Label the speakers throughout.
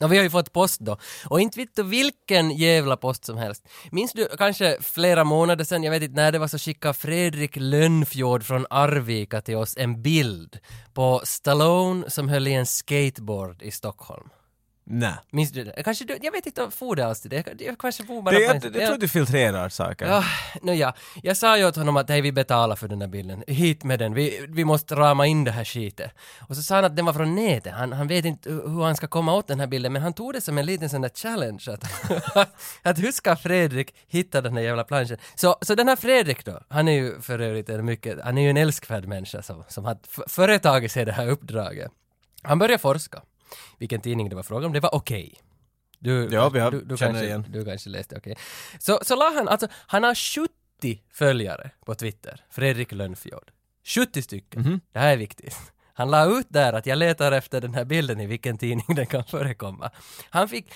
Speaker 1: Och vi har ju fått post då. Och inte vet du vilken jävla post som helst. Minns du kanske flera månader sedan, jag vet inte när det var, så skickade Fredrik Lönnfjord från Arvika till oss en bild på Stallone som höll i en skateboard i Stockholm.
Speaker 2: Nej.
Speaker 1: Minns du det? Kanske du, jag vet inte om for det alls till det. Jag kanske for bara
Speaker 2: Det,
Speaker 1: på
Speaker 2: jag,
Speaker 1: en-
Speaker 2: jag tror du filtrerar saker.
Speaker 1: Ja, nu Ah, ja. Jag sa ju åt honom att hej, vi betalar för den där bilden. Hit med den. Vi, vi måste rama in det här skiten. Och så sa han att den var från nätet. Han, han vet inte hu- hur han ska komma åt den här bilden, men han tog det som en liten sån där challenge. Att, att hur ska Fredrik hitta den här jävla planschen? Så, så den här Fredrik då, han är ju för övrigt en mycket, han är ju en älskvärd människa som, som har f- företagit sig det här uppdraget. Han började forska. Vilken tidning det var fråga om, det var Okej. Du,
Speaker 2: Ja, vi har-
Speaker 1: du, du,
Speaker 2: känner
Speaker 1: kanske,
Speaker 2: igen.
Speaker 1: du kanske läste, okej. Så, så la han, alltså, han har 70 följare på Twitter, Fredrik Lönnfjord. 70 stycken.
Speaker 2: Mhm.
Speaker 1: Det här är viktigt. Han la ut där att jag letar efter den här bilden i vilken tidning den kan förekomma. Han fick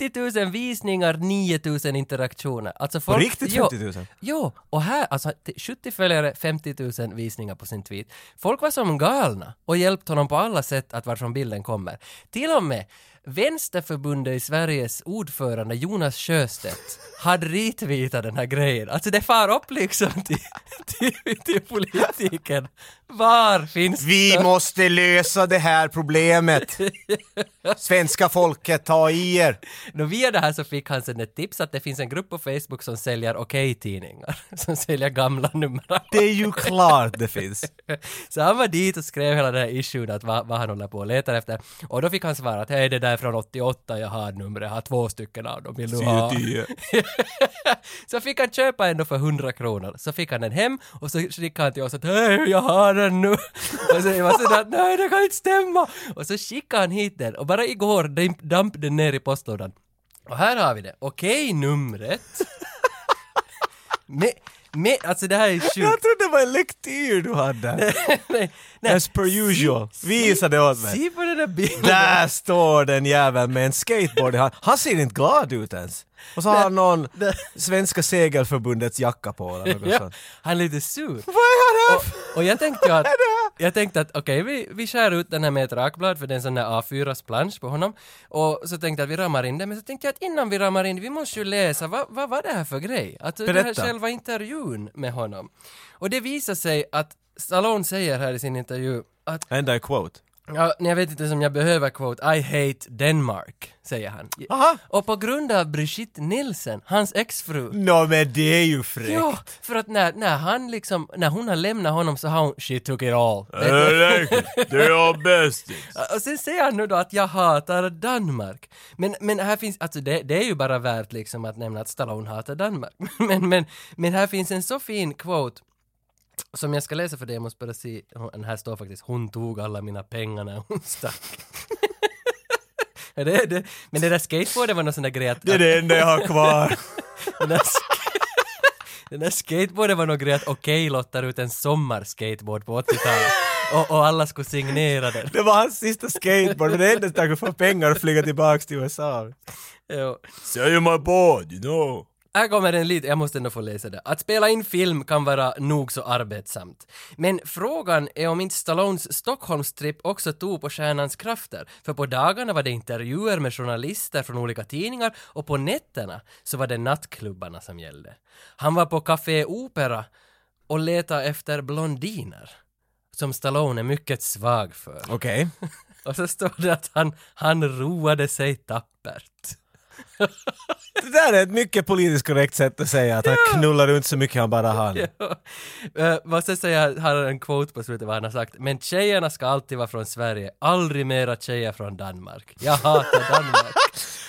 Speaker 1: 50 000 visningar, 9 000 interaktioner. Alltså
Speaker 2: På
Speaker 1: folk,
Speaker 2: riktigt
Speaker 1: Jo,
Speaker 2: 50 000?
Speaker 1: Jo, och här, alltså t- 70 följare, 50 000 visningar på sin tweet. Folk var som galna och hjälpte honom på alla sätt att varifrån bilden kommer. Till och med Vänsterförbundet i Sveriges ordförande Jonas Sjöstedt hade retweetat den här grejen. Alltså det far upp liksom till, till, till politiken. Var finns
Speaker 2: Vi måste lösa det här problemet! Svenska folket, ta i er!
Speaker 1: Nå, via det här så fick han sen ett tips att det finns en grupp på Facebook som säljer okej-tidningar. Som säljer gamla nummer.
Speaker 2: Det är ju klart det finns.
Speaker 1: Så han var dit och skrev hela den här issuen att vad, vad han håller på och letar efter. Och då fick han svara att hej det där är från 88, jag har numret, jag har två stycken av dem, vill du ha?
Speaker 2: typ-
Speaker 1: så fick han köpa en då för 100 kronor. Så fick han den hem och så skickade han till oss att hej jag har den nu. och så var sådär att nej det kan inte stämma. Och så skickade han hit den och bara igår damp- damp den ner i postlådan. Och här har vi det, okej numret. med, med, alltså det här är
Speaker 2: Jag
Speaker 1: sjukt.
Speaker 2: trodde det var en lektyr du hade.
Speaker 1: nej, nej.
Speaker 2: As per usual. Visa det åt mig.
Speaker 1: Se på den där bilden!
Speaker 2: Där står den jäveln med en skateboard i hand. Han ser inte glad ut ens. Och så har han någon Svenska Segelförbundets jacka på eller något
Speaker 1: Ja,
Speaker 2: sånt.
Speaker 1: han är lite sur.
Speaker 2: Vad är han här för?
Speaker 1: Och, och jag tänkte ju att, jag tänkte att okej, vi, vi skär ut den här med ett rakblad för det är en sån där A4-plansch på honom. Och så tänkte jag att vi ramar in det, men så tänkte jag att innan vi ramar in det, vi måste ju läsa, vad, vad var det här för grej? Att det här
Speaker 2: Berätta.
Speaker 1: själva intervjun med honom. Och det visar sig att Stallone säger här i sin intervju att
Speaker 2: Enda är quote.
Speaker 1: Ja, nej, jag vet inte som jag behöver quote, I hate Denmark, säger han.
Speaker 2: Aha.
Speaker 1: Och på grund av Brigitte Nielsen, hans exfru,
Speaker 2: Nå men det är ju fräckt.
Speaker 1: Ja, för att när, när han liksom, när hon har lämnat honom så har hon “She took it all”.
Speaker 2: Eh.
Speaker 1: Vet du?
Speaker 2: Det är bäst.
Speaker 1: Och sen säger han nu då att jag hatar Danmark. Men, men här finns, alltså det, det är ju bara värt liksom att nämna att Stallone hatar Danmark. Men, men, men här finns en så fin quote som jag ska läsa för dig, jag måste bara se, den här står faktiskt “Hon tog alla mina pengar när hon stack”. Ja, det, det. Men det där skateboarden var någon sån där grej att...
Speaker 2: Det är det enda jag har kvar.
Speaker 1: Den där, sk- den där skateboarden var nog grej att okej lottar ut en sommarskateboard på 80-talet och, och alla skulle signera den.
Speaker 2: Det var hans sista skateboard, men det enda han kunde få pengar och flyga tillbaks till USA.
Speaker 1: Jo.
Speaker 2: Sell my board, you know.
Speaker 1: Här kommer den lite, jag måste ändå få läsa det. Att spela in film kan vara nog så arbetsamt. Men frågan är om inte Stallones Stockholmstripp också tog på stjärnans krafter. För på dagarna var det intervjuer med journalister från olika tidningar och på nätterna så var det nattklubbarna som gällde. Han var på Café Opera och letade efter blondiner. Som Stallone är mycket svag för.
Speaker 2: Okej.
Speaker 1: Och så står det att han, han roade sig tappert.
Speaker 2: Det där är ett mycket politiskt korrekt sätt att säga att han knullar runt så mycket han bara hann.
Speaker 1: Uh, måste säga, här har en quote på slutet vad han har sagt. Men tjejerna ska alltid vara från Sverige, aldrig mera tjejer från Danmark. Jag hatar Danmark.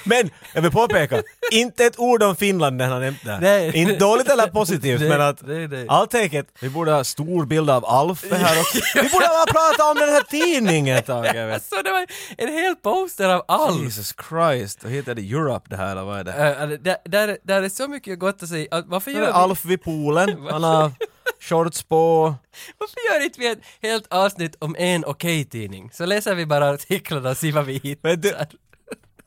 Speaker 2: Men jag vill påpeka, inte ett ord om Finland när han nämnt det.
Speaker 1: Nej.
Speaker 2: Inte dåligt eller positivt,
Speaker 1: Nej,
Speaker 2: men att
Speaker 1: nej, nej.
Speaker 2: I'll take it. Vi borde ha stor bild av Alf här också. Vi borde ha pratat om den här tidningen ett tag. jag vet.
Speaker 1: Så Alltså, det var en hel poster av allt.
Speaker 2: Jesus Christ, och heter det Europe det här eller vad är det?
Speaker 1: Eh, alltså, där, där, där är så mycket gott att säga. Att Varför
Speaker 2: Det är
Speaker 1: gör, vi,
Speaker 2: Alf vid poolen, han har shorts på.
Speaker 1: varför gör inte vi ett helt avsnitt om en okej-tidning? Så läser vi bara artiklarna och ser vad vi hittar.
Speaker 2: Men du,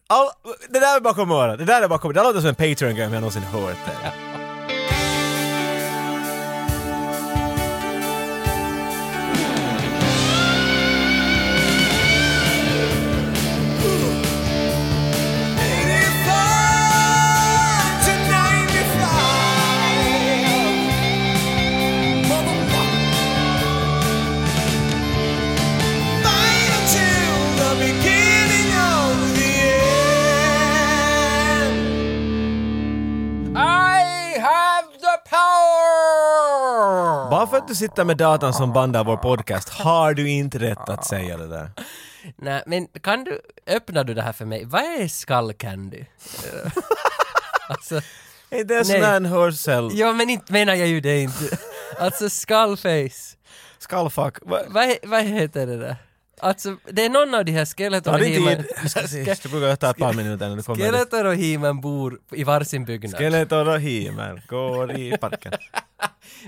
Speaker 2: all, det där är bakom örat, det där är bakom, det där låter som en Patreon-grej om jag någonsin hört det. att du sitter med datan som bandar vår podcast har du inte rätt att säga det där.
Speaker 1: Nej, men kan du, öppnar du det här för mig? Vad är skallcandy? alltså,
Speaker 2: Är det en sån här en hörsel?
Speaker 1: ja men inte menar jag ju det inte. Alltså skullface.
Speaker 2: Skallfuck? Va-
Speaker 1: Vad, he- vad heter det där? Alltså, det är någon av de här
Speaker 2: Tar
Speaker 1: skeleton och
Speaker 2: det
Speaker 1: He-Man...
Speaker 2: tid? Vi ska se, Det brukar ta ett par minuter när det kommer.
Speaker 1: Skeleton och He-Man bor i varsin byggnad.
Speaker 2: Skeletor och himer går i parken.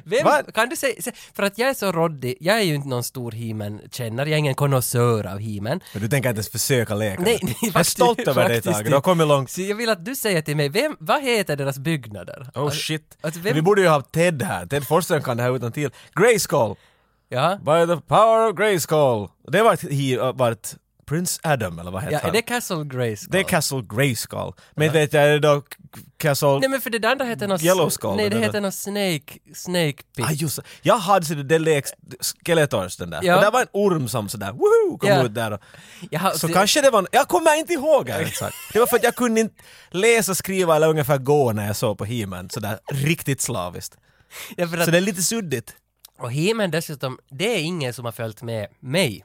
Speaker 1: Vem,
Speaker 2: Vad?
Speaker 1: kan du säga, sä- för att jag är så roddig, jag är ju inte någon stor He-Man-kännare, jag är ingen konnässör av He-Man.
Speaker 2: Men du tänker inte ens försöka leka?
Speaker 1: Nej,
Speaker 2: med
Speaker 1: nej,
Speaker 2: det. Jag är
Speaker 1: faktiskt-
Speaker 2: stolt över dig
Speaker 1: faktiskt
Speaker 2: Tage, du har kommit långt.
Speaker 1: Så jag vill att du säger till mig, vem, vad heter deras byggnader?
Speaker 2: Oh shit.
Speaker 1: alltså, vem-
Speaker 2: Vi borde ju ha Ted här, Ted Forsström kan det här utan till. Grayskull!
Speaker 1: Ja,
Speaker 2: By the power of Grayskull! Det vart, he, vart Prince Adam eller vad heter
Speaker 1: ja är
Speaker 2: han?
Speaker 1: det Castle Grayskull?
Speaker 2: Det är Castle Grayskull. Men vet jag, är det då K- Castle...
Speaker 1: Nej men för det andra heter någon...
Speaker 2: Yellow Skull,
Speaker 1: Nej, det
Speaker 2: eller?
Speaker 1: heter någon Snake... Snake Pit.
Speaker 2: Ah, just det. Jag hade sett den lekt Skeletors den där.
Speaker 1: Ja.
Speaker 2: Och där var en orm som sådär woho kom
Speaker 1: Ja.
Speaker 2: ut där. Och,
Speaker 1: jag har,
Speaker 2: så
Speaker 1: det-
Speaker 2: kanske det var... en- Jag kommer inte ihåg ärligt sagt. Det var för att jag kunde inte läsa, skriva eller ungefär gå när jag såg på He-Man sådär riktigt slaviskt.
Speaker 1: ja, för att,
Speaker 2: Så det är lite suddigt.
Speaker 1: Och He-Man dessutom, det är ingen som har följt med mig.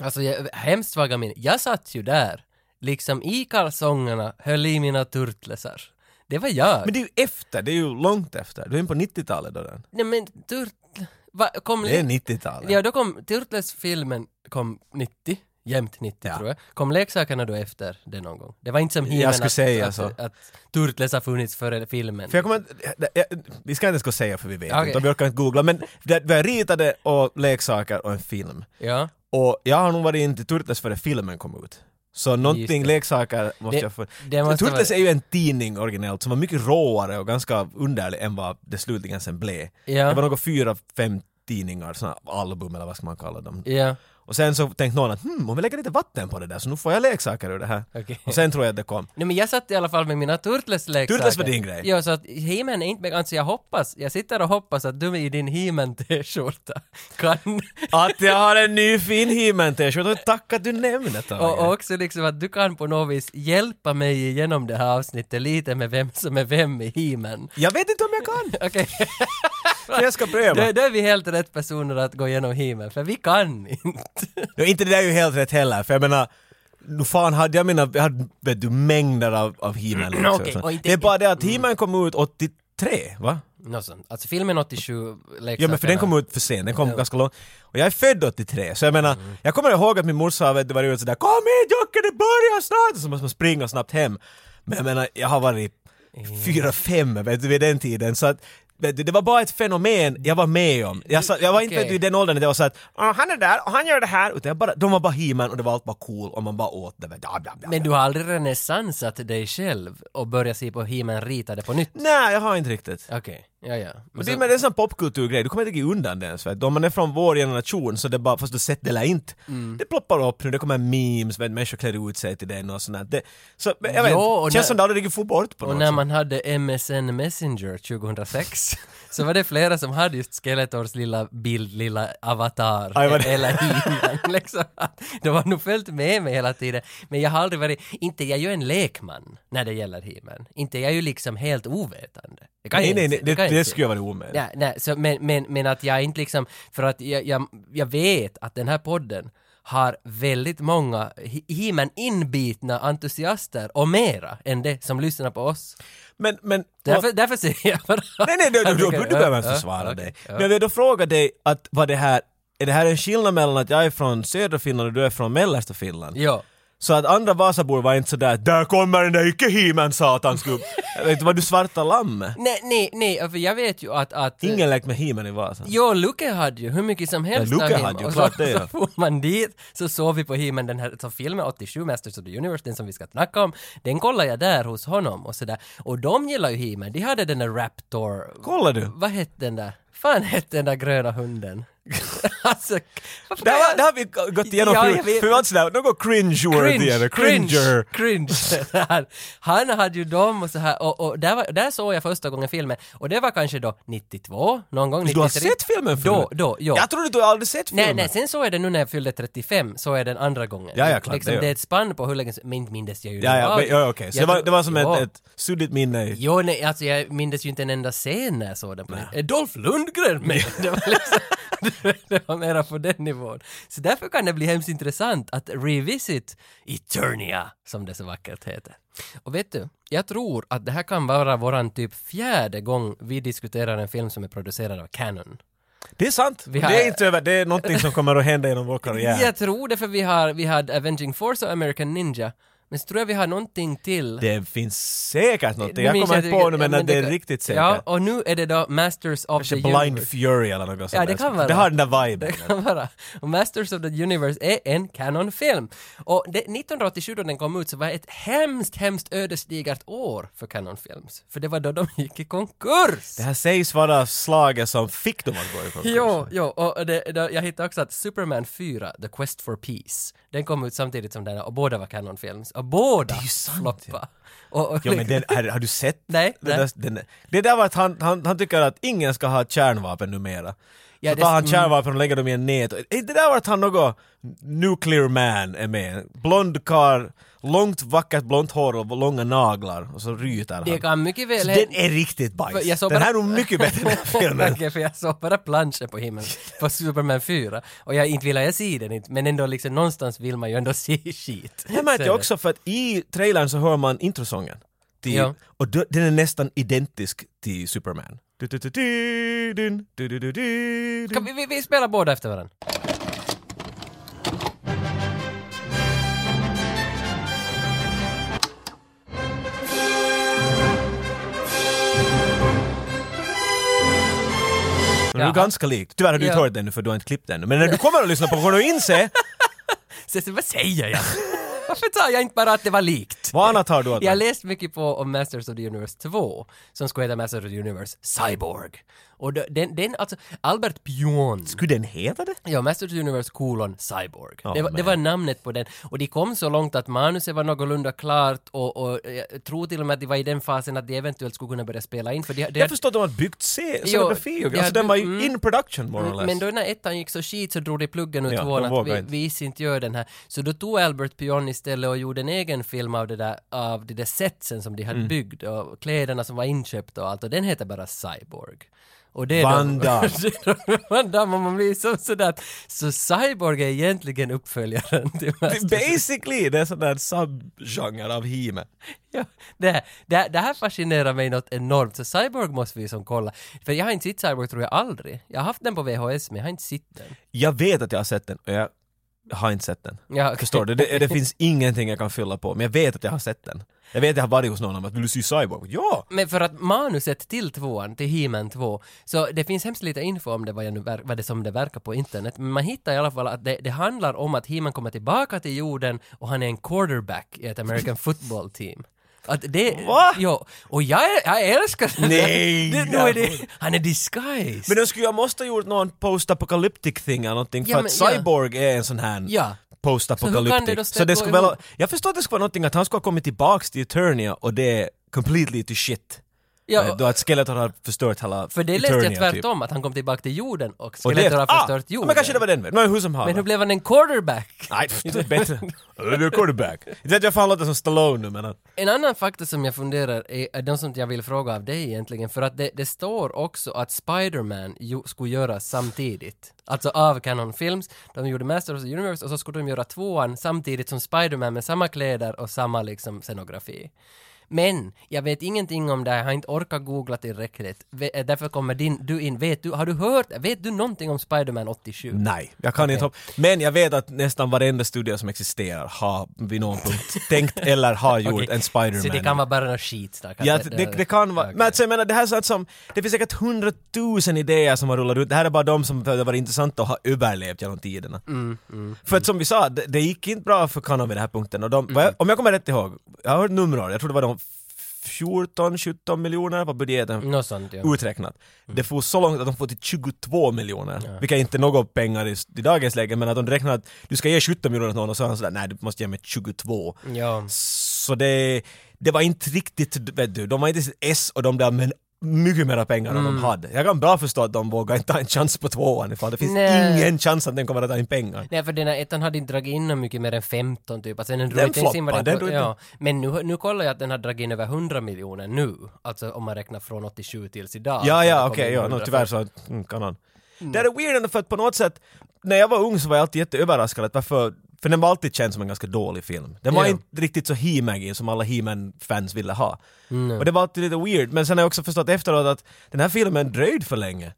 Speaker 1: Alltså jag, hemskt vaga min. Jag satt ju där, liksom i kalsongerna, höll i mina turtlesar. Det var jag.
Speaker 2: Men det är ju efter, det är ju långt efter. Du är inne på 90-talet då den.
Speaker 1: Nej men Turtle... Va, kom
Speaker 2: Det är
Speaker 1: le-
Speaker 2: 90-talet.
Speaker 1: Ja, då kom Turtles-filmen kom 90, jämnt 90
Speaker 2: Ja.
Speaker 1: tror jag. Kom leksakerna då efter det någon gång? Det var inte som
Speaker 2: Jag
Speaker 1: He-Man
Speaker 2: skulle
Speaker 1: att,
Speaker 2: säga
Speaker 1: att,
Speaker 2: så.
Speaker 1: att, Turtles har funnits före filmen.
Speaker 2: För jag kommer inte- det- jag- vi ska inte ens gå och säga för vi vet
Speaker 1: Okej.
Speaker 2: inte och vi orkar inte googla men det, vi har ritade och leksaker och en film.
Speaker 1: Ja.
Speaker 2: Och jag har nog varit inte Turtles före filmen kom ut. Så någonting
Speaker 1: det.
Speaker 2: leksaker måste
Speaker 1: Det-
Speaker 2: jag få...
Speaker 1: det måste
Speaker 2: Turtles
Speaker 1: vara-
Speaker 2: är ju en tidning originellt som var mycket råare och ganska underlig än vad det slutligen sen blev.
Speaker 1: Ja.
Speaker 2: Det var några fyra, fem tidningar, såna album eller vad ska man kalla dem.
Speaker 1: Ja.
Speaker 2: Och sen så tänkte någon att hmm, om vi lägger lite vatten på det där så nu får jag leksaker ur det här.
Speaker 1: Okej.
Speaker 2: Och sen tror jag att det kom.
Speaker 1: Nej men jag satt i alla fall med mina Turtles-leksaker.
Speaker 2: Turtles var din grej.
Speaker 1: Ja, så att He-Man är inte med. Alltså jag hoppas, jag sitter och hoppas att du i din He-Man t-skjorta kan...
Speaker 2: Att jag har en ny fin He-Man t-shirt och tack att du nämnde Tage.
Speaker 1: Och, och också liksom att du kan på något vis hjälpa mig igenom det här avsnittet lite med vem som är vem i He-Man.
Speaker 2: Jag vet inte om jag kan,
Speaker 1: Okej,
Speaker 2: för jag ska pröva.
Speaker 1: då, då är vi helt rätt personer att gå igenom He-Man, för vi kan inte.
Speaker 2: Ja, inte det där är ju helt rätt heller, för jag menar nu fan hade jag mina, jag hade vet du, mängder av, av He-Man liksom.
Speaker 1: okej, och inte-
Speaker 2: Det är bara det att He-Man kom ut 83, va?
Speaker 1: Något sånt. Alltså filmen 87, leksakerna.
Speaker 2: Ja men för den kom ut för sent, den kom ganska långt. Och jag är född 83, så jag menar,
Speaker 1: Mm.
Speaker 2: jag kommer ihåg att min morsa vet du, var ute sådär ”Kom hit Jocke, det börjar snart!” och så måste man springa snabbt hem. Men jag menar, jag har varit fyra, fem vet du, vid den tiden, så att Vet du, det var bara ett fenomen jag var med om. Jag, sa, jag var inte
Speaker 1: Okej.
Speaker 2: vet du, i den åldern där jag var så att "Ah, han är där och han gör det här. Utan jag bara, de var bara He-Man och det var allt bara cool och man bara åt det. Bla, bla, bla, bla.
Speaker 1: Men du har aldrig renässansat dig själv och börjat se på He-Man ritade på nytt?
Speaker 2: Nej, jag har inte riktigt.
Speaker 1: Okej, ja ja. Men
Speaker 2: Men det, men det är en sån popkulturgrej, du kommer inte gå undan det ens. vet du. Om man är från vår generation så det är bara, fast du sett det eller inte,
Speaker 1: Mm.
Speaker 2: det ploppar upp nu, det kommer memes, vet, du, människor klär ut sig till den och sånt där. Det, så men jag vet
Speaker 1: Jo,
Speaker 2: inte,
Speaker 1: och
Speaker 2: känns
Speaker 1: när-
Speaker 2: som det aldrig får bort på
Speaker 1: Och
Speaker 2: något
Speaker 1: när
Speaker 2: sätt.
Speaker 1: man hade MSN Messenger 2006 så var det flera som hade just Skeletors lilla bild, lilla avatar
Speaker 2: Aj, vad det-
Speaker 1: eller he liksom. De har nog följt med mig hela tiden. Men jag har aldrig varit, inte jag är ju en lekman när det gäller he Inte jag är ju liksom helt ovetande. Det kan jag
Speaker 2: Nej,
Speaker 1: inte
Speaker 2: nej, nej,
Speaker 1: säga, kan
Speaker 2: det, det,
Speaker 1: jag inte säga.
Speaker 2: skulle jag vara omöjligt.
Speaker 1: Ja, nej, så, men, men, men att jag inte liksom, för att jag, jag, jag vet att den här podden har väldigt många He- He-Man inbitna entusiaster och mera än det som lyssnar på oss.
Speaker 2: Men, men...
Speaker 1: Därför, därför säger jag bara...
Speaker 2: Nej, nej, du, du,
Speaker 1: Jag
Speaker 2: du,
Speaker 1: tycker-
Speaker 2: du behöver inte
Speaker 1: ja,
Speaker 2: försvara
Speaker 1: ja,
Speaker 2: dig.
Speaker 1: okej, ja.
Speaker 2: Men jag vill då fråga dig att vad det här, är det här en skillnad mellan att jag är från södra Finland och du är från mellersta Finland?
Speaker 1: Ja.
Speaker 2: Så att andra Vasabor var inte sådär ”Där kommer den där icke-He-Man satansgubb”. Jag vet inte, var du svarta lamme?
Speaker 1: Nej, nej, nej, för jag vet ju att... att eh,
Speaker 2: Ingen lekt med He-Man i Vasa.
Speaker 1: Jo, Luke hade ju hur mycket som helst
Speaker 2: Ja, Luke
Speaker 1: av He-Man.
Speaker 2: hade ju,
Speaker 1: Och
Speaker 2: klart
Speaker 1: så,
Speaker 2: det, ja.
Speaker 1: så for man dit, så såg vi på He-Man den här, så filmen 87, Masters of the Universe, den som vi ska snacka om, den kollade jag där hos honom och sådär. Och de gillar ju He-Man, de hade den där Raptor...
Speaker 2: Kolla du!
Speaker 1: Vad hette den där? Fan hette den där gröna hunden? alltså, varför
Speaker 2: Det
Speaker 1: kan
Speaker 2: har,
Speaker 1: jag-
Speaker 2: det har vi g- gått igenom
Speaker 1: Ja,
Speaker 2: ja,
Speaker 1: jag vet.
Speaker 2: för, för allt sådär, något cringe-worthy eller
Speaker 1: cringe,
Speaker 2: cringer.
Speaker 1: cringe. Det här. Han hade ju dem och så här och, och där, var, där såg jag första gången filmen och det var kanske då 92, någon gång 93.
Speaker 2: Du har sett filmen förut?
Speaker 1: Då, då, ja.
Speaker 2: Jag trodde du aldrig sett filmen.
Speaker 1: Nej, nej, sen såg jag den nu när jag fyllde 35, såg jag den andra gången.
Speaker 2: Ja, ja, klart,
Speaker 1: liksom,
Speaker 2: det
Speaker 1: det,
Speaker 2: gör.
Speaker 1: är ett spann på hur länge som, men mindes jag ju.
Speaker 2: Ja, ja, men- ja okej. Så
Speaker 1: Jag
Speaker 2: det var,
Speaker 1: tror-
Speaker 2: det var som
Speaker 1: ja.
Speaker 2: ett, ett suddigt minne. i-
Speaker 1: Jo, nej, alltså jag mindes ju inte en enda scen när jag såg den. På den. Är Dolph Lundgren med? Det var, liksom, det- det var mera på den nivån. Så därför kan det bli hemskt intressant att revisit Eternia, som det så vackert heter. Och vet du, jag tror att det här kan vara våran typ fjärde gång vi diskuterar en film som är producerad av Canon.
Speaker 2: Det är sant.
Speaker 1: Vi har-
Speaker 2: Det är inte över, det är någonting som kommer att hända inom vår karriär.
Speaker 1: Jag tror det, för vi har, vi hade Avenging Force och American Ninja. Men så tror jag vi har någonting till.
Speaker 2: Det finns säkert någonting.
Speaker 1: Nu
Speaker 2: Jag
Speaker 1: minns
Speaker 2: kommer
Speaker 1: jag
Speaker 2: inte på nu
Speaker 1: vilket-
Speaker 2: men att det är
Speaker 1: kan-
Speaker 2: riktigt säkert.
Speaker 1: Ja, och nu är det då Masters of the
Speaker 2: Kanske
Speaker 1: Universe.
Speaker 2: Blind Fury eller något sånt.
Speaker 1: Ja, det
Speaker 2: där.
Speaker 1: kan vara.
Speaker 2: Det har den där viben.
Speaker 1: kan vara. Och Masters of the Universe är en kanonfilm. Och det, 1987 då den kom ut så var det ett hemskt, hemskt ödesdigert år för Canon Films. För det var då de gick i konkurs!
Speaker 2: Det här sägs vara slaget som fick dem att gå i konkurs.
Speaker 1: Jo, jo, och det, det, jag hittade också att Superman 4, The Quest for Peace, den kom ut samtidigt som den här, och båda var Canon Films. Och båda
Speaker 2: ju sant,
Speaker 1: floppade. Och, och,
Speaker 2: Ja men den, har, har du sett?
Speaker 1: Nej,
Speaker 2: Den där, den, det där var att han, han, han tycker att ingen ska ha kärnvapen numera.
Speaker 1: Ja,
Speaker 2: så
Speaker 1: det-
Speaker 2: tar han
Speaker 1: mm.
Speaker 2: kärnvapen och lägger dem i en nät. Eh, Det där var att han något nuclear man är med. Blond karl, långt vackert blont hår och långa naglar. Och så ryter han.
Speaker 1: det kan mycket väl
Speaker 2: Så
Speaker 1: hända-
Speaker 2: den är riktigt bajs.
Speaker 1: För jag såg
Speaker 2: Den
Speaker 1: bara-
Speaker 2: här är nog mycket bättre än den här filmen.
Speaker 1: Okej, för jag såg bara planschen på himlen på Superman 4 och jag inte vill jag se den inte, men ändå liksom någonstans vill man ju ändå se shit.
Speaker 2: Det märkte jag också för att i trailern så hör man introsången. Till,
Speaker 1: Ja.
Speaker 2: Och dö- den är nästan identisk till Superman. Du-du-du-du-dun, du-du-du-du-dun.
Speaker 1: Kan vi, vi, vi spelar båda efter varandra.
Speaker 2: Men det är
Speaker 1: Jaha.
Speaker 2: ganska likt. Tyvärr har du inte
Speaker 1: Ja.
Speaker 2: hört den nu för du har inte klippt den. Men när du kommer att lyssna på den kommer du inse,
Speaker 1: Så, så, vad säger jag? Varför sa jag inte bara att det var likt?
Speaker 2: vad annat har du att
Speaker 1: Jag läste mycket på om Masters of the Universe 2, som skulle heta Masters of the Universe Cyborg. Och då- den, den alltså, Albert Bjorn.
Speaker 2: Skulle den heta det?
Speaker 1: Ja, Masters of the Universe kolon Cyborg.
Speaker 2: Ja,
Speaker 1: det, var, det
Speaker 2: men.
Speaker 1: var namnet på den. Och de kom så långt att manuset var någorlunda klart och, och eh, jag tror till och med att de var i den fasen att de eventuellt skulle kunna börja spela in. För de, de,
Speaker 2: Jag förstår att de har byggt se-
Speaker 1: Jo,
Speaker 2: scenografi och
Speaker 1: ja,
Speaker 2: alltså den var ju
Speaker 1: mm.
Speaker 2: in production more or less.
Speaker 1: men då när ettan gick så skit så drog de pluggen ur
Speaker 2: Ja,
Speaker 1: tvåan
Speaker 2: de
Speaker 1: att
Speaker 2: vågar
Speaker 1: vi,
Speaker 2: inte.
Speaker 1: vi inte gör den här. Så då tog Albert Pion istället och gjorde en egen film av det där, av de där setsen som de
Speaker 2: Mm.
Speaker 1: hade byggt och kläderna som var inköpta och allt och den heter bara Cyborg. Och det är
Speaker 2: Van Damme.
Speaker 1: Då, Van Damme, och man blir så sådär att, så Cyborg är egentligen uppföljaren till Masters.
Speaker 2: Det är basically, det är sån där subgenre av He-Man.
Speaker 1: Ja, det, här, det, här, det här fascinerar mig något enormt, så Cyborg måste vi som kolla. För jag har inte sett Cyborg tror jag aldrig. Jag har haft den på VHS men jag har inte sett den.
Speaker 2: Jag vet att jag har sett den och jag har inte sett den.
Speaker 1: Ja,
Speaker 2: Förstår du? Det, det finns ingenting jag kan fylla på, men jag vet att jag har sett den. Jag vet att jag har varit hos någon om att vill du se Cyborg? Ja!
Speaker 1: Men för att manuset till tvåan, till He-Man 2, så det finns hemskt lite info om det, vad, jag nu ver- vad det som det verkar på internet, men man hittar i alla fall att det, det handlar om att He-Man kommer tillbaka till jorden och han är en quarterback i ett American football team. Att det...
Speaker 2: Va?
Speaker 1: Jo, och jag, är- jag älskar det.
Speaker 2: Nej,
Speaker 1: Det, nu är det, han är disguised!
Speaker 2: Men de skulle jag måste ha gjort någon post-apocalyptic thing eller någonting för
Speaker 1: Ja,
Speaker 2: att
Speaker 1: men- ja.
Speaker 2: Cyborg är en sån här
Speaker 1: Ja. Så hur kan det
Speaker 2: post-apocalyptic.
Speaker 1: då
Speaker 2: Så det
Speaker 1: gå
Speaker 2: skulle väl,
Speaker 1: ihop?
Speaker 2: jag förstår att det skulle vara någonting att han skulle ha kommit tillbaks till Eternia och det är completely to shit. Eh,
Speaker 1: ja,
Speaker 2: Då att Skeletor har förstört hela
Speaker 1: för det läste
Speaker 2: Eternia, typ.
Speaker 1: jag tvärtom, att han kom tillbaka till jorden och
Speaker 2: Och det är-
Speaker 1: Skeletor har förstört
Speaker 2: ah,
Speaker 1: jorden.
Speaker 2: Men kanske det var den, men hur som
Speaker 1: Men hur
Speaker 2: helst.
Speaker 1: blev han en quarterback?
Speaker 2: Nej, pff, det är bättre. Du är quarterback. Inte att jag fan låter som Stallone nu men... att-
Speaker 1: En annan fakta som jag funderar är, är de som jag vill fråga av dig egentligen, för att det, det står också att Spider-Man jo, skulle göras samtidigt. Alltså av Canon Films, de gjorde Masters of the Universe och så skulle de göra tvåan samtidigt som Spider-Man med samma kläder och samma liksom scenografi. Men jag vet ingenting om det här, jag har inte orkat googla tillräckligt. Ve- eh, Därför kommer din, du in. Vet du, har du hört, vet du någonting om Spider-Man 87?
Speaker 2: Nej, jag kan inte hoppa. Men jag vet att nästan varenda studio som existerar har vid någon punkt tänkt eller har gjort
Speaker 1: Okej,
Speaker 2: en Spider-Man.
Speaker 1: Så det kan vara bara något skit? där, kan
Speaker 2: Ja,
Speaker 1: det-
Speaker 2: det, det kan vara.
Speaker 1: Okej.
Speaker 2: Men alltså, jag menar, det här är sånt som, det finns säkert hundratusen idéer som har rullat ut. Det här är bara de som har varit intressanta och har överlevt genom tiderna. för att som vi sa, det, det gick inte bra för Kanon vid den här punkten. Och de, vad jag, om jag kommer rätt ihåg, jag har hört nummer, jag tror det var de 14, 17 miljoner var budgeten
Speaker 1: Något sånt ja.
Speaker 2: uträknat. Det får så långt att de får till 22 miljoner, vilket är inte något pengar i, i dagens läge, men att de räknar att du ska ge 17 miljoner till någon och så är han sådär, nej du måste ge mig 22.
Speaker 1: ja.
Speaker 2: Så det, det var inte riktigt, vet du, de var inte S och de där men mycket mera pengar än
Speaker 1: Mm.
Speaker 2: de hade. Jag kan bra förstå att de vågar inte ta en chans på tvåan ifall det finns
Speaker 1: Nej.
Speaker 2: ingen chans att den kommer att ta in pengar.
Speaker 1: Nej, för den här ettan hade inte dragit in något mycket mer än 15 typ. Alltså, den drog
Speaker 2: Den
Speaker 1: inte ens in vad
Speaker 2: floppade, den drog
Speaker 1: ja. Men nu, nu kollar jag att den har dragit in över 100 miljoner nu. Alltså om man räknar från 87 tills idag.
Speaker 2: Ja,
Speaker 1: Så Alltså, det
Speaker 2: ja,
Speaker 1: kom
Speaker 2: okej,
Speaker 1: in
Speaker 2: ja, nå,
Speaker 1: 100.
Speaker 2: tyvärr så mm, kan han. Det här är weird ändå för att på något sätt, när jag var ung så var jag alltid jätteöverraskad att varför för den var alltid känd som en ganska dålig film. Den var
Speaker 1: Ja.
Speaker 2: inte riktigt så he som alla he fans ville ha. Och det var alltid lite weird, men sen har jag också förstått efteråt att den här filmen dröjde för länge.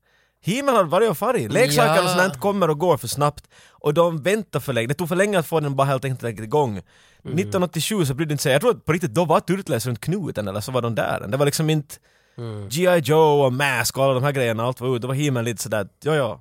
Speaker 2: He-Man har varit och farit. Leksaker
Speaker 1: Ja.
Speaker 2: och sånt kommer och går för snabbt. Och de väntar för länge. Det tog för länge att få den bara helt enkelt igång.
Speaker 1: Mm.
Speaker 2: 1987 så brydde inte sig. Jag tror att på riktigt då var Turtles runt knuten eller så var de där. Det var liksom inte
Speaker 1: Mm.
Speaker 2: G.I. Joe och Mask och alla de här grejerna. Allt var ut. Då var He-Man lite sådär, ja ja,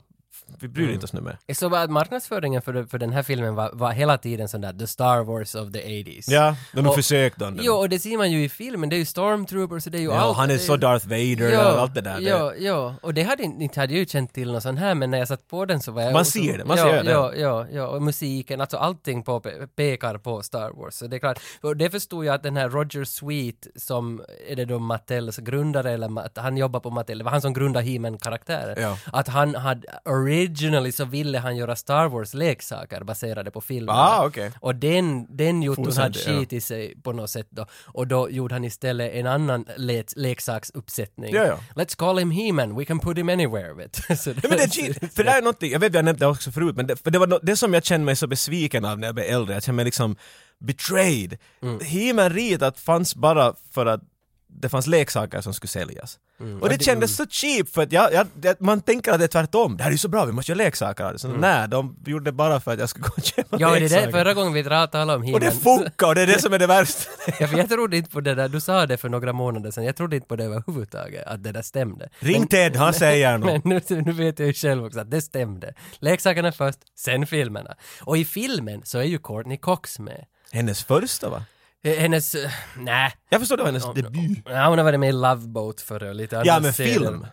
Speaker 2: vi bryr
Speaker 1: Mm.
Speaker 2: inte oss nu mer.
Speaker 1: Så var marknadsföringen för, för den här filmen var, var hela tiden sån där The Star Wars of the 80s.
Speaker 2: Ja, de har
Speaker 1: Och-
Speaker 2: försökt den.
Speaker 1: Jo, och det ser man ju i filmen. Det är ju stormtroopers och det är ju
Speaker 2: Ja,
Speaker 1: allt.
Speaker 2: han är
Speaker 1: Det
Speaker 2: så Darth Vader
Speaker 1: Ja,
Speaker 2: och allt det där. Det-
Speaker 1: Ja, ja. Och det hade inte, inte hade jag ju känt till något sånt här, men när jag satt på den så var jag...
Speaker 2: Man ser det, man
Speaker 1: ja,
Speaker 2: ser det.
Speaker 1: Ja, ja, ja. Och musiken, alltså allting på, pekar på Star Wars. Så det är klart. Och det förstod jag att den här Roger Sweet, som är det då Mattels grundare, eller Ma- att han jobbar på Mattel, det var han som grundade he karaktären
Speaker 2: Ja.
Speaker 1: Att han hade, originally så ville han göra Star Wars-leksaker baserade på filmerna.
Speaker 2: Ah, okej.
Speaker 1: Och den, den jotun hade
Speaker 2: Fullständigt, ja.
Speaker 1: skit i sig på något sätt då. Och då gjorde han istället en annan le- leksaksuppsättning.
Speaker 2: Ja, ja.
Speaker 1: Let's call him He-Man, we can put him anywhere. Vet. du. Så
Speaker 2: Nej, men det är cheat. För det här är någonting, jag vet vi har nämnt det också förut, men det, för det var nå- det som jag kände mig så besviken av när jag blev äldre, jag kände mig liksom betrayed.
Speaker 1: Mm.
Speaker 2: He-Man ritat fanns bara för att det fanns leksaker som skulle säljas.
Speaker 1: Mm.
Speaker 2: Och det kändes så cheap för att jag, jag, det- man tänker att det är tvärtom, det här är ju så bra, vi måste göra leksaker av det. Så nej, de gjorde det bara för att jag skulle gå och köpa
Speaker 1: Mm. Ja, det
Speaker 2: leksaker.
Speaker 1: är det. Förra gången vi talade om
Speaker 2: och det
Speaker 1: He-Man.
Speaker 2: funkar, och det är det som är det värsta.
Speaker 1: Ja, för jag trodde inte på det där, du sa det för några månader sedan, jag trodde inte på det överhuvudtaget, att det där stämde.
Speaker 2: Ring Ted, han säger något.
Speaker 1: Men nu, nu vet jag ju själv också att det stämde. Leksakerna först, sen filmerna. Och i filmen så är ju Courtney Cox med.
Speaker 2: Hennes första va?
Speaker 1: Eh, Hennes... eh, Nej.
Speaker 2: Jag förstår det var hennes debut.
Speaker 1: Ja, hon har varit med i Love Boat förr och lite
Speaker 2: Ja,
Speaker 1: andra
Speaker 2: men
Speaker 1: serier.
Speaker 2: film.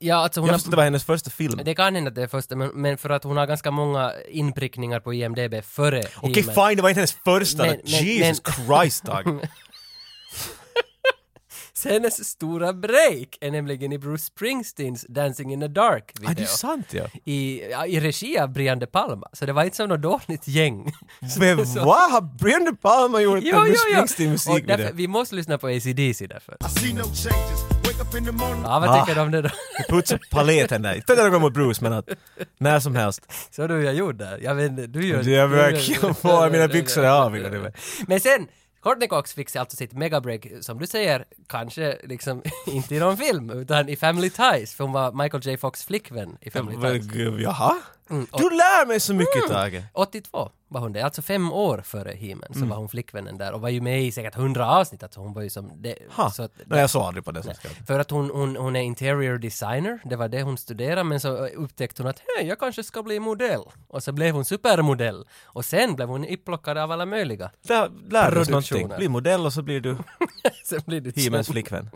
Speaker 1: Ja, alltså hon
Speaker 2: Jag
Speaker 1: har...
Speaker 2: förstår det var hennes första film.
Speaker 1: Det kan hända att det är första, men, men för att hon har ganska många inprickningar på IMDB före
Speaker 2: Okej
Speaker 1: He-Man.
Speaker 2: fine, det var inte hennes första.
Speaker 1: Men- men-
Speaker 2: Jesus
Speaker 1: men-
Speaker 2: Christ Doug.
Speaker 1: Så Hennes stora break är nämligen i Bruce Springsteens Dancing in the Dark-video.
Speaker 2: Ah, det är sant ja.
Speaker 1: I, ja, I regi av Brian De Palma, så det var inte som något dåligt gäng.
Speaker 2: Men vad har Brandon Palma gjort en Bruce Springsteen
Speaker 1: Och
Speaker 2: musik med
Speaker 1: därför,
Speaker 2: det?
Speaker 1: vi måste lyssna på AC/DC därför.
Speaker 3: See no changes. Wake up in the morning.
Speaker 1: Ja, Alltså, vad
Speaker 2: Ah.
Speaker 1: tycker du om det då?
Speaker 2: Putsa paleten där. Inte att jag går mot Bruce men att när som helst.
Speaker 1: Så du jag gjorde där? Jag vet inte, du gör...
Speaker 2: Jag
Speaker 1: du
Speaker 2: verkligen
Speaker 1: gör-
Speaker 2: får mina byxor av. innan det-
Speaker 1: Men sen, Courtney Cox fick sig alltså sitt megabreak, som du säger, kanske liksom inte i någon film, utan i Family Ties, för hon var Michael J. Fox flickvän i Family Ties.
Speaker 2: Jaha?
Speaker 1: Mm,
Speaker 2: Du lär mig så mycket Tage.
Speaker 1: 82 var hon det, alltså fem år före He-Man så var hon flickvännen där och var ju med i säkert hundra avsnitt, alltså hon var ju som det,
Speaker 2: Ha.
Speaker 1: så att,
Speaker 2: Nej jag såg aldrig på det som ska.
Speaker 1: för att hon, hon, hon är interior designer, det var det hon studerade, men så upptäckte hon att hej, jag kanske ska bli modell. Och så blev hon supermodell. Och sen blev hon upplockad av alla möjliga.
Speaker 2: Lär, lär oss
Speaker 1: Produktioner.
Speaker 2: någonting. Bli modell och så blir du
Speaker 1: sen blir det
Speaker 2: He-Mans flickvän.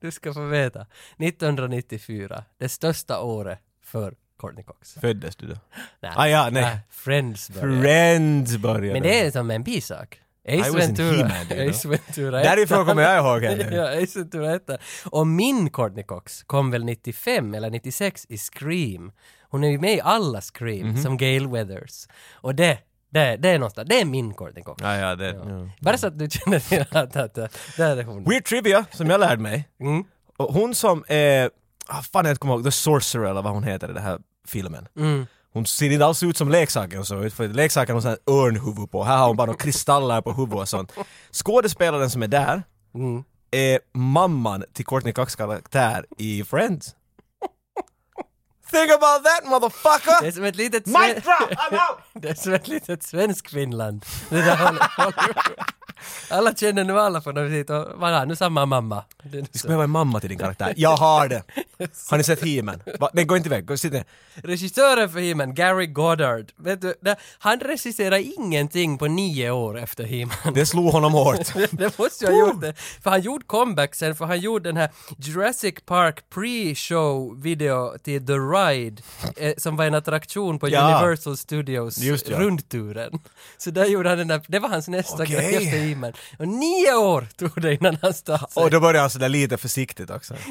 Speaker 1: Du ska få veta. 1994, det största året för Courtney Cox.
Speaker 2: Föddes du då?
Speaker 1: Nej.
Speaker 2: Ah, ja, nej.
Speaker 1: Friends började.
Speaker 2: Friends började.
Speaker 1: Men det är som en bisak.
Speaker 2: I
Speaker 1: Ace
Speaker 2: was in
Speaker 1: Ventura.
Speaker 2: He-Man, you know.
Speaker 1: Ace Ventura
Speaker 2: Därifrån kommer jag ihåg henne.
Speaker 1: Ja, Ace Ventura 1. Och min Courtney Cox kom väl 95 eller 96 i Scream. Hon är ju med i alla Scream,
Speaker 2: Mhm.
Speaker 1: som Gail Weathers. Och det, det, det är någonstans, det är min Courtney Cox.
Speaker 2: Ja, ja, det, ja.
Speaker 1: Bara så att du känner till att, att, att där är hon.
Speaker 2: Weird trivia som jag lärde mig.
Speaker 1: Mm.
Speaker 2: Och hon som är, ah, fan jag kommer ihåg, The Sorcerer eller vad hon heter i den här filmen. Hon ser inte alls ut som leksaken och så, för leksaken har sån här örnhuvud på, här har hon bara några kristaller på huvudet och sånt. Skådespelaren som är där
Speaker 1: Mm.
Speaker 2: är mamman till Courtney Cox karaktär i Friends. Think about that
Speaker 1: Det är
Speaker 2: motherfucker!
Speaker 1: som ett litet...
Speaker 2: Mic drop! I'm out!
Speaker 1: Det är som ett litet svensk Finland. Det där håller, håller, Alla känner nu alla på något sätt och vadå, nu samma mamma. Det är
Speaker 2: Du ska behöva en mamma till din karaktär. Jag har det! Har ni sett He-Man? Va? Nej, gå inte iväg. Gå, sitt ner.
Speaker 1: Regissören för He-Man, Gary Goddard, vet du, där, han regisserade ingenting på nio år efter He-Man.
Speaker 2: Det slog honom hårt.
Speaker 1: det måste jag ha gjort det. För han gjorde comeback sen, för han gjorde den här Jurassic Park pre-show video till The Ride, eh, som var en attraktion på
Speaker 2: Ja.
Speaker 1: Universal Studios
Speaker 2: Just ja.
Speaker 1: rundturen. Så där gjorde han den där, det var hans nästa
Speaker 2: Okej.
Speaker 1: grej efter He-Man. Och nio år tog det innan han startade.
Speaker 2: Och då började han sådär lite försiktigt också.
Speaker 1: Alltså,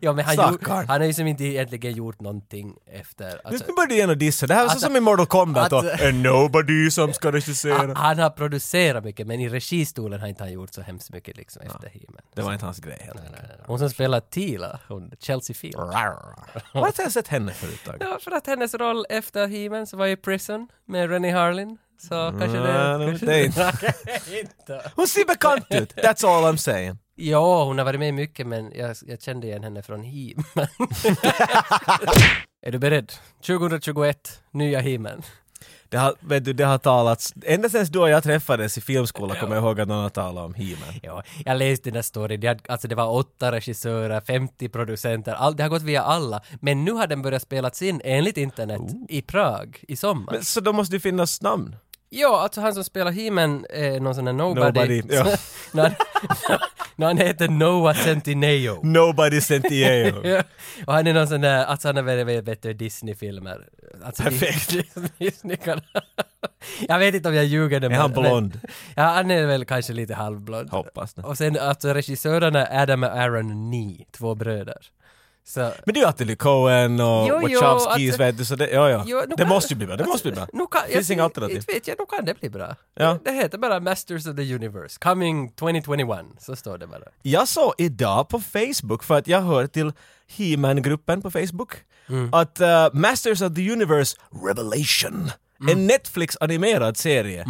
Speaker 1: ja, men han, gjorde,
Speaker 2: Stackarn.
Speaker 1: han har ju som inte egentligen gjort någonting efter. Alltså,
Speaker 2: Nu började igen och dissa. Det här var så
Speaker 1: Alltså-
Speaker 2: som i Mortal Kombat och
Speaker 1: Alltså-
Speaker 2: And nobody som ska
Speaker 1: han,
Speaker 2: regissera.
Speaker 1: han har producerat mycket, men i registolen har inte han gjort så hemskt mycket liksom efter He-Man.
Speaker 2: Det var inte hans grej helt enkelt.
Speaker 1: Hon som spelar Tila, hon, Chelsea Field.
Speaker 2: Var har jag sett henne förut? Dag?
Speaker 1: Ja, för att hennes roll efter He-Man så var ju Prison med Rennie Harlin. Så kanske Mm, det...
Speaker 2: nej,
Speaker 1: kanske
Speaker 2: det är inte.
Speaker 1: Nej, inte.
Speaker 2: Hon ser bekant ut! That's all I'm saying.
Speaker 1: Ja, hon har varit med i mycket men jag, jag kände igen henne från He-Man. är du beredd? 2021, nya He-Man.
Speaker 2: Det har, vet du, det har talats... Ända sedan då jag träffades i filmskolan kommer jag ihåg att någon har talat om He-Man.
Speaker 1: Ja, jag läste den där storyn, det hade, alltså det var åtta regissörer, 50 producenter, all, det har gått via alla. Men nu har den börjat spelas in, enligt internet, i Prag i sommar.
Speaker 2: Men, så då måste det finnas namn.
Speaker 1: Ja, alltså han som spelar He-Man är någon sån där nobody.
Speaker 2: Nobody, ja.
Speaker 1: när, han, när han heter Noah
Speaker 2: Mm.
Speaker 1: Centineo.
Speaker 2: Nobody Sentiero.
Speaker 1: Ja. Och han är någon sån där, alltså han har varit med i vet du, Disney-filmer. Alltså,
Speaker 2: Perfekt.
Speaker 1: Dis- Disney kan... jag vet inte om jag ljuger.
Speaker 2: Är han blond?
Speaker 1: Ja, han är väl kanske lite halvblond.
Speaker 2: Hoppas det.
Speaker 1: Och sen alltså regissörerna är Adam och Aaron Nee, två bröder. Så
Speaker 2: Men det är ju Attili Cohen och
Speaker 1: Jo, jo,
Speaker 2: Wachowskis
Speaker 1: alltså-
Speaker 2: vet du, så det, ja, ja.
Speaker 1: Jo, nu
Speaker 2: det
Speaker 1: kan-
Speaker 2: måste ju bli bra, det måste bli bra.
Speaker 1: Nu kan,
Speaker 2: Finns
Speaker 1: jag-
Speaker 2: inga alternativ.
Speaker 1: Inte vet jag, nu kan det bli bra.
Speaker 2: Ja.
Speaker 1: Det heter bara Masters of the Universe, coming 2021, så står det bara.
Speaker 2: Jag såg idag på Facebook, för att jag hör till He-Man-gruppen på Facebook, att eh, Masters of the Universe Revelation, en Netflix-animerad serie,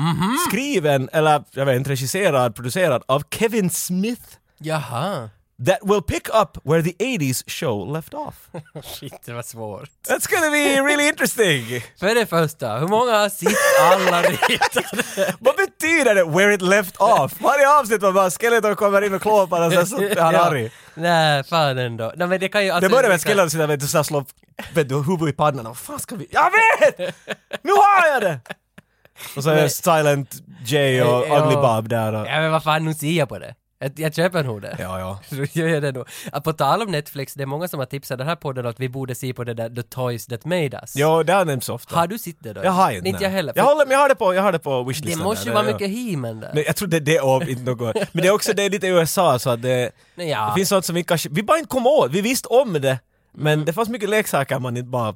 Speaker 2: skriven, eller jag vet inte, regisserad, producerad av Kevin Smith,
Speaker 1: Jaha.
Speaker 2: that will pick up where the 80s show left off.
Speaker 1: Shit, det var svårt.
Speaker 2: That's gonna be really interesting!
Speaker 1: För det första, hur många har sett alla ritade?
Speaker 2: Vad betyder det “where it left off”? Varje avsnitt var bara Skeletor kommer in och klår på honom så är han arg.
Speaker 1: Nej, fan ändå. Nej, men det kan ju...
Speaker 2: Det
Speaker 1: alltså-
Speaker 2: började med att Skeletor sitter med och slår vet du, huvudet i pannan och “Fan ska vi...” “Jag vet! Nu har jag det!” Och så är det Silent J och
Speaker 1: Ja.
Speaker 2: Ugly Bob där och...
Speaker 1: Ja, men vad fan, nu ser jag på det. Jag, jag köper nog det.
Speaker 2: Ja, ja.
Speaker 1: Så gör jag det då. Att På tal om Netflix, det är många som har tipsat den här podden att vi borde se på det där The Toys That Made Us.
Speaker 2: Jo, det har nämnts ofta.
Speaker 1: Har du sett det då?
Speaker 2: Jag har ju
Speaker 1: inte. jag heller.
Speaker 2: Jag,
Speaker 1: för
Speaker 2: håller, men jag har det på, jag har det på
Speaker 1: det
Speaker 2: wishlistan.
Speaker 1: måste ju
Speaker 2: där,
Speaker 1: vara
Speaker 2: ja.
Speaker 1: mycket himen där.
Speaker 2: Nej, jag tror det är det och inte något. Men det är också det är lite i USA så att det,
Speaker 1: Nej, ja.
Speaker 2: det finns sånt som vi kanske, vi bara inte kom åt, vi visste om det. Men
Speaker 1: Mm.
Speaker 2: det fanns mycket leksaker man inte bara,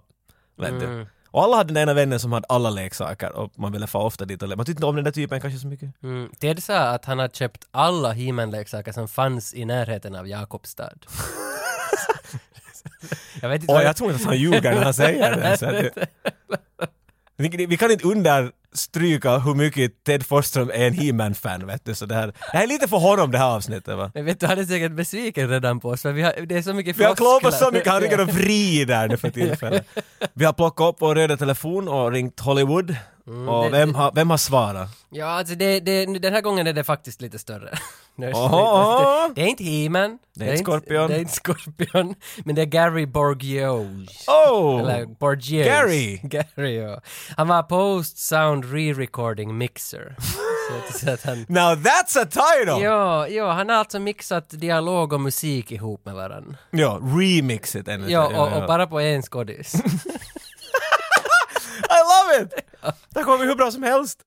Speaker 2: vet du. Och alla hade den ena vännen som hade alla leksaker och man ville få ofta dit och le- Man tyckte inte om den där typen kanske så mycket.
Speaker 1: Mm. Ted sa att han har köpt alla He-Man-leksaker som fanns i närheten av Jakobstad. jag vet inte
Speaker 2: Och
Speaker 1: vad
Speaker 2: jag tror inte att han ljuger när han säger det. Så att det vi, vi kan inte understryka hur mycket Ted Forsström är en He-Man-fan vet du. Så det här, det här är lite för honom det här avsnittet va.
Speaker 1: Men vet du, han är säkert besviken redan på oss för vi har, det är så mycket
Speaker 2: Vi har klovat så
Speaker 1: floskler.
Speaker 2: mycket, han ringer och vrider nu för tillfället. Vi har plockat upp vår röda telefon och ringt Hollywood.
Speaker 1: Mm. det-
Speaker 2: och vem har, vem har svarat?
Speaker 1: Ja, alltså det, det, den här gången är det faktiskt lite större. Nu är det-
Speaker 2: Oho.
Speaker 1: Det är inte He-Man.
Speaker 2: Det är inte Scorpion.
Speaker 1: Det är inte Scorpion. Men det är Gary Borgios.
Speaker 2: Oh!
Speaker 1: Eller Borgios.
Speaker 2: Gary.
Speaker 1: Gary, ja. Han var Post Sound Re-Recording Mixer. så att, så att han...
Speaker 2: Now that's a title!
Speaker 1: Ja,
Speaker 2: Ja,
Speaker 1: ja, han har alltså mixat dialog och musik ihop med varandra.
Speaker 2: remix it ännu.
Speaker 1: Ja, och, och bara på en skådis.
Speaker 2: I love it! Det här kommer bli hur bra som helst.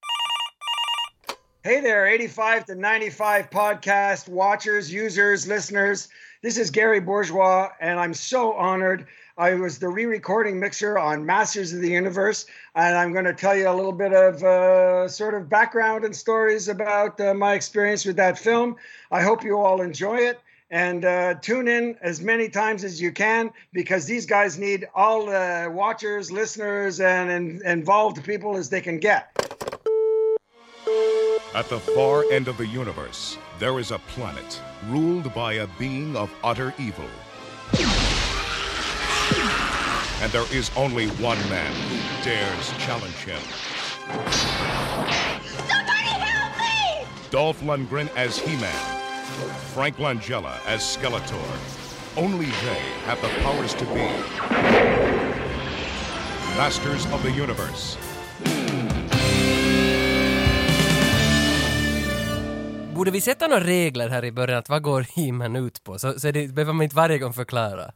Speaker 4: Hey there, 85 to 95 podcast watchers, users, listeners. This is Gary Bourgeois, and I'm so honored. I was the re recording mixer on Masters of the Universe, and I'm going to tell you a little bit of uh, sort of background and stories about uh, my experience with that film. I hope you all enjoy it and uh, tune in as many times as you can because these guys need all uh, watchers, listeners, and, and involved people as they can get.
Speaker 5: At the far end of the universe, there is a planet ruled by a being of utter evil. And there is only one man who dares challenge him.
Speaker 6: Somebody help me!
Speaker 5: Dolph Lundgren as He-Man, Frank Langella as Skeletor. Only they have the powers to be masters of the universe.
Speaker 1: Borde vi sätta några regler här i början, att vad går He-Man ut på? Så, så det behöver man inte varje gång förklara.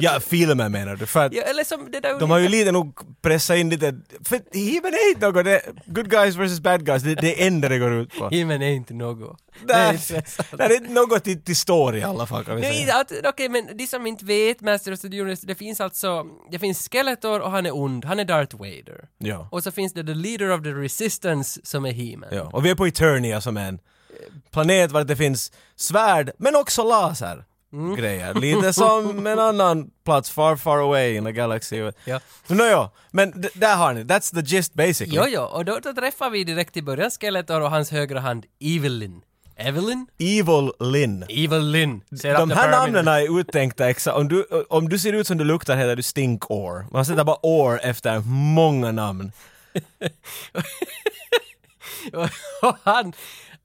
Speaker 2: Ja, filmen menar du? För att
Speaker 1: Ja, eller som det där
Speaker 2: de har ju lite nog pressat in lite... För He-Man är inte något... det- Good guys versus bad guys, det, det är enda det går ut på.
Speaker 1: He-Man är inte något. Det är
Speaker 2: Där,
Speaker 1: inte stressande.
Speaker 2: där är inte något till, till story i alla fall kan vi
Speaker 1: Nu,
Speaker 2: säga.
Speaker 1: i- att- Okej, men de som inte vet Master of the Universe, det finns alltså, det finns Skeletor och han är ond, han är Darth Vader.
Speaker 2: Ja.
Speaker 1: Och så finns det The Leader of the Resistance som är He-Man.
Speaker 2: Ja, och vi är på Eternia som är en planet var det finns svärd, men också laser. grejer. Lite som en annan plats far far away in a galaxy.
Speaker 1: Ja.
Speaker 2: Nåja, men d- där har ni, that's the gist basically.
Speaker 1: Jo, jo, och då, då träffar vi direkt i början Skeletor och hans högra hand Evelyn. Evelyn?
Speaker 2: Evil Lynn.
Speaker 1: Evelyn.
Speaker 2: De här namnen är uttänkta exa. Om du, om du ser ut som du luktar heter du stinkår. Man sätter bara år efter många namn.
Speaker 1: och han,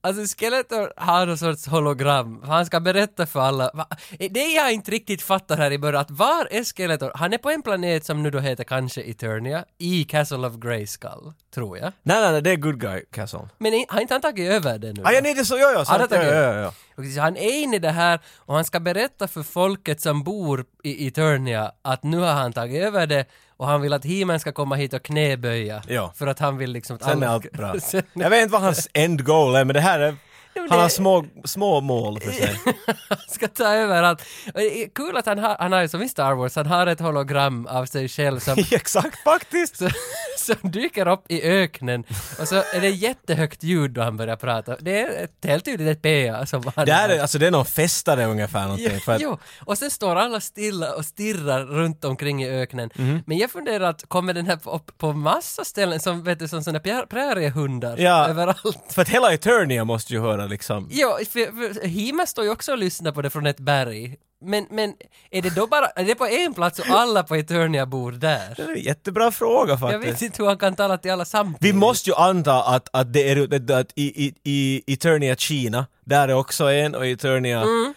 Speaker 1: alltså Skeletor har någon sorts hologram, han ska berätta för alla. Va? Det jag inte riktigt fattar här i början, att var är Skeletor? Han är på en planet som nu då heter kanske Eternia, i Castle of Grayskull, tror jag.
Speaker 2: Nej, nej, nej, det är good guy castle.
Speaker 1: Men är- har inte han tagit över det nu?
Speaker 2: Ah, ja, nej, det är så, ja, ja,
Speaker 1: Ja, det
Speaker 2: sant, ja,
Speaker 1: tänker jag.
Speaker 2: ja, ja.
Speaker 1: Och så han är inne i det här och han ska berätta för folket som bor i Eternia att nu har han tagit över det och han vill att he ska komma hit och knäböja.
Speaker 2: Ja.
Speaker 1: För att han vill liksom... att
Speaker 2: Sen är
Speaker 1: alla-
Speaker 2: allt bra.
Speaker 1: Sen-
Speaker 2: Jag vet inte vad hans end goal är, men det här är...
Speaker 1: men
Speaker 2: Han
Speaker 1: det-
Speaker 2: har små, små mål för sig.
Speaker 1: han ska ta över allt. Och det är Kul att han har, han har ju som i Star Wars, han har ett hologram av sig själv som,
Speaker 2: Exakt, faktiskt!
Speaker 1: som, som dyker upp i öknen och så är det jättehögt ljud då han börjar prata. Det är ett, helt tydligt ett PA som han
Speaker 2: Det här
Speaker 1: har.
Speaker 2: är, alltså det är någon festare ungefär någonting. För att,
Speaker 1: Jo, och sen står alla stilla och stirrar runt omkring i öknen.
Speaker 2: Mhm.
Speaker 1: Men jag funderar att kommer den här på- upp på massa ställen som vet du, som sådana pjär- präriehundar
Speaker 2: Ja.
Speaker 1: överallt?
Speaker 2: för att hela Eternia måste ju höra liksom...
Speaker 1: Jo, för, för Hima står ju också och lyssnar på det från ett berg. Men, men är det då bara, är det på en plats och alla på Eternia bor
Speaker 2: Det
Speaker 1: där?
Speaker 2: är en jättebra fråga
Speaker 1: Jag vet
Speaker 2: faktiskt.
Speaker 1: inte hur han kan tala till alla samtidigt.
Speaker 2: Vi måste ju anta att, att det är att i, i, i Eternia Kina, där är också en, och Eternia
Speaker 1: Mm.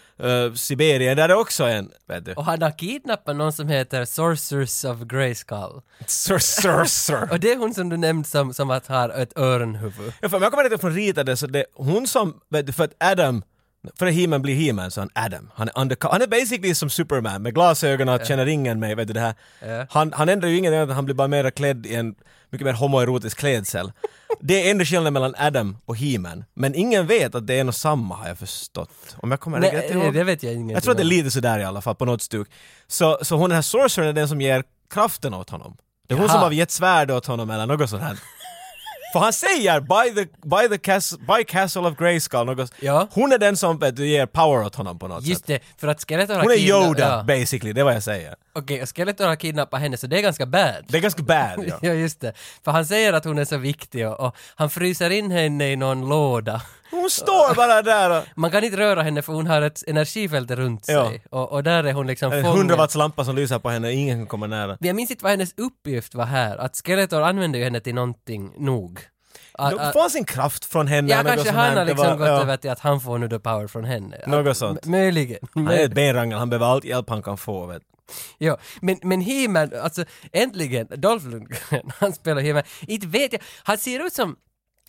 Speaker 2: eh, Sibirien, där är också en. Vet du.
Speaker 1: Och han har kidnappat någon som heter Sorceress of Grayskull.
Speaker 2: Sir, sir, sir.
Speaker 1: Och det är hon som du nämnde som, som att har ett öronhuvud.
Speaker 2: Ja, för om jag kommer inte från ritade så det är hon som, vet du, för att Adam, för att He-Man blir He-Man så är han Adam. Han är undercover, han är basically som Superman med glasögon och känner ingen med, vet du det här. Han, han ändrar ju ingenting, han blir bara mera klädd i en mycket mer homoerotisk klädsel. det är enda skillnaden mellan Adam och He-Man. Men ingen vet att det är något samma har jag förstått. Om jag kommer
Speaker 1: Nej,
Speaker 2: rätt
Speaker 1: nej,
Speaker 2: ihåg.
Speaker 1: det vet jag ingenting
Speaker 2: Jag tror att det är
Speaker 1: om.
Speaker 2: lite sådär i alla fall, på något stuk. Så, så hon den här sorcerern är den som ger kraften åt honom. Det är hon
Speaker 1: Jaha.
Speaker 2: som har gett svärd åt honom eller något sånt här. För han säger by the, by the castle, by castle of Grayskull något.
Speaker 1: Ja.
Speaker 2: Hon är den som vet, du, ger power åt honom på något
Speaker 1: Just
Speaker 2: sätt.
Speaker 1: det, för att Skeletor har
Speaker 2: Hon är
Speaker 1: kidna-
Speaker 2: Yoda
Speaker 1: ja.
Speaker 2: basically, det är vad jag säger.
Speaker 1: Okej, och Skeletor har kidnappat henne så det är ganska bad.
Speaker 2: Det är ganska bad ja.
Speaker 1: Ja just det, för han säger att hon är så viktig och, och han fryser in henne i någon låda.
Speaker 2: Hon står bara där och...
Speaker 1: Man kan inte röra henne för hon har ett energifält runt sig
Speaker 2: Ja.
Speaker 1: och, och där är hon liksom
Speaker 2: En
Speaker 1: fången.
Speaker 2: hundrawattslampa som lyser på henne, ingen kan komma nära.
Speaker 1: Jag minns inte vad hennes uppgift var här, att Skeletor använder ju henne till någonting nog. Att-
Speaker 2: Då
Speaker 1: att-
Speaker 2: Får han sin kraft från henne?
Speaker 1: ja,
Speaker 2: eller något
Speaker 1: kanske
Speaker 2: sånt här.
Speaker 1: han har
Speaker 2: Det
Speaker 1: liksom
Speaker 2: var-
Speaker 1: gått
Speaker 2: ja.
Speaker 1: över till att han får nu the power från henne.
Speaker 2: Något sånt.
Speaker 1: M- möjligen.
Speaker 2: Han är ett benrangel, han behöver allt hjälp han kan få vet du.
Speaker 1: Ja, men, men He-Man, alltså äntligen, Dolph Lundgren, han spelar He-Man. Inte vet jag, han ser ut som,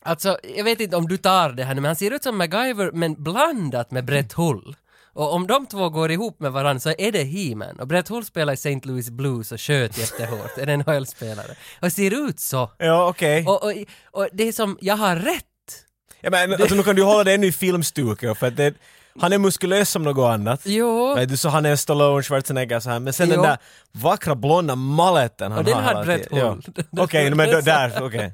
Speaker 1: alltså jag vet inte om du tar det här nu, men han ser ut som MacGyver men blandat med Brett Hull. Och om de två går ihop med varandra så är det He-Man. Och Brett Hull spelar i St. Louis Blues och sköt jättehårt, en NHL-spelare. Och ser ut så.
Speaker 2: Ja okej.
Speaker 1: Och, och, och det är som, jag har rätt.
Speaker 2: Ja, men, alltså, nu kan du ju hålla det ännu i filmstuket för att det, han är muskulös som något annat.
Speaker 1: Jo.
Speaker 2: Vet du, så han är en Stallone, Schwarzenegger så här. Men sen
Speaker 1: Jo.
Speaker 2: den där vackra blonda maletten han
Speaker 1: Och den
Speaker 2: har
Speaker 1: har
Speaker 2: hela
Speaker 1: Brett
Speaker 2: tiden.
Speaker 1: Hull.
Speaker 2: Ja. Okej, men då, där, okej.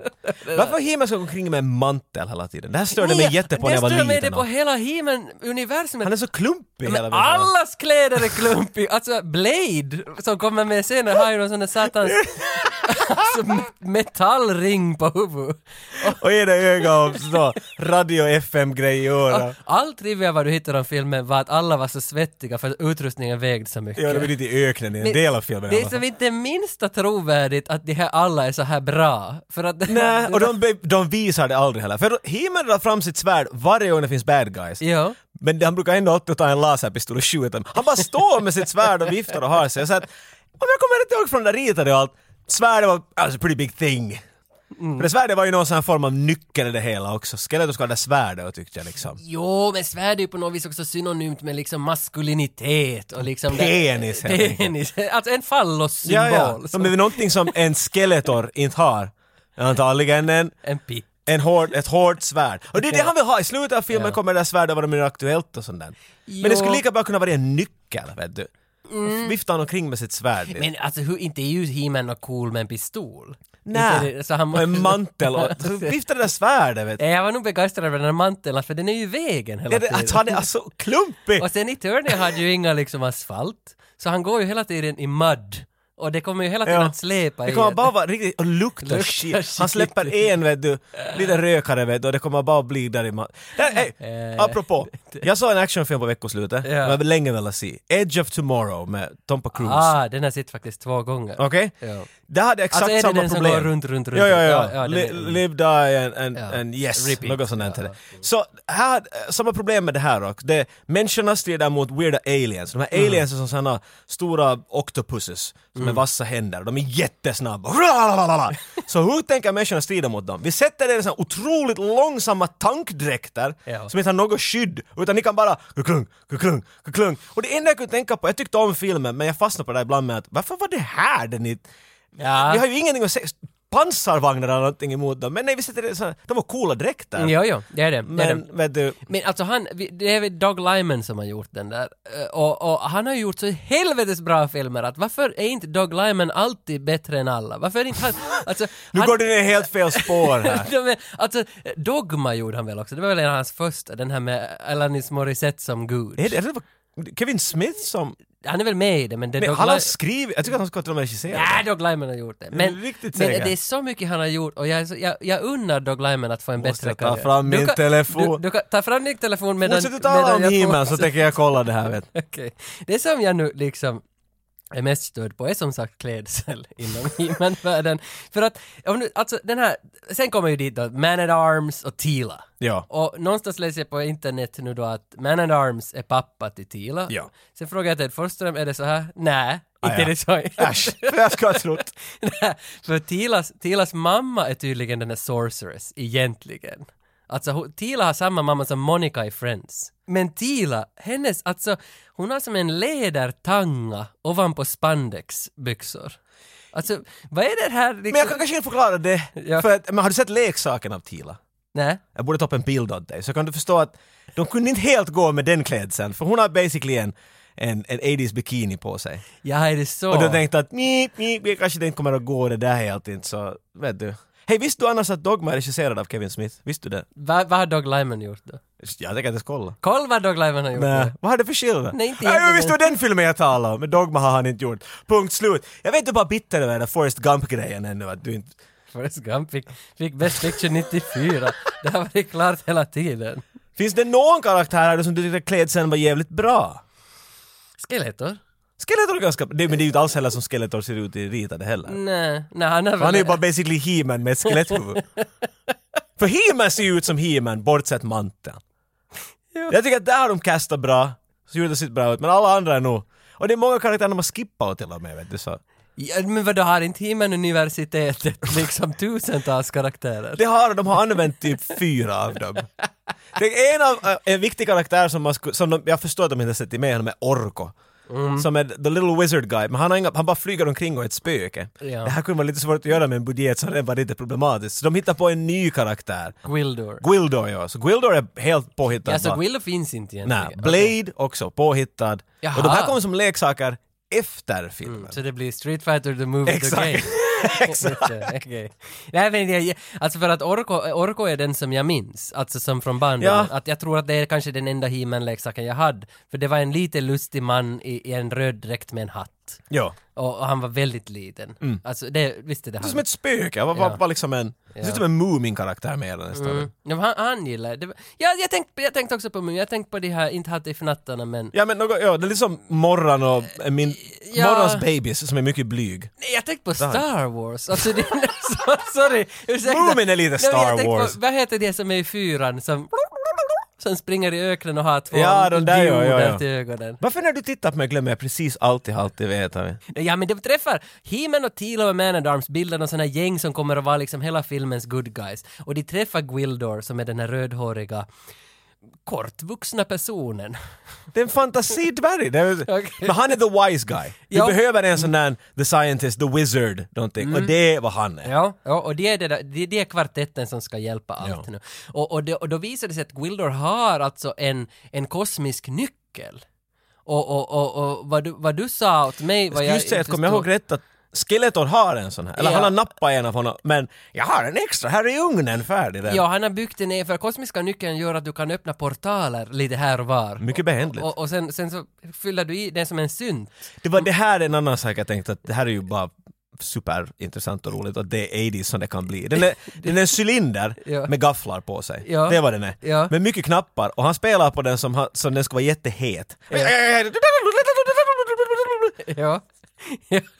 Speaker 2: Varför He-Man ska gå omkring med en mantel hela tiden? Det här störde mig jättepå när jag var
Speaker 1: Det stör mig
Speaker 2: liten.
Speaker 1: det på hela He-Man-universumet.
Speaker 2: Han är så klumpig hela
Speaker 1: Men
Speaker 2: tiden.
Speaker 1: allas kläder är klumpiga! Alltså Blade, som kommer med senare, har ju någon sån där satans... alltså me- metallring på huvudet.
Speaker 2: Och ena ögat och så radio FM-grej i örat.
Speaker 1: Allt trivia vad du hittar tyckte om filmen var att alla var så svettiga för att utrustningen vägde så mycket.
Speaker 2: Ja, det blir lite i öknen i en
Speaker 1: Men
Speaker 2: del av filmen. i
Speaker 1: Det är
Speaker 2: alla fall.
Speaker 1: som inte minsta trovärdigt att de här alla är så här bra. För att...
Speaker 2: Nej, och de, be- de visar det aldrig heller. För He-Man drar fram sitt svärd varje gång det finns bad guys.
Speaker 1: Ja.
Speaker 2: Men han brukar ändå alltid ta en laserpistol och skjuta dem. Han bara står med sitt svärd och viftar och har sig. Så att, om jag kommer rätt ihåg från det där ritade och allt, svärdet var alltså pretty big thing. För det svärdet var ju någon sån här form av nyckel i det hela också. Skeletor ska ha det svärdet och tyckte jag liksom.
Speaker 1: Jo, men svärd är ju på något vis också synonymt med liksom maskulinitet och liksom... det-
Speaker 2: Penis, helt enkelt.
Speaker 1: Penis! Alltså en fallossymbol.
Speaker 2: Ja, ja.
Speaker 1: Så-
Speaker 2: Men det är någonting som en skeletor inte har. Antagligen en,
Speaker 1: En pitt.
Speaker 2: en hård, ett hårt svärd. Och det är det han vill ha. I slutet av filmen
Speaker 1: Ja.
Speaker 2: kommer det där svärdet vara mer aktuellt och sånt där. Men det
Speaker 1: Jo.
Speaker 2: skulle lika bra kunna vara en nyckel, vet du. Viftar han omkring med sitt svärd. lite.
Speaker 1: Mm. Men alltså, hur, inte är ju He-Man något cool med en pistol. Inte är
Speaker 2: Nej,
Speaker 1: det- Så han
Speaker 2: och en mantel och så
Speaker 1: Alltså,
Speaker 2: viftar det där svärdet vet du.
Speaker 1: Nej, Jag var nog begeistrad över den här manteln, för den är ju i vägen hela
Speaker 2: Det är det-
Speaker 1: tiden.
Speaker 2: Att han är så klumpig!
Speaker 1: Och sen i Turner hade ju inga liksom asfalt, så han går ju hela tiden i mud. Och det kommer ju hela tiden
Speaker 2: Ja.
Speaker 1: att släpa
Speaker 2: Det
Speaker 1: i
Speaker 2: kommer
Speaker 1: en.
Speaker 2: bara vara riktigt, och luktar
Speaker 1: Luktar
Speaker 2: shit.
Speaker 1: shit.
Speaker 2: Han släpper en vet du, lite rökare vet du, och det kommer bara bli där i ma- Där, hej,
Speaker 1: Eh.
Speaker 2: apropå, jag såg en actionfilm på veckoslutet,
Speaker 1: Ja.
Speaker 2: yeah. jag länge velat se. Edge of Tomorrow med Tompa Cruise.
Speaker 1: Ah, den har jag sett faktiskt två gånger.
Speaker 2: Okej?
Speaker 1: Ja.
Speaker 2: Där hade jag exakt
Speaker 1: Alltså, är det
Speaker 2: samma
Speaker 1: den som
Speaker 2: problem.
Speaker 1: går runt, runt, runt?
Speaker 2: Ja, ja,
Speaker 1: Ja,
Speaker 2: ja.
Speaker 1: ja, den
Speaker 2: Li-
Speaker 1: är-
Speaker 2: Live, die and, and,
Speaker 1: Ja.
Speaker 2: and yes.
Speaker 1: Repeat.
Speaker 2: Något sånt där.
Speaker 1: Ja.
Speaker 2: Så här, eh, samma problem med det här också. Det, människorna strider mot weirda aliens. De här
Speaker 1: Mm.
Speaker 2: aliens är som sådana stora octopuses som är vassa händer. De är jättesnabba. Ralalala. Så hur tänker människorna strida mot dem? Vi sätter er i såna otroligt långsamma tankdräkter
Speaker 1: Ja.
Speaker 2: som inte har något skydd, utan ni kan bara kuklung, kuklung, kuklung. Och det enda jag kunde tänka på, jag tyckte om filmen, men jag fastnade på det där ibland med att varför var det här det ni
Speaker 1: Ja.
Speaker 2: vi har ju ingenting att säga. Pansarvagnar eller någonting emot dem. Men nej, vi sätter det så här. De var coola dräkter.
Speaker 1: Jo, jo, det är det. det, är det.
Speaker 2: Men vet du,
Speaker 1: Men alltså han, vi- det är väl Doug Liman som har gjort den där. Eh, Och, och han har ju gjort så helvetes bra filmer att varför är inte Doug Liman alltid bättre än alla? Varför är inte han... Alltså,
Speaker 2: nu
Speaker 1: han,
Speaker 2: går du ner helt fel spår här.
Speaker 1: Ja, men, alltså, Dogma gjorde han väl också? Det var väl en av hans första, den här med Alanis Morissette som gud.
Speaker 2: är det, är det var Kevin Smith som...
Speaker 1: Han är väl med i det, men det är
Speaker 2: Men
Speaker 1: Doug
Speaker 2: han har
Speaker 1: Li-
Speaker 2: skrivit... Jag tycker att han skulle till och med regissera.
Speaker 1: Nej, Doug Liman har gjort det.
Speaker 2: Men
Speaker 1: Men,
Speaker 2: riktigt
Speaker 1: men
Speaker 2: säker.
Speaker 1: det är så mycket han har gjort och jag, är så- jag, jag unnar Doug Liman att få en
Speaker 2: Måste
Speaker 1: bättre
Speaker 2: jag ta
Speaker 1: karriär.
Speaker 2: fram
Speaker 1: Du
Speaker 2: min
Speaker 1: kan-
Speaker 2: telefon?
Speaker 1: Du, du kan ta fram din telefon medan...
Speaker 2: Fortsätt att tala om
Speaker 1: medan jag får- alltså,
Speaker 2: He-Man så tänker jag kolla det här vet du.
Speaker 1: Okej. Det som jag nu liksom är mest störd på är som sagt klädsel inom He-Man-världen. För att, om nu, alltså den här, sen kommer ju dit då Man at Arms och Tila.
Speaker 2: Ja.
Speaker 1: Och någonstans läser jag på internet nu då att Man at Arms är pappa till Tila.
Speaker 2: Ja. Ah,
Speaker 1: Sen frågar jag Ted Forsström, är det så här? Nej, inte
Speaker 2: ja.
Speaker 1: är det så.
Speaker 2: Äsch, för jag skulle ha trott.
Speaker 1: Nej, för Tilas, Tilas mamma är tydligen den där sorceress, egentligen. Alltså hon, Tila har samma mamma som Monica i Friends. Men Tila, hennes, alltså hon har som en lädertanga ovanpå spandexbyxor. Alltså, vad är det här liksom?
Speaker 2: Men jag kan kanske inte förklara det.
Speaker 1: Ja.
Speaker 2: För att, men har du sett leksaken av Tila?
Speaker 1: Nej.
Speaker 2: Jag borde ta upp en bild åt dig så kan du förstå att de kunde inte helt gå med den klädseln för hon har basically en, en, en 80s bikini på sig.
Speaker 1: Ja, är det så?
Speaker 2: Och då tänkte jag att nip, nip, jag kanske inte kommer att gå det där helt inte så vet du. Hej visste du annars att Dogma är regisserad av Kevin Smith? Visste du det?
Speaker 1: Va, vad har Doug Liman gjort då?
Speaker 2: Jag tänker inte ens kolla.
Speaker 1: Kolla vad Doug Liman har gjort.
Speaker 2: Nej,
Speaker 1: då.
Speaker 2: vad har det för skillnad?
Speaker 1: Nej, inte
Speaker 2: Ja,
Speaker 1: egentligen.
Speaker 2: jag visste det var den filmen jag talade om, men Dogma har han inte gjort. Punkt slut. Jag vet inte bara bitter över den där Forrest Gump-grejen ännu att du inte...
Speaker 1: Forrest Gump fick, fick Best Fiction 94. det har varit klart hela tiden.
Speaker 2: Finns det någon karaktär här då som du tyckte klädseln var jävligt bra?
Speaker 1: Skeletor?
Speaker 2: Skeletor är ganska... Det, men det är ju inte alls heller som Skeletor ser ut i ritade heller.
Speaker 1: Nej, nej han har väl...
Speaker 2: Han är ju bara basically He-Man med ett skeletthuvud. För He-Man ser ju ut som He-Man, bortsett manteln.
Speaker 1: Ja.
Speaker 2: Jag tycker att där har de kastat bra, så gjorde det sitt bra ut, men alla andra är nog... Och det är många karaktärer de har skippat till och med, vet du så.
Speaker 1: Ja, men vadå, har inte He-Man universitetet liksom tusentals karaktärer?
Speaker 2: Det har de, har använt typ fyra av dem. Det är en, av, eh, en viktig karaktär som, man sku, som de, jag förstår att de inte har sett i med honom är Orko.
Speaker 1: Mm.
Speaker 2: Som är the little wizard guy, men han, har inga, han bara flyger omkring och är ett spöke.
Speaker 1: Ja.
Speaker 2: Det här kunde vara lite svårt att göra med en budget som redan var lite problematisk. Så de hittar på en ny karaktär.
Speaker 1: Gwildor.
Speaker 2: Gwildor ja, så Gwildor är helt påhittad.
Speaker 1: Ja, så
Speaker 2: bara.
Speaker 1: Gwildor finns inte egentligen.
Speaker 2: Nej, Blade också påhittad.
Speaker 1: Jaha. Mm,
Speaker 2: Och de här kommer som leksaker efter filmen.
Speaker 1: Så det blir Street Fighter the Movie
Speaker 2: Exakt.
Speaker 1: the Game. Exakt. okay. Nej men jag, alltså för att Orko, Orko är den som jag minns, alltså som från barndomen.
Speaker 2: Ja.
Speaker 1: Att jag tror att det är kanske den enda He-Man-leksaken jag hade. För det var en lite lustig man i, i en röd dräkt med en hatt. allt.
Speaker 2: Ja.
Speaker 1: Och, och han var väldigt liten. Alltså, det, visst är det
Speaker 2: Det är
Speaker 1: han?
Speaker 2: Mm. som ett spöke, han var, var,
Speaker 1: Ja.
Speaker 2: var liksom en... Det ser ut som en Moomin-karaktär mer nästan.
Speaker 1: Mm. Ja, men han, han gillar det. var- Ja, jag tänkte jag tänkte också på mig. Jag tänkte på de här, inte Hattie för nattarna men...
Speaker 2: Ja men något, ja, det är liksom Morran och äh, min...
Speaker 1: Eh, Ja.
Speaker 2: Morrans babys som är mycket blyg.
Speaker 1: Nej, jag tänkte på Star Wars. Alltså, det, så, sorry, ursäkta.
Speaker 2: Moomin är lite
Speaker 1: Nej, men jag
Speaker 2: Star
Speaker 1: tänkte
Speaker 2: Wars.
Speaker 1: På, vad heter det som är i fyran som... Som springer i öknen och har två
Speaker 2: Ja, de där, ja, ja,
Speaker 1: dioder
Speaker 2: ja.
Speaker 1: till ögonen.
Speaker 2: Varför när du tittar på mig glömmer jag precis allt jag alltid vet? Harry?
Speaker 1: Ja men de träffar, He-Man och Tilo och Man at Arms bildar någon sån här gäng som kommer att vara liksom hela filmens good guys. Och de träffar Gwildor som är den här rödhåriga kortvuxna personen.
Speaker 2: Det är en fantasidvärg! Det är-
Speaker 1: Okej.
Speaker 2: Men han är the wise guy. Du
Speaker 1: Ja.
Speaker 2: behöver en sån där the scientist, the wizard, någonting.
Speaker 1: Mm.
Speaker 2: Och det är vad han är.
Speaker 1: Ja, ja och det är, det, där, det, det är kvartetten som ska hjälpa allt nu. Och, och, det, och då visar det sig att Gwildor har alltså en, en kosmisk nyckel. Och, och, och, och vad, du, vad du sa åt mig... Vad
Speaker 2: Just säga att kommer jag
Speaker 1: förstod-
Speaker 2: ihåg rätt att Skeletor har en sån här, eller
Speaker 1: Ja.
Speaker 2: han har nappat en av honom, men jag har en extra här i ugnen färdig där.
Speaker 1: Ja, han har byggt en e- för kosmiska nyckeln gör att du kan öppna portaler lite här och var.
Speaker 2: Mycket behändigt.
Speaker 1: Och, och, och sen, sen så fyller du i den som en synt.
Speaker 2: Det var det här är en annan sak jag tänkte att det här är ju bara superintressant och roligt och det är 80s som det kan bli. Den är, den är en cylinder
Speaker 1: Ja.
Speaker 2: med gafflar på sig.
Speaker 1: Ja.
Speaker 2: Det var den är.
Speaker 1: Ja.
Speaker 2: Med mycket knappar och han spelar på den som, han, som den ska vara jättehet.
Speaker 1: Ja. ja.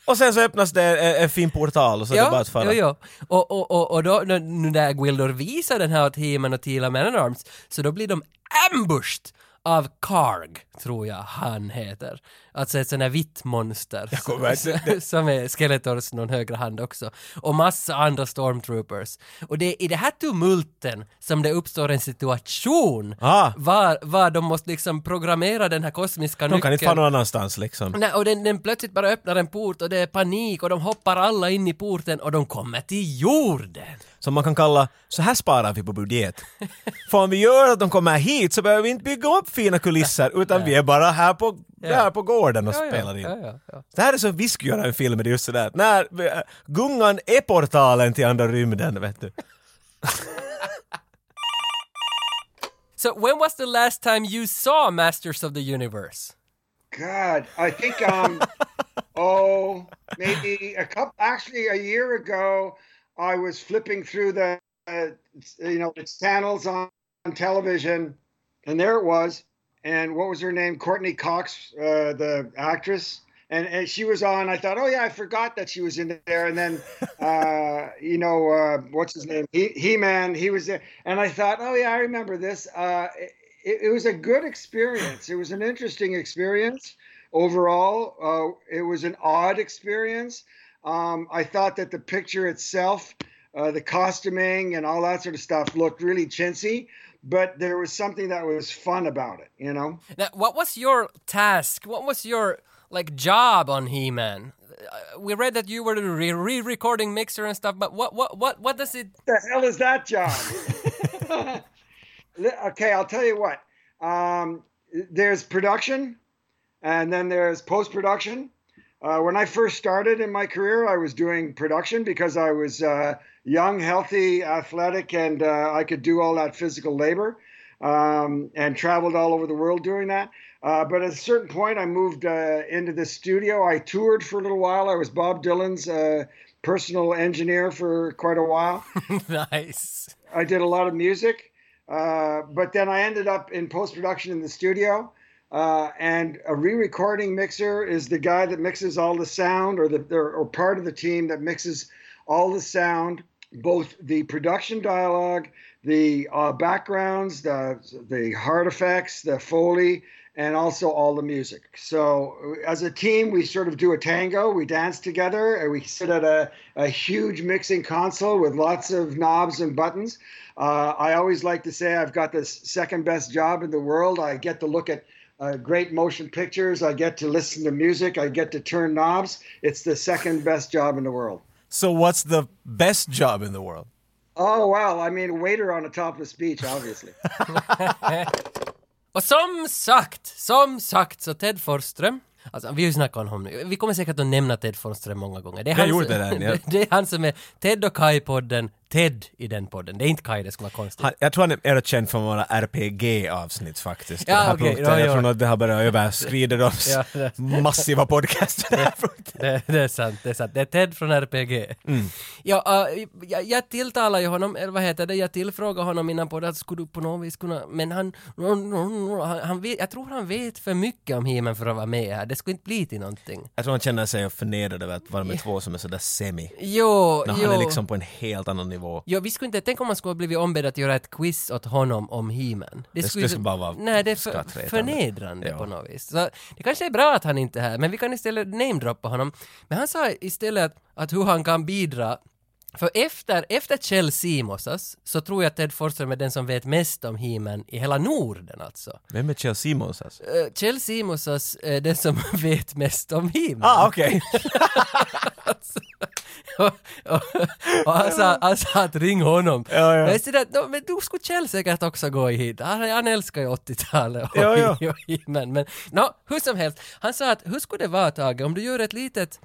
Speaker 2: Och sen så öppnas det en, en fin portal och så är det bara att
Speaker 1: ja,
Speaker 2: fara.
Speaker 1: ja. Och, och, och, och då när- nu när Gwildor visar den här åt He-Man och Tila Man at Arms så då blir de ambushed av Karg, tror jag han heter. Alltså ett sånt här vitt monster.
Speaker 2: kommer
Speaker 1: som- Som är Skeletors någon högra hand också. Och massa andra stormtroopers. Och det är i det här tumulten som det uppstår en situation
Speaker 2: Ah.
Speaker 1: var, var de måste liksom programmera den här kosmiska
Speaker 2: De kan inte fara
Speaker 1: nyckeln.
Speaker 2: någon annanstans liksom.
Speaker 1: Nej, och den, den plötsligt bara öppnar en port och det är panik och de hoppar alla in i porten och de kommer till jorden.
Speaker 2: Som man kan kalla “så här sparar vi på budget”. För om vi gör att de kommer hit så behöver vi inte bygga upp fina kulisser utan vi är bara här på, här på gården och spelar in.
Speaker 1: Ja, ja, ja.
Speaker 2: Det här är så vi skulle göra en film, det är just sådär. När eh, gungan är portalen till andra rymden, vet du.
Speaker 1: So when was the last time you saw Masters of the Universe?
Speaker 4: God, I think um, oh, maybe a couple. Actually, a year ago, I was flipping through the, uh, you know, its channels on, on television, and there it was. And what was her name? Courtney Cox, uh, the actress, and, and she was on. I thought, oh yeah, I forgot that she was in there. And then, uh, you know, uh, what's his name? He He Man. He was there, and I thought, oh yeah, I remember this. Uh, it, it was a good experience. It was an interesting experience overall. Uh, it was an odd experience. Um, I thought that the picture itself, uh, the costuming, and all that sort of stuff looked really chintzy, but there was something that was fun about it, you know?
Speaker 1: Now, what was your task? What was your like job on He-Man? Uh, We read that you were the re- re-recording mixer and stuff, but what what what what does it?
Speaker 4: the hell is that job? Li- okay, I'll tell you what. Um, there's production, and then there's post production. Uh, when I first started in my career, I was doing production because I was uh, young, healthy, athletic, and uh, I could do all that physical labor um, and traveled all over the world doing that. Uh, but at a certain point, I moved uh, into the studio. I toured for a little while. I was Bob Dylan's uh, personal engineer for quite a while.
Speaker 1: nice.
Speaker 4: I did a lot of music, uh, but then I ended up in post production in the studio. Uh, and a re-recording mixer is the guy that mixes all the sound, or the or, or part of the team that mixes all the sound, both the production dialogue, the uh, backgrounds, the the hard effects, the foley, and also all the music. So uh, as a team, we sort of do a tango. We dance together, and we sit at a, a huge mixing console with lots of knobs and buttons. Uh, I always like to say I've got the second best job in the world. I get to look at uh, great motion pictures. I get to listen to music. I get to turn knobs. It's the second best job in the world.
Speaker 2: So what's the best job in the world?
Speaker 4: Oh wow! I mean, waiter on a topless beach, obviously.
Speaker 1: Och som sagt, som sagt så Ted Forsström, alltså vi har ju snackat om honom nu, vi kommer säkert att nämna Ted Forsström många gånger. Det är
Speaker 2: Jag gjorde det där, ja.
Speaker 1: det är han som är Ted och Kai-podden, Ted i den podden. Det är inte Kaj, det skulle vara konstigt.
Speaker 2: Han, jag tror han är erkänd för våra RPG-avsnitt faktiskt.
Speaker 1: Ja,
Speaker 2: Den här
Speaker 1: okej,
Speaker 2: punkten.
Speaker 1: ja,
Speaker 2: jag
Speaker 1: ja.
Speaker 2: tror nog att det har börjat överskrida de s-
Speaker 1: Ja, det-
Speaker 2: massiva podcasten. den här punkten.
Speaker 1: Det, det är sant, det är sant. Det är Ted från RPG.
Speaker 2: Mm.
Speaker 1: Ja, äh, jag, jag tilltalar ju honom, eller vad heter det, jag tillfrågar honom innan på det att skulle du på något vis kunna, men han, han, han vet, jag tror han vet för mycket om he för att vara med här. Det skulle inte bli till någonting.
Speaker 2: Jag tror han känner sig förnedrad över att vara med två som är sådär semi.
Speaker 1: Jo,
Speaker 2: När
Speaker 1: jo.
Speaker 2: han är liksom på en helt annan nivå.
Speaker 1: Ja, vi skulle inte, tänk om man skulle ha blivit ombedd att göra ett quiz åt honom om He-Man.
Speaker 2: Det
Speaker 1: ju-
Speaker 2: skulle bara vara
Speaker 1: Nej, det är för,
Speaker 2: skrattretande.
Speaker 1: förnedrande
Speaker 2: Ja.
Speaker 1: på något vis. Så, det kanske är bra att han inte är här, men vi kan istället namedroppa honom. Men han sa istället att, att hur han kan bidra för efter, efter Kjell Simonsas så tror jag Ted Forsström är den som vet mest om He-Man i hela Norden alltså.
Speaker 2: Vem är Kjell Simons alltså?
Speaker 1: Eh, Kjell Simonsas är den som vet mest om He-Man.
Speaker 2: Ah, okej!
Speaker 1: och, och, och han, sa, han sa att ring honom.
Speaker 2: Ja, ja.
Speaker 1: Jag visste att, "Nå, men du skulle Kjell säkert också gå hit. Han, han älskar ju 80-talet och,
Speaker 2: Ja, ja.
Speaker 1: och himlen. Men nå, hur som helst, han sa att hur skulle det vara Tage om du gör ett litet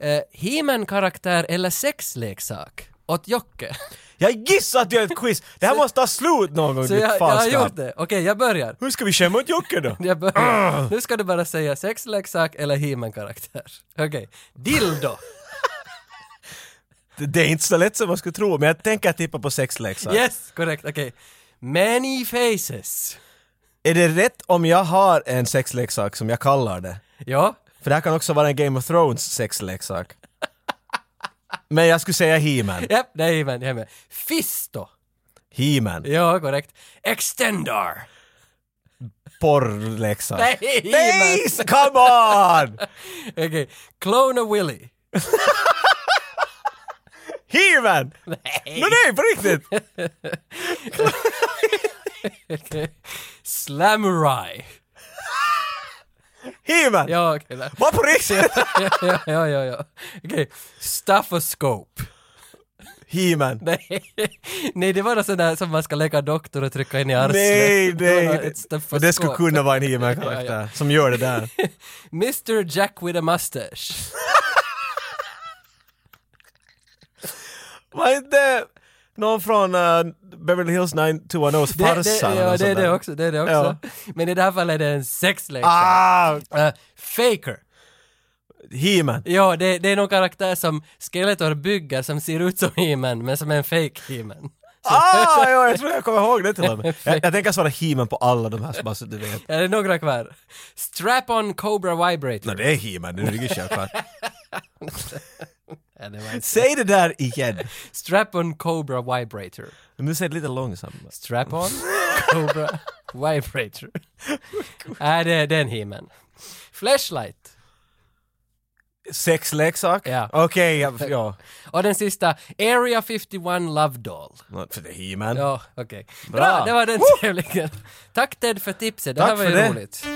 Speaker 1: eh, He-Man-karaktär eller sexleksak åt Jocke?
Speaker 2: Jag gissar att jag gör ett quiz! Det här måste ta slut någon gång,
Speaker 1: Så
Speaker 2: ditt
Speaker 1: jag, jag har
Speaker 2: fanskap.
Speaker 1: gjort det. Okej, jag börjar.
Speaker 2: Hur ska vi skämma ut Jocke då?
Speaker 1: Jag
Speaker 2: Ah.
Speaker 1: börjar. Nu ska du bara säga sexleksak eller He-Man-karaktär. Okej, dildo.
Speaker 2: Det- Det är inte så lätt som man skulle tro, men jag tänker tippa på sexleksaker.
Speaker 1: Yes, korrekt. Okej. Many faces.
Speaker 2: Är det rätt om jag har en sexleksak som jag kallar det?
Speaker 1: Ja,
Speaker 2: För det här kan också vara en Game of Thrones sexleksak. Men jag skulle säga He-Man.
Speaker 1: Japp, det är med, jag är med. Fisto!
Speaker 2: He-Man.
Speaker 1: Ja, korrekt. Extendar!
Speaker 2: Porrleksak.
Speaker 1: Nej, He-Man.
Speaker 2: Nej, come on!
Speaker 1: Okej, Clone Willy.
Speaker 2: He-Man! Nej! nej, på riktigt!
Speaker 1: Okej. Slamurai.
Speaker 2: He-Man!
Speaker 1: Ja, okej. Okay.
Speaker 2: Vad på riktigt?
Speaker 1: ja, ja, ja, ja. Okej. Staffoscope.
Speaker 2: He-Man.
Speaker 1: Nej. Nej, det var något sånt där som man ska lägga doktor och trycka in i arslet.
Speaker 2: Nej, nej.
Speaker 1: Någon har ett
Speaker 2: det- Men det skulle
Speaker 1: staffoskop.
Speaker 2: kunna vara en He-Man-karaktär
Speaker 1: Ja, ja.
Speaker 2: som gör det där.
Speaker 1: Mr Jack with a mustache.
Speaker 2: Var inte någon från eh, Beverly Hills 90210s
Speaker 1: Det, det,
Speaker 2: farsa? eller
Speaker 1: ja,
Speaker 2: något
Speaker 1: det är
Speaker 2: sånt
Speaker 1: det
Speaker 2: där?
Speaker 1: också. Det är det också. Men i det här fallet är det en sexleksak.
Speaker 2: Ah!
Speaker 1: Eh, faker.
Speaker 2: He-Man.
Speaker 1: Ja, det, det är någon karaktär som Skeletor bygger som ser ut som He-Man men som är en fake He-Man.
Speaker 2: Ah, ja, jag tror jag kommer ihåg det till och med. Jag, jag tänker svara He-Man på alla de här, så bara så du vet.
Speaker 1: Är det några kvar? Strap-on Cobra Vibrator.
Speaker 2: Nå, det är He-Man, det är riktigt självklart.
Speaker 1: Ja, det var inte-
Speaker 2: Säg det där igen.
Speaker 1: Strap-on Cobra Vibrator.
Speaker 2: Men du säger det lite långsamt.
Speaker 1: Strap-on Cobra Vibrator. Nej, det är den He-Man. Flashlight.
Speaker 2: Sexleksak?
Speaker 1: Ja.
Speaker 2: Okej, ja. ja.
Speaker 1: Och den sista, Area 51 Love Doll.
Speaker 2: Nå, För det är He-Man.
Speaker 1: Ja, okej. Bra.
Speaker 2: Bra.
Speaker 1: det var den tävlingen. Tack Ted för tipset, det
Speaker 2: Tack
Speaker 1: här var
Speaker 2: för
Speaker 1: ju
Speaker 2: det.
Speaker 1: roligt.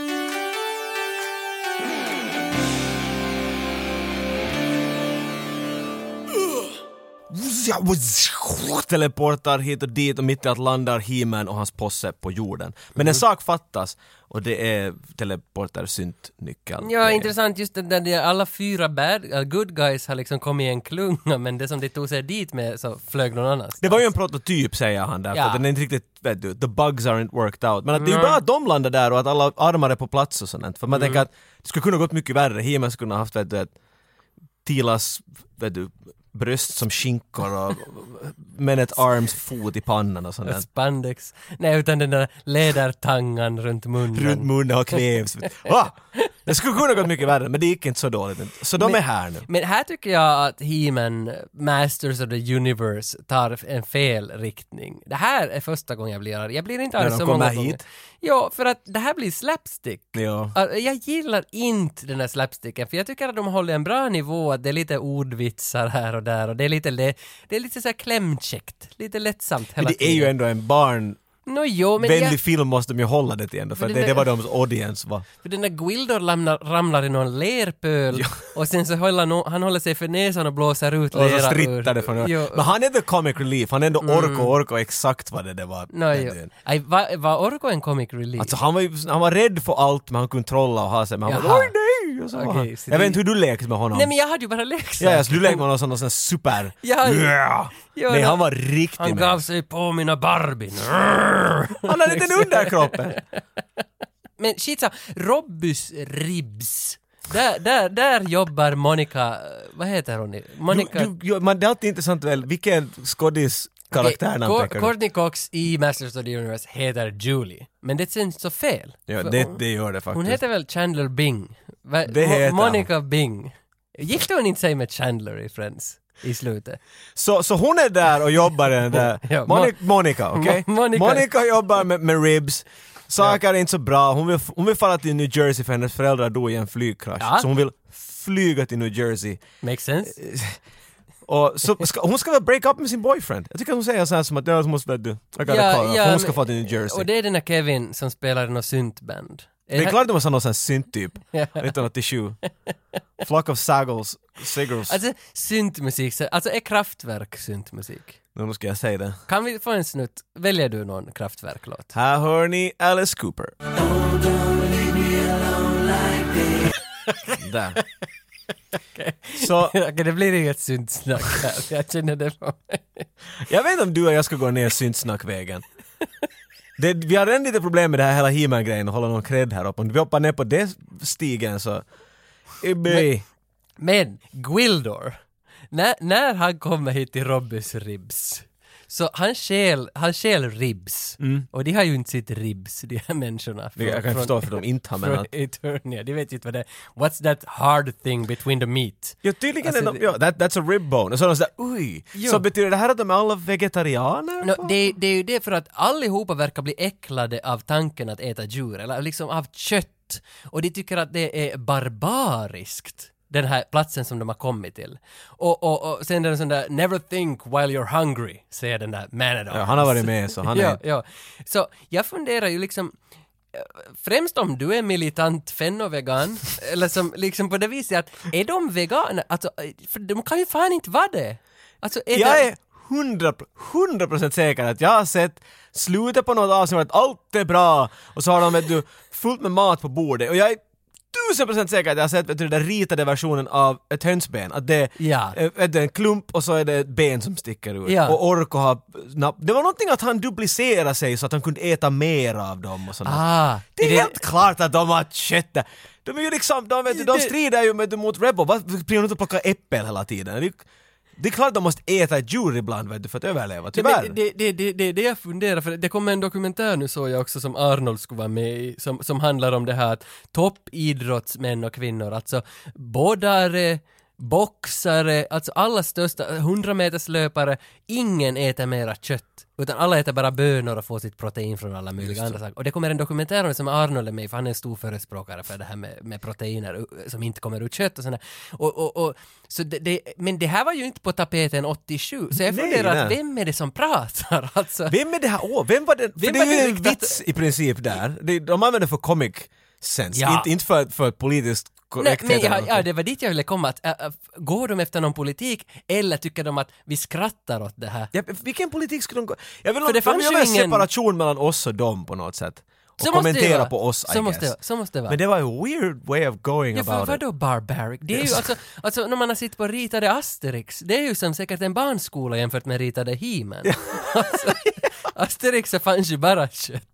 Speaker 2: Teleportar hit och dit och mitt i allt landar He-Man och hans posse på jorden. Men en sak fattas och det är teleportar syntnyckel.
Speaker 1: Ja, intressant just den där de alla fyra bad, uh, good guys har liksom kommit i en klunga men det som de tog sig dit med så flög någon annanstans.
Speaker 2: Det var ju en prototyp säger han där,
Speaker 1: Ja.
Speaker 2: för den är inte riktigt, vet du, the bugs aren't worked out. Men att det är ju bra att de landar där och att alla armar är på plats och sånt. För man tänker att det skulle kunna gått mycket värre, He-Man skulle kunna haft vet du, ett Tilas, vet du, bröst som skinkor och men ett arms fot i pannan och sånt där.
Speaker 1: Spandex. Nej, utan den där lädertangan runt munnen.
Speaker 2: Runt munnen och kvävs. Va? Det skulle kunna gått mycket värre, men det gick inte så dåligt. Så de är här nu.
Speaker 1: Men här tycker jag att He-Man, Masters of the Universe, tar en fel riktning. Det här är första gången jag blir arg. Jag blir inte
Speaker 2: När
Speaker 1: arg
Speaker 2: de
Speaker 1: så många
Speaker 2: kommer
Speaker 1: gånger.
Speaker 2: hit?
Speaker 1: Ja, för att det här blir slapstick.
Speaker 2: Ja.
Speaker 1: Alltså, Jag gillar inte den här slapsticken för jag tycker att de håller en bra nivå, att det är lite ordvitsar här och där och det är lite, le- det är lite så här klämkäckt, lite lättsamt
Speaker 2: Men
Speaker 1: hela
Speaker 2: det är ju ändå en barn
Speaker 1: Nå, jo, men
Speaker 2: Vänlig
Speaker 1: jag,
Speaker 2: film måste de ju hålla det till ändå, för
Speaker 1: Men
Speaker 2: det,
Speaker 1: det-
Speaker 2: det var deras audience va?
Speaker 1: för den där Gwildor ramlar, ramlar i någon lerpöl och sen så håller no, han håller sig för näsan och blåser ut
Speaker 2: Och så
Speaker 1: lera
Speaker 2: strittar det från
Speaker 1: Jo. Mm.
Speaker 2: Men han är the comic relief, han är ändå orko orko exakt vad det där var.
Speaker 1: Nå, jo. Aj, va- var Orko en comic relief?
Speaker 2: Alltså han var, ju, han var rädd för allt men han kunde trolla och ha sig men han
Speaker 1: Jaha.
Speaker 2: var oj nej! Oj! Och så var
Speaker 1: Okej,
Speaker 2: han-
Speaker 1: så
Speaker 2: jag
Speaker 1: det-
Speaker 2: vet inte hur du lekte med honom.
Speaker 1: Nej men jag hade ju bara leksaker.
Speaker 2: Ja, ja, så du lekte med någon sån, någon sån super...
Speaker 1: Ja.
Speaker 2: Yeah.
Speaker 1: Ja,
Speaker 2: Nej,
Speaker 1: ja.
Speaker 2: han var riktig
Speaker 1: Han
Speaker 2: med.
Speaker 1: gav sig på mina Barbin.
Speaker 2: Han hade inte en underkropp!
Speaker 1: Men shit sa, Robbys ribs. Där, där, där jobbar Monica, eh, vad heter hon? nu?
Speaker 2: Du,
Speaker 1: Monica...
Speaker 2: du, ja, men det är alltid intressant väl, vilken skådis karaktärnamn
Speaker 1: Ko-
Speaker 2: tänker du?
Speaker 1: Courtney Cox i Masters of the Universe heter Julie. Men det syns så fel.
Speaker 2: Ja,
Speaker 1: För
Speaker 2: det,
Speaker 1: hon,
Speaker 2: det gör det faktiskt.
Speaker 1: hon heter väl Chandler Bing? Va,
Speaker 2: Det
Speaker 1: Mo-
Speaker 2: heter
Speaker 1: Monica Bing. Gifte hon inte sig med Chandler i Friends? I slutet.
Speaker 2: Så, så hon är där och jobbar den där...
Speaker 1: Ja, Mon-
Speaker 2: Monica, Monica okej?
Speaker 1: Mo- Monica-
Speaker 2: Monica jobbar med, med ribs, saker är inte så bra, hon vill, hon vill fara till New Jersey för hennes föräldrar dog i en flygkrasch.
Speaker 1: Ja.
Speaker 2: Så hon vill flyga till New Jersey.
Speaker 1: Makes
Speaker 2: Eh,
Speaker 1: sense?
Speaker 2: Och så ska, hon ska väl break up med sin boyfriend? Jag tycker hon säger så här som att "Ja, hon måste väl du, I gotta call her, för hon ska
Speaker 1: men-
Speaker 2: få till New Jersey.
Speaker 1: Och det är den här Kevin som spelar i något syntband.
Speaker 2: Det är klart de måste ha någon sån här synt-typ. 1987. Flock of Saggles. Siggles.
Speaker 1: Alltså, syntmusik, så- alltså är Kraftwerk syntmusik?
Speaker 2: Nu ska jag säga det.
Speaker 1: Kan vi få en snutt? Väljer du någon Kraftwerk-låt?
Speaker 2: Här hör ni Alice Cooper. Där. Så
Speaker 1: Okej, det blir inget syntsnack här. Jag känner det på mig.
Speaker 2: jag vet inte om du och jag ska gå ner syntsnackvägen. Det, vi har redan lite problem med det här hela He-Man-grejen och hålla någon cred här uppe. Om vi hoppar ner på den stigen så... Ibby.
Speaker 1: Men Gwildor, när, när han kommer hit till Robbys ribs, så han stjäl, han stjäl ribs. Och de har ju inte sitt ribs, de här människorna. Från,
Speaker 2: Mm. Jag kan förstå för de inte har
Speaker 1: från
Speaker 2: menat.
Speaker 1: Eternia, de vet ju inte vad det är. What's that hard thing between the meat?
Speaker 2: Ja, tydligen
Speaker 1: Alltså,
Speaker 2: är de...
Speaker 1: det-
Speaker 2: Ja, that, that's a rib bone. Och så är de sådär, oj!
Speaker 1: Jo.
Speaker 2: Så betyder det här att de är alla vegetarianer?
Speaker 1: No, det, det är ju det för att allihopa verkar bli äcklade av tanken att äta djur, eller liksom av kött. Och de tycker att det är barbariskt, den här platsen som de har kommit till. Och, och, och sen är det en sån där “Never think while you're hungry”, säger den där Manador.
Speaker 2: Ja, han har varit med så han är...
Speaker 1: ja, ja. Så jag funderar ju liksom eh, Främst om du är militant fennovegan, eller som liksom på det viset att är de veganer? Alltså, eh, för de kan ju fan inte vara det! Alltså, är
Speaker 2: Jag
Speaker 1: det...
Speaker 2: är hundra, hundra procent säker att jag har sett slutet på något avsnitt att allt är bra och så har de vet du, fullt med mat på bordet och jag är tusen procent säker att jag har sett vet du, den där ritade versionen av ett hönsben. Att det är
Speaker 1: Ja.
Speaker 2: eh, vet du, en klump och så är det ett ben som sticker ut.
Speaker 1: Ja.
Speaker 2: Och Orko har... napp- Det var någonting att han duplicerade sig så att han kunde äta mer av dem och sånt.
Speaker 1: Ah,
Speaker 2: Det är
Speaker 1: är det-
Speaker 2: helt klart att de har kött där. De är ju liksom, de, vet, du, de
Speaker 1: Det-
Speaker 2: strider ju med, mot Rebel. Varför blir de inte att plocka äppel hela tiden? Det, det är klart att de måste äta ett djur ibland vet du, för att överleva,
Speaker 1: Nej, men
Speaker 2: tyvärr.
Speaker 1: Det, det, det, det är det jag funderar för det kommer en dokumentär nu såg jag också som Arnold skulle vara med i, som, som handlar om det här att toppidrottsmän och kvinnor, alltså bådare, boxare, alltså alla största, 100 meters löpare, ingen äter mera kött. Utan alla äter bara bönor och får sitt protein från alla möjliga andra saker. Och det kommer en dokumentär om det som Arnold är med i, för han är en stor förespråkare för det här med, med proteiner uh, som inte kommer ur kött och sådär. Och, och, och, så det, det, men det här var ju inte på tapeten 87, så jag
Speaker 2: Nej,
Speaker 1: funderar att
Speaker 2: nej.
Speaker 1: vem är det som pratar alltså?
Speaker 2: Vem är det här? Åh, vem var det?
Speaker 1: Vem
Speaker 2: för det
Speaker 1: var
Speaker 2: är
Speaker 1: det
Speaker 2: ju en
Speaker 1: riktat-
Speaker 2: vits i princip där. Det- De använder för comic sense,
Speaker 1: Ja.
Speaker 2: inte, inte för, för politiskt
Speaker 1: Nej,
Speaker 2: korrekthet.
Speaker 1: men
Speaker 2: eller
Speaker 1: ja,
Speaker 2: någonting.
Speaker 1: ja, det var dit jag ville komma, att, äh, äh, går de efter någon politik eller tycker de att vi skrattar åt det här?
Speaker 2: Ja, vilken politik skulle de gå... Jag vill
Speaker 1: För det
Speaker 2: de vill
Speaker 1: fanns ju
Speaker 2: göra en
Speaker 1: ingen-
Speaker 2: separation mellan oss och dem på något sätt. Och
Speaker 1: Så måste det
Speaker 2: kommentera
Speaker 1: vara.
Speaker 2: på oss, I
Speaker 1: så måste,
Speaker 2: guess.
Speaker 1: det- så måste det vara.
Speaker 2: Men det var en weird way of going
Speaker 1: Ja, för
Speaker 2: about it.
Speaker 1: vadå barbaric? Det är ju
Speaker 2: Yes.
Speaker 1: alltså, alltså, när man har sett på ritade Asterix, det är ju som säkert en barnskola jämfört med ritade He-Man. alltså, Asterix så fanns ju bara kött.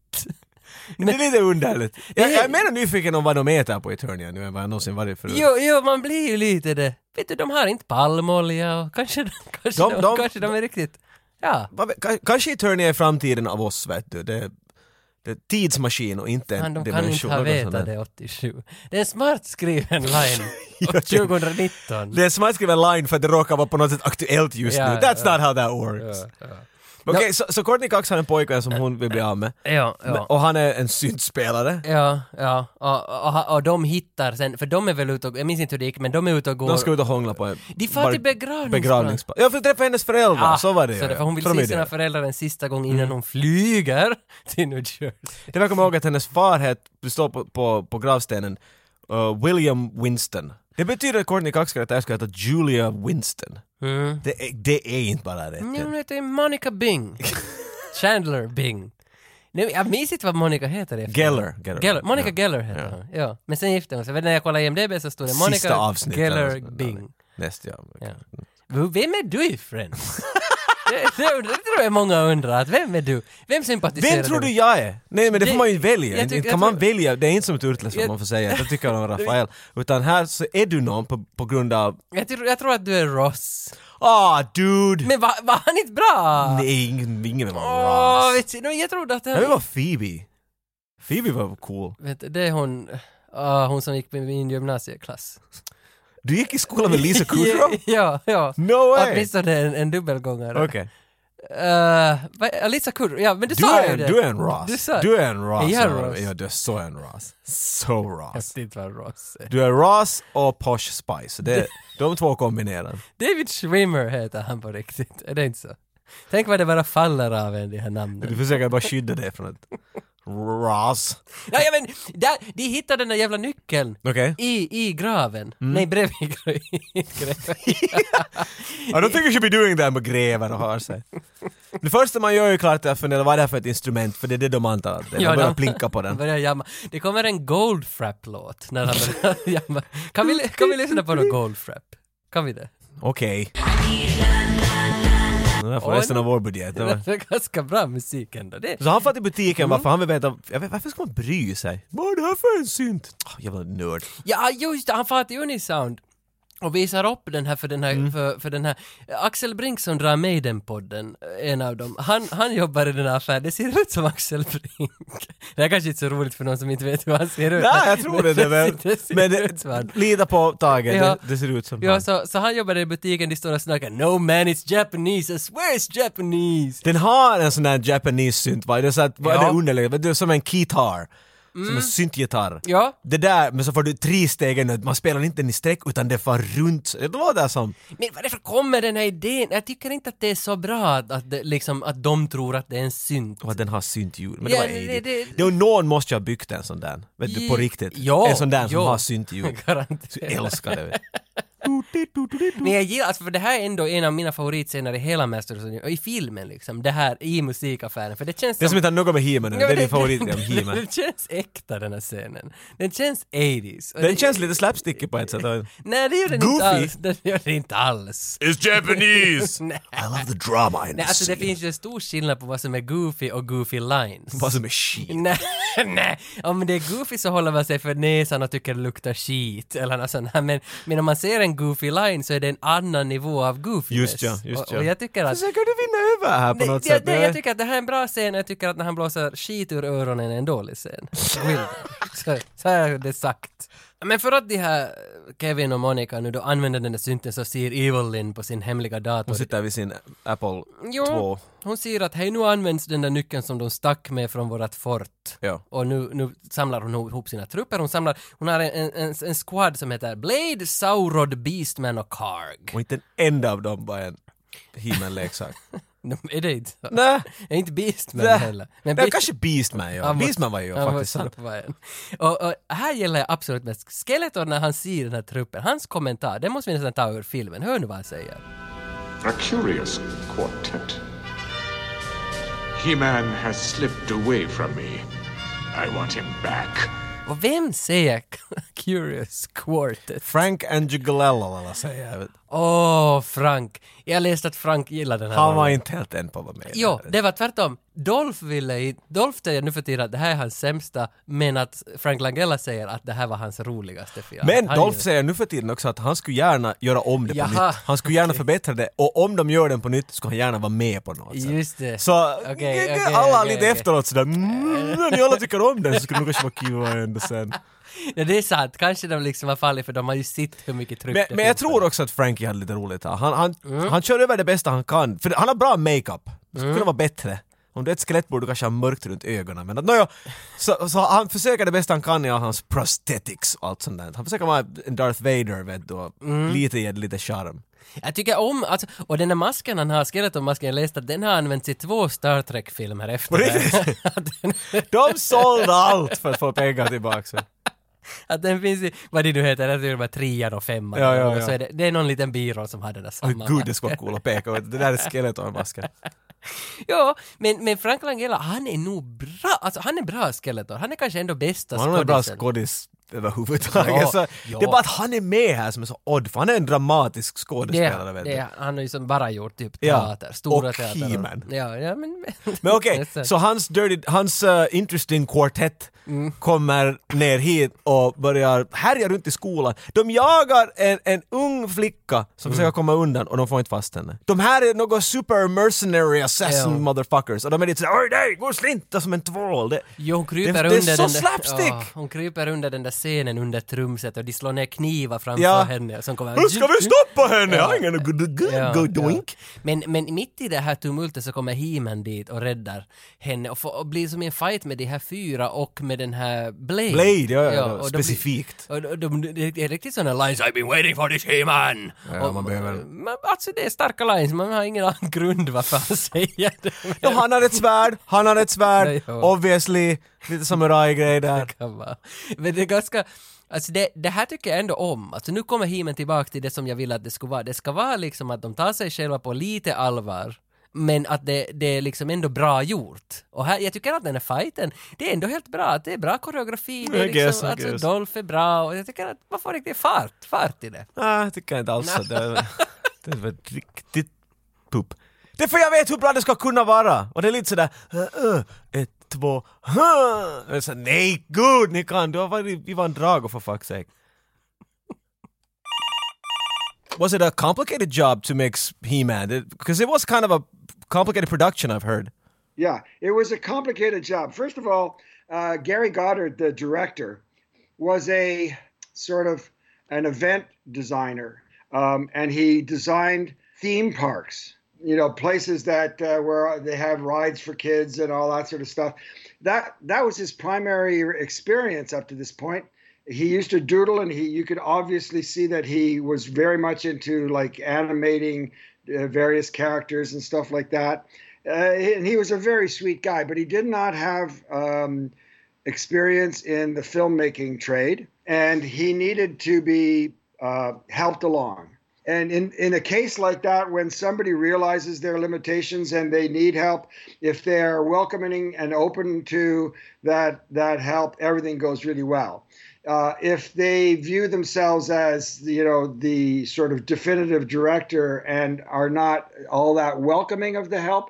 Speaker 2: Det är lite underligt. Jag,
Speaker 1: Det-
Speaker 2: jag är mer nyfiken om vad de äter på Eternia nu än vad jag någonsin varit förut.
Speaker 1: Jo, jo, man blir ju lite det. Vet du, de har inte palmolja och kanske, kanske,
Speaker 2: De-
Speaker 1: de,
Speaker 2: de-
Speaker 1: kanske de är riktigt... Ja.
Speaker 2: Vad vet- ka- Kanske Eternia är framtiden av oss, vet du. Det, det är tidsmaskin och inte en
Speaker 1: Men de kan inte
Speaker 2: dimension.
Speaker 1: ha
Speaker 2: något sånt
Speaker 1: vetat
Speaker 2: där.
Speaker 1: det 87. Det är en smart skriven line.
Speaker 2: Ja, det-
Speaker 1: 2019.
Speaker 2: Det är smart skriven line för att det råkar vara på något sätt aktuellt just
Speaker 1: Ja,
Speaker 2: nu. That's
Speaker 1: ja.
Speaker 2: not how that works. Okej, så, så Courtney Cox har en pojkvän som hon vill bli av med.
Speaker 1: Ja, ja.
Speaker 2: Och han är en syntspelare.
Speaker 1: Ja, ja. Och, och, och, och de hittar sen, för de är väl ute och, jag minns inte hur det gick, men de är ute och går.
Speaker 2: De ska ut och hångla på en...
Speaker 1: De far
Speaker 2: bar-
Speaker 1: till begravningsplan.
Speaker 2: begravningsplan. Ja, för att träffa hennes föräldrar. så var det
Speaker 1: Ah, så
Speaker 2: ju.
Speaker 1: för Hon vill
Speaker 2: Så de är
Speaker 1: se
Speaker 2: det. Mm.
Speaker 1: sina föräldrar en sista gång innan hon flyger till New Jersey.
Speaker 2: Det var jag kommer ihåg att hennes far hette, det står på, på, på gravstenen, uh, William Winston. Det betyder att Courtney Cox karaktär ska heta Julia Winston.
Speaker 1: Mm.
Speaker 2: Det, är, det är inte bara rätt.
Speaker 1: Nej, hon heter Monica Bing. Chandler Bing. Nu, jag minns inte vad Monica heter efter.
Speaker 2: Geller. Geller.
Speaker 1: Geller. Monica
Speaker 2: Ja.
Speaker 1: Geller heter
Speaker 2: Ja.
Speaker 1: hon. Ja. Men sen gifte hon sig. När jag kollade IMDB så stod det Monica
Speaker 2: Sista avsnittet.
Speaker 1: Geller Bing.
Speaker 2: Näst, ja.
Speaker 1: Ja. V- Vem är du i Friends? det, det, det tror jag många undrar. Att vem är du? Vem sympatiserar
Speaker 2: Vem tror du
Speaker 1: med?
Speaker 2: jag är? Nej men det,
Speaker 1: Det-
Speaker 2: får man ju välja,
Speaker 1: jag
Speaker 2: inte
Speaker 1: tycker-
Speaker 2: kan
Speaker 1: jag
Speaker 2: man välja, det är inte som ett urtläs vad
Speaker 1: Jag-
Speaker 2: man får säga, jag tycker om Rafael. Utan här så är du någon på, på grund av,
Speaker 1: Jag, tror, jag tror att du är Ross.
Speaker 2: ah dude!
Speaker 1: Men var, var han inte bra?
Speaker 2: Nej, ingen, ingen vill vara
Speaker 1: Åh,
Speaker 2: Ross.
Speaker 1: vet du, nej, jag trodde att
Speaker 2: Jag vill
Speaker 1: han...
Speaker 2: vara Phoebe. Phoebe var cool.
Speaker 1: Vet, du, det är hon... ah, hon som gick med min gymnasieklass.
Speaker 2: Du gick i skolan med Lisa Kudrow?
Speaker 1: ja, ja.
Speaker 2: No way!
Speaker 1: Åtminstone en, en dubbelgångare.
Speaker 2: Okej.
Speaker 1: Eh, vad- Alisa Kudrow, ja men du,
Speaker 2: Du,
Speaker 1: sa
Speaker 2: är
Speaker 1: ju
Speaker 2: en-
Speaker 1: det!
Speaker 2: du är en Ross.
Speaker 1: Du sa-
Speaker 2: Du är en Ross.
Speaker 1: Är jag
Speaker 2: Aron.
Speaker 1: Ross?
Speaker 2: Ja, du är så en Ross. Så
Speaker 1: Jag
Speaker 2: Ross.
Speaker 1: vet inte vad Ross är.
Speaker 2: Du är Ross och Posh Spice. Det är, de två kombinerade.
Speaker 1: David Schwimmer heter han på riktigt, är det inte så? Tänk vad det bara faller av en, de här
Speaker 2: Du
Speaker 1: namnen.
Speaker 2: försöker bara skydda dig från ett Ross.
Speaker 1: Ja, ja men, där, de hittade den där jävla nyckeln
Speaker 2: Okej.
Speaker 1: i, i graven. Nej, bredvid gra- graven.
Speaker 2: I don't think you should be doing that med grävar och har sig. Det första man gör är ju klart att fundera vad är det här för ett instrument, för det är det de antar att det är. De börjar
Speaker 1: de-
Speaker 2: plinka på
Speaker 1: de
Speaker 2: den.
Speaker 1: börjar jamma. Det kommer en Goldfrapp-låt när han börjar jamma. Kan vi, kan vi lyssna på någon Goldfrapp? Kan vi det?
Speaker 2: Okej. Det var för
Speaker 1: Oj.
Speaker 2: resten av vår budget. Det var-
Speaker 1: Det är ganska bra musik ändå. Det,
Speaker 2: Så han fattade i butiken varför han vill veta, jag vet, varför ska man bry sig? Mm. Vad är det här för en synt? Oh, jävla nörd.
Speaker 1: Ja, just det, han far till Unisound och visar upp den här för den här,
Speaker 2: Mm.
Speaker 1: för, för den här. Axel Brink som drar med i den podden, en av dem, han, han jobbar i den här affären, det ser ut som Axel Brink. Det här kanske inte är så roligt för någon som inte vet hur han ser ut.
Speaker 2: Nej, jag tror det. det,
Speaker 1: Men,
Speaker 2: men
Speaker 1: det ser
Speaker 2: men
Speaker 1: ut som han.
Speaker 2: det, lita på Tage,
Speaker 1: Ja.
Speaker 2: det, det ser ut som
Speaker 1: Ja,
Speaker 2: han.
Speaker 1: så, så han jobbar i butiken, de står och snackar “No man, it's Japanese, I swear it's Japanese”.
Speaker 2: Den har en sån där Japanese synt va? Det är så att, vad är
Speaker 1: Ja.
Speaker 2: det underläge? Det är som en kitar. Som en syntgitarr.
Speaker 1: Ja.
Speaker 2: Det där, men så får du tre steg i nöd. man spelar inte den i streck utan det far runt. Det låter som...
Speaker 1: Men varför kommer den här idén? Jag tycker inte att det är så bra att, att, det, liksom, att de tror att det är en synt.
Speaker 2: Vad den har syntljud. Men
Speaker 1: Ja,
Speaker 2: det var
Speaker 1: det-
Speaker 2: 80.
Speaker 1: det-
Speaker 2: Det, och någon måste ju ha byggt en sån där. Vet du, på
Speaker 1: I-
Speaker 2: riktigt.
Speaker 1: Ja,
Speaker 2: en sån där som
Speaker 1: ja.
Speaker 2: har syntljud. Så jag
Speaker 1: Garanterat.
Speaker 2: älskar det.
Speaker 1: Men jag gillar, alltså, för det här är ändå en av mina favoritscener i hela Masters of the Universe, och i filmen liksom, det här i musikaffären, för det känns
Speaker 2: Det är som inte har något med He-Man att
Speaker 1: Ja,
Speaker 2: göra. det
Speaker 1: men
Speaker 2: är din favorit om He-Man.
Speaker 1: Den känns äkta den här scenen. Den känns 80s. Och
Speaker 2: Den
Speaker 1: det-
Speaker 2: känns lite slapstickig på ett sätt. I
Speaker 1: Nej, det gör den inte
Speaker 2: goofy.
Speaker 1: alls. Den gör den inte alls.
Speaker 5: It's Japanese.
Speaker 2: love the drama in
Speaker 1: Nej,
Speaker 2: this
Speaker 1: alltså det
Speaker 2: scene.
Speaker 1: finns ju en stor skillnad på vad som är goofy och goofy lines.
Speaker 2: Vad som är shit.
Speaker 1: Nej, nej. Om det är goofy så håller man sig för näsan och tycker det luktar skit eller något sånt här. Men, men om man ser en goofy line så är det en annan nivå av goofiness.
Speaker 2: Just ja, just
Speaker 1: och,
Speaker 2: ja.
Speaker 1: och jag tycker att
Speaker 2: Försöker du vinna över här på
Speaker 1: Nej,
Speaker 2: något
Speaker 1: jag,
Speaker 2: sätt?
Speaker 1: nej, jag tycker att det här är en bra scen och jag tycker att när han blåser skit ur öronen är en dålig scen. Wilder. så, så är det sagt. Men för att de här Kevin och Monica nu då använder den där synten så ser Evelyn på sin hemliga dator.
Speaker 2: Hon sitter vid sin Apple
Speaker 1: Jo.
Speaker 2: 2.
Speaker 1: Hon ser att hej nu används den där nyckeln som de stack med från vårat fort.
Speaker 2: Ja.
Speaker 1: Och nu, nu samlar hon ihop sina trupper. Hon samlar, hon har en, en, en, en squad som heter Blade, Saurod, Beastman och Karg.
Speaker 2: Och inte en enda av dem var en He-Man-leksak.
Speaker 1: De- Är det inte så?
Speaker 2: Nej,
Speaker 1: Är inte Beastman
Speaker 2: Nej.
Speaker 1: heller?
Speaker 2: det
Speaker 1: Men
Speaker 2: var
Speaker 1: Beast-
Speaker 2: kanske Beastman ja.
Speaker 1: Han var-
Speaker 2: Beastman var ju
Speaker 1: han var
Speaker 2: faktiskt sant.
Speaker 1: sant var han. Och, och här gäller jag absolut mest Skeletor när han ser den här truppen. Hans kommentar, det måste vi nästan ta ur filmen. Hör nu vad han säger.
Speaker 6: A curious quartet. He Man has slipped away from me. I want him back.
Speaker 1: Och vem säger Curious Quartet?
Speaker 2: Frank Angelella eller säger jag. vet.
Speaker 1: Åh, Frank. Jag läste att Frank gillar den här
Speaker 2: Han var
Speaker 1: rollen.
Speaker 2: inte helt en på vad med.
Speaker 1: Jo, det var tvärtom. Dolph ville i, Dolph säger nu för tiden att det här är hans sämsta, men att Frank Langella säger att det här var hans roligaste film.
Speaker 2: Men
Speaker 1: Han
Speaker 2: Dolph
Speaker 1: gillar-
Speaker 2: säger nu för tiden också att han skulle gärna göra om det på
Speaker 1: Jaha.
Speaker 2: nytt. Han skulle gärna förbättra det och om de gör den på nytt skulle han gärna vara med på något sätt.
Speaker 1: Just det.
Speaker 2: Så
Speaker 1: Okej,
Speaker 2: g- g-
Speaker 1: okej,
Speaker 2: alla
Speaker 1: okej,
Speaker 2: lite
Speaker 1: okej.
Speaker 2: efteråt sådär mm, när ni alla tycker om den så skulle det nog kanske vara kul att ändå sen.
Speaker 1: Ja, det är sant. Kanske de liksom har fallit för de har ju sett hur mycket tryck
Speaker 2: Men,
Speaker 1: det
Speaker 2: men jag
Speaker 1: finns på
Speaker 2: tror också att Frankie hade lite roligt här. Han, han,
Speaker 1: Mm.
Speaker 2: han kör över det bästa han kan, för han har bra makeup. Det skulle kunna vara bättre. Om du är ett skelett borde du kanske ha mörkt runt ögonen. Men att, nåja, så, så han försöker det bästa han kan i all hans prosthetics och allt sånt där. Han försöker vara en Darth Vader vet du, och
Speaker 1: Mm.
Speaker 2: lite ge det lite charm.
Speaker 1: Jag tycker om, alltså, och den där masken han har, Skeleton-masken, jag läste att den har använts i två Star Trek-filmer efter det. här. att, den,
Speaker 2: De sålde allt för att få pengar tillbaka.
Speaker 1: att den finns i, vad det nu heter, jag tror det var trean och femman.
Speaker 2: Ja, ja,
Speaker 1: Och så
Speaker 2: ja.
Speaker 1: är det, det är någon liten byrå som har den där
Speaker 2: Åh
Speaker 1: samma.
Speaker 2: gud, det skulle vara coolt att peka ut. Det där är Skeletormasken.
Speaker 1: ja, men, men Frank Langella, han är nog bra, alltså han är bra Skeletor. Han är kanske ändå bästa
Speaker 2: Han har en bra
Speaker 1: skådisen.
Speaker 2: skådis överhuvudtaget.
Speaker 1: Ja,
Speaker 2: så
Speaker 1: ja.
Speaker 2: Det är bara att han är med här som är så odd, för han är en dramatisk skådespelare. vet du.
Speaker 1: det, är- han har ju som bara gjort typ
Speaker 2: Ja,
Speaker 1: teater, stora
Speaker 2: och
Speaker 1: teater.
Speaker 2: He-Man.
Speaker 1: Ja, ja, men...
Speaker 2: Men okej,
Speaker 1: Exakt.
Speaker 2: så hans, dirty, hans eh, interesting quartet
Speaker 1: Mm.
Speaker 2: kommer ner hit och börjar härja runt i skolan. De jagar en, en ung flicka som
Speaker 1: Mm.
Speaker 2: försöker komma undan och de får inte fast henne. De här är några super mercenary assassin
Speaker 1: Ja.
Speaker 2: motherfuckers och de är lite såhär oj nej, gå och slinta som en tvål. Det,
Speaker 1: Jo, hon
Speaker 2: det,
Speaker 1: kryper
Speaker 2: det
Speaker 1: under
Speaker 2: är så
Speaker 1: den där,
Speaker 2: slapstick!
Speaker 1: Ja, hon kryper under den där scenen under trumset och de slår ner knivar framför
Speaker 2: Ja.
Speaker 1: henne. Som kommer,
Speaker 2: Nu ska vi stoppa henne!
Speaker 1: Ja.
Speaker 2: I'm gonna go, go, go,
Speaker 1: Ja,
Speaker 2: go
Speaker 1: ja.
Speaker 2: doink!
Speaker 1: Men, men mitt i det här tumultet så kommer He-Man dit och räddar henne och, får, och blir som i en fight med de här fyra och med den här Blade.
Speaker 2: Blade, ja, ja, ja,
Speaker 1: och de blir-
Speaker 2: specifikt.
Speaker 1: och de, de, det är riktigt sådana lines, I've been waiting for this He-Man!
Speaker 2: Ja,
Speaker 1: Och-
Speaker 2: man behöver-
Speaker 1: men, alltså det är starka lines, man har ingen annan grund varför han säger det.
Speaker 2: Ja, han har ett svärd, han har ett svärd,
Speaker 1: Nej, ja.
Speaker 2: obviously, lite samurajgrej där.
Speaker 1: kan vara. Men det är ganska, alltså det, det här tycker jag ändå om. Alltså nu kommer himen tillbaka till det som jag ville att det skulle vara. Det ska vara liksom att de tar sig själva på lite allvar. Men att det, det är liksom ändå bra gjort. Och här, jag tycker att den här fighten, det är ändå helt bra. Att det är bra koreografi, det är
Speaker 2: I guess,
Speaker 1: liksom,
Speaker 2: I
Speaker 1: alltså
Speaker 2: guess.
Speaker 1: Dolph är bra och jag tycker att man får riktigt fart, fart i det.
Speaker 2: Nej, Ah, jag tycker inte alls att det, det var riktigt pup. Det är för jag vet hur bra det ska kunna vara! Och det är lite sådär, uh, uh, ett, två, huh. Och jag sa, nej gud, ni kan, du har varit Ivan Drago for fuck's sake. Was it a complicated job to mix He-Man? Because it was kind of a complicated production I've heard.
Speaker 4: Yeah, it was a complicated job. First of all, uh, Gary Goddard, the director, was a sort of an event designer, um, and he designed theme parks. You know, places that uh, where they have rides for kids and all that sort of stuff. That that was his primary experience up to this point. He used to doodle, and he you could obviously see that he was very much into like animating uh, various characters and stuff like that uh, and he was a very sweet guy, but he did not have um, experience in the filmmaking trade, and he needed to be uh, helped along. And in, in a case like that, when somebody realizes their limitations and they need help, if they're welcoming and open to that that help, everything goes really well. Uh, if they view themselves as you know the sort of definitive director and are not all that welcoming of the help,